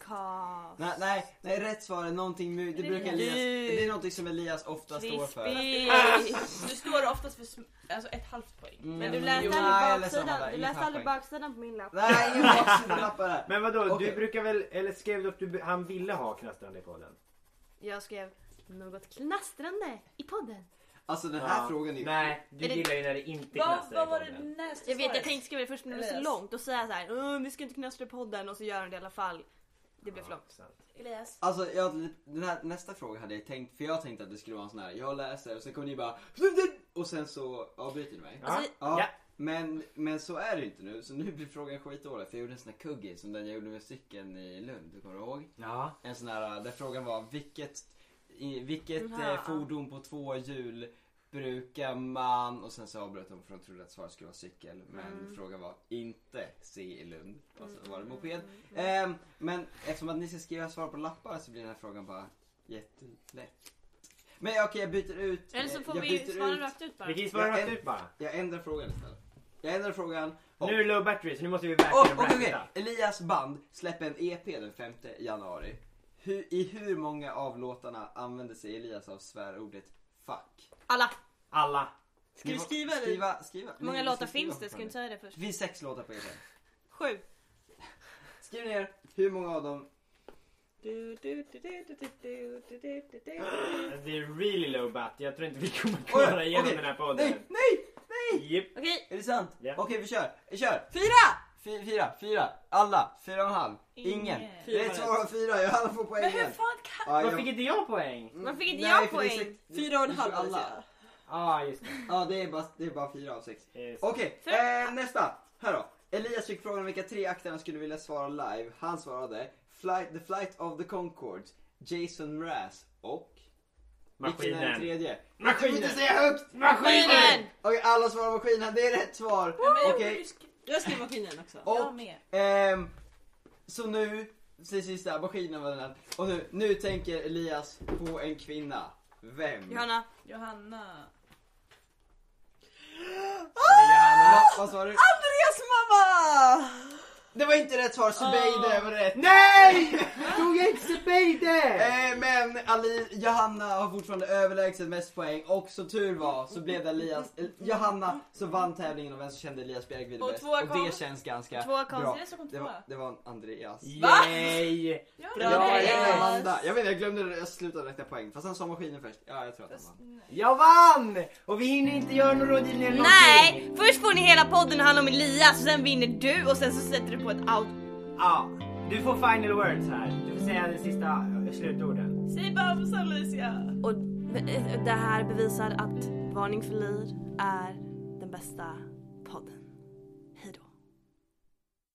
Speaker 3: Nej, nej, nej, rätt svar är någonting mjukt. Det brukar Elias, det är någonting som Elias ofta står för.
Speaker 4: Du står oftast för sm- alltså ett halvt poäng.
Speaker 3: Mm,
Speaker 2: Men du
Speaker 3: jo,
Speaker 2: läste
Speaker 3: nej, jag
Speaker 2: aldrig
Speaker 3: läser Amanda,
Speaker 2: baksidan, du
Speaker 3: ingen
Speaker 2: läste aldrig
Speaker 3: poäng.
Speaker 2: baksidan på min lapp.
Speaker 3: Nej, ingen *laughs* baksidan här.
Speaker 1: Men vadå,
Speaker 3: Okej.
Speaker 1: du brukar väl, eller skrev du att du, han ville ha knastrande i podden?
Speaker 2: Jag skrev något knastrande i podden.
Speaker 3: Alltså den här
Speaker 1: Ja.
Speaker 3: frågan är ju...
Speaker 1: Nej, du
Speaker 2: Är det-
Speaker 1: gillar ju när det inte
Speaker 4: Vad,
Speaker 1: knastrar
Speaker 4: vad
Speaker 1: i
Speaker 4: var det
Speaker 1: podden.
Speaker 4: nästa
Speaker 2: Jag vet, jag
Speaker 4: svaret?
Speaker 2: tänkte skriva det först men det var så
Speaker 4: Elias.
Speaker 2: långt och säga så här, "Åh, vi ska inte knastra i podden och så gör de det i alla fall. Det blev för långt.
Speaker 4: Elias.
Speaker 3: Alltså jag, den här, nästa fråga hade jag tänkt, för jag tänkte att det skulle vara en sån här, jag läser och sen kommer ni bara och sen så avbryter ni mig.
Speaker 2: Alltså,
Speaker 1: Ja.
Speaker 3: Ja,
Speaker 1: Ja.
Speaker 3: Men, men så är det ju inte nu, så nu blir frågan skitdålig. För jag gjorde en sån här kuggi som den jag gjorde med cykeln i Lund, du kommer ihåg?
Speaker 1: Ja.
Speaker 3: En sån här där frågan var vilket, i, vilket
Speaker 2: Ja.
Speaker 3: eh, fordon på två hjul brukar man? Och sen så avbröt de för de trodde att svaret skulle vara cykel. Men
Speaker 2: Mm.
Speaker 3: frågan var inte C i Lund. Och så var det moped.
Speaker 2: Mm.
Speaker 3: Ehm, men eftersom att ni ska skriva svar på lappar så blir den här frågan bara jättelätt. Men okej jag byter ut.
Speaker 2: Eller så
Speaker 3: eh,
Speaker 2: får
Speaker 3: jag
Speaker 2: vi
Speaker 3: byter
Speaker 2: svara
Speaker 3: ut.
Speaker 2: rakt ut bara.
Speaker 1: Vi kan ju svara
Speaker 3: Jag-
Speaker 1: rakt ut bara.
Speaker 3: Jag ändrar frågan istället. Jag ändrar frågan. och-
Speaker 1: Nu är det low battery så nu måste vi
Speaker 3: och
Speaker 1: verkligen
Speaker 3: och okej,
Speaker 1: bränna.
Speaker 3: Elias band släpper en EP den 5 januari. Hur, I hur många av låtarna använder sig Elias av svärordet 'fuck'?
Speaker 2: Alla!
Speaker 1: Alla.
Speaker 7: Ska vi
Speaker 3: Ni får-
Speaker 7: skriva eller?
Speaker 3: Skriva, skriva.
Speaker 2: Hur många
Speaker 3: Nej, vi
Speaker 2: låtar
Speaker 3: ska skriva
Speaker 2: finns det? Ska vi
Speaker 3: fortfarande.
Speaker 2: inte säga det först?
Speaker 3: Det finns sex låtar på EPn.
Speaker 2: Sju.
Speaker 3: Skriv ner hur många av dem...
Speaker 7: Du, du, du, du, du, du, du, du, du, du.
Speaker 1: Det är really low bat. Jag tror inte vi kommer
Speaker 3: Oj,
Speaker 1: klara igenom
Speaker 3: okej.
Speaker 1: den här podden.
Speaker 3: Nej, nej!
Speaker 1: Japp.
Speaker 2: Okej,
Speaker 3: Är det sant?
Speaker 1: Ja.
Speaker 3: Okej, vi kör. Vi kör.
Speaker 7: Fyra!
Speaker 3: Fy- fyra, fyra. Alla. Fyra och en halv. Ingen.
Speaker 4: Ingen.
Speaker 7: Fyra
Speaker 3: Rätt
Speaker 7: var
Speaker 3: svar var fyra. Jag alla får poängen.
Speaker 4: Men hur fan kan...
Speaker 3: Ja,
Speaker 1: Varför
Speaker 3: jag- Mm.
Speaker 1: fick inte jag poäng?
Speaker 2: varför fick inte
Speaker 3: Nej,
Speaker 2: jag
Speaker 3: för det är
Speaker 2: poäng?
Speaker 3: sex-
Speaker 7: Fyra och en
Speaker 3: vi
Speaker 7: halv.
Speaker 3: kör alla.
Speaker 4: alltså.
Speaker 7: Alla.
Speaker 1: Ja, just det.
Speaker 3: Ja, det är bara, det är bara fyra av sex.
Speaker 1: Eh, så-
Speaker 3: Okej, eh, nästa. Här då. Elias fick frågan om vilka tre akter han skulle vilja svara live. Han svarade Flight, The Flight of the Conchords, Jason Mraz och Vilken är den
Speaker 1: Maskinen.
Speaker 3: tredje? Du får
Speaker 1: Maskinen!
Speaker 3: inte säga högt!
Speaker 1: Maskinen!
Speaker 3: Okej, alla svarar maskinen. Det är rätt svar. Okej,
Speaker 7: Jag skrev maskinen också.
Speaker 3: och Ehm, så nu, precis sista, maskinen var den här. Och nu, nu tänker Elias på en kvinna. Vem?
Speaker 9: Johanna.
Speaker 6: Johanna.
Speaker 3: Johanna, Vad sa du?
Speaker 7: Andreas mamma!
Speaker 3: Det var inte rätt svar, Zubeide var rätt.
Speaker 1: Nej! *laughs* Tog jag inte Zubeide?
Speaker 3: Eh, men Ali, Johanna har fortfarande överlägset mest poäng och så tur var så blev det Elias, eh, Johanna som vann tävlingen och vem som kände Elias Bjergvid
Speaker 4: Och
Speaker 3: bäst.
Speaker 4: tvåa
Speaker 3: Och
Speaker 4: kom-
Speaker 3: det känns ganska
Speaker 2: Två
Speaker 3: bra.
Speaker 2: konstiga som kom
Speaker 3: Det var,
Speaker 2: tvåa.
Speaker 3: det var Andreas.
Speaker 1: Yay!
Speaker 3: Ja,
Speaker 1: Andreas.
Speaker 3: jag, Amanda. jag vet inte, jag glömde, jag slutade räkna poäng. Fast han sa maskinen först. Ja, jag tror att han vann.
Speaker 1: Jag vann! Och vi hinner inte göra någon rådgivning eller någonting.
Speaker 2: Nej! Först får ni hela podden handla om Elias och sen vinner du och sen så sätter du på ett out.
Speaker 1: Ja, du får final words här. Du får säga de sista eh, slutorden.
Speaker 6: Säg Bams Alicia.
Speaker 9: Och eh, det här bevisar att Varning för lir är den bästa podden.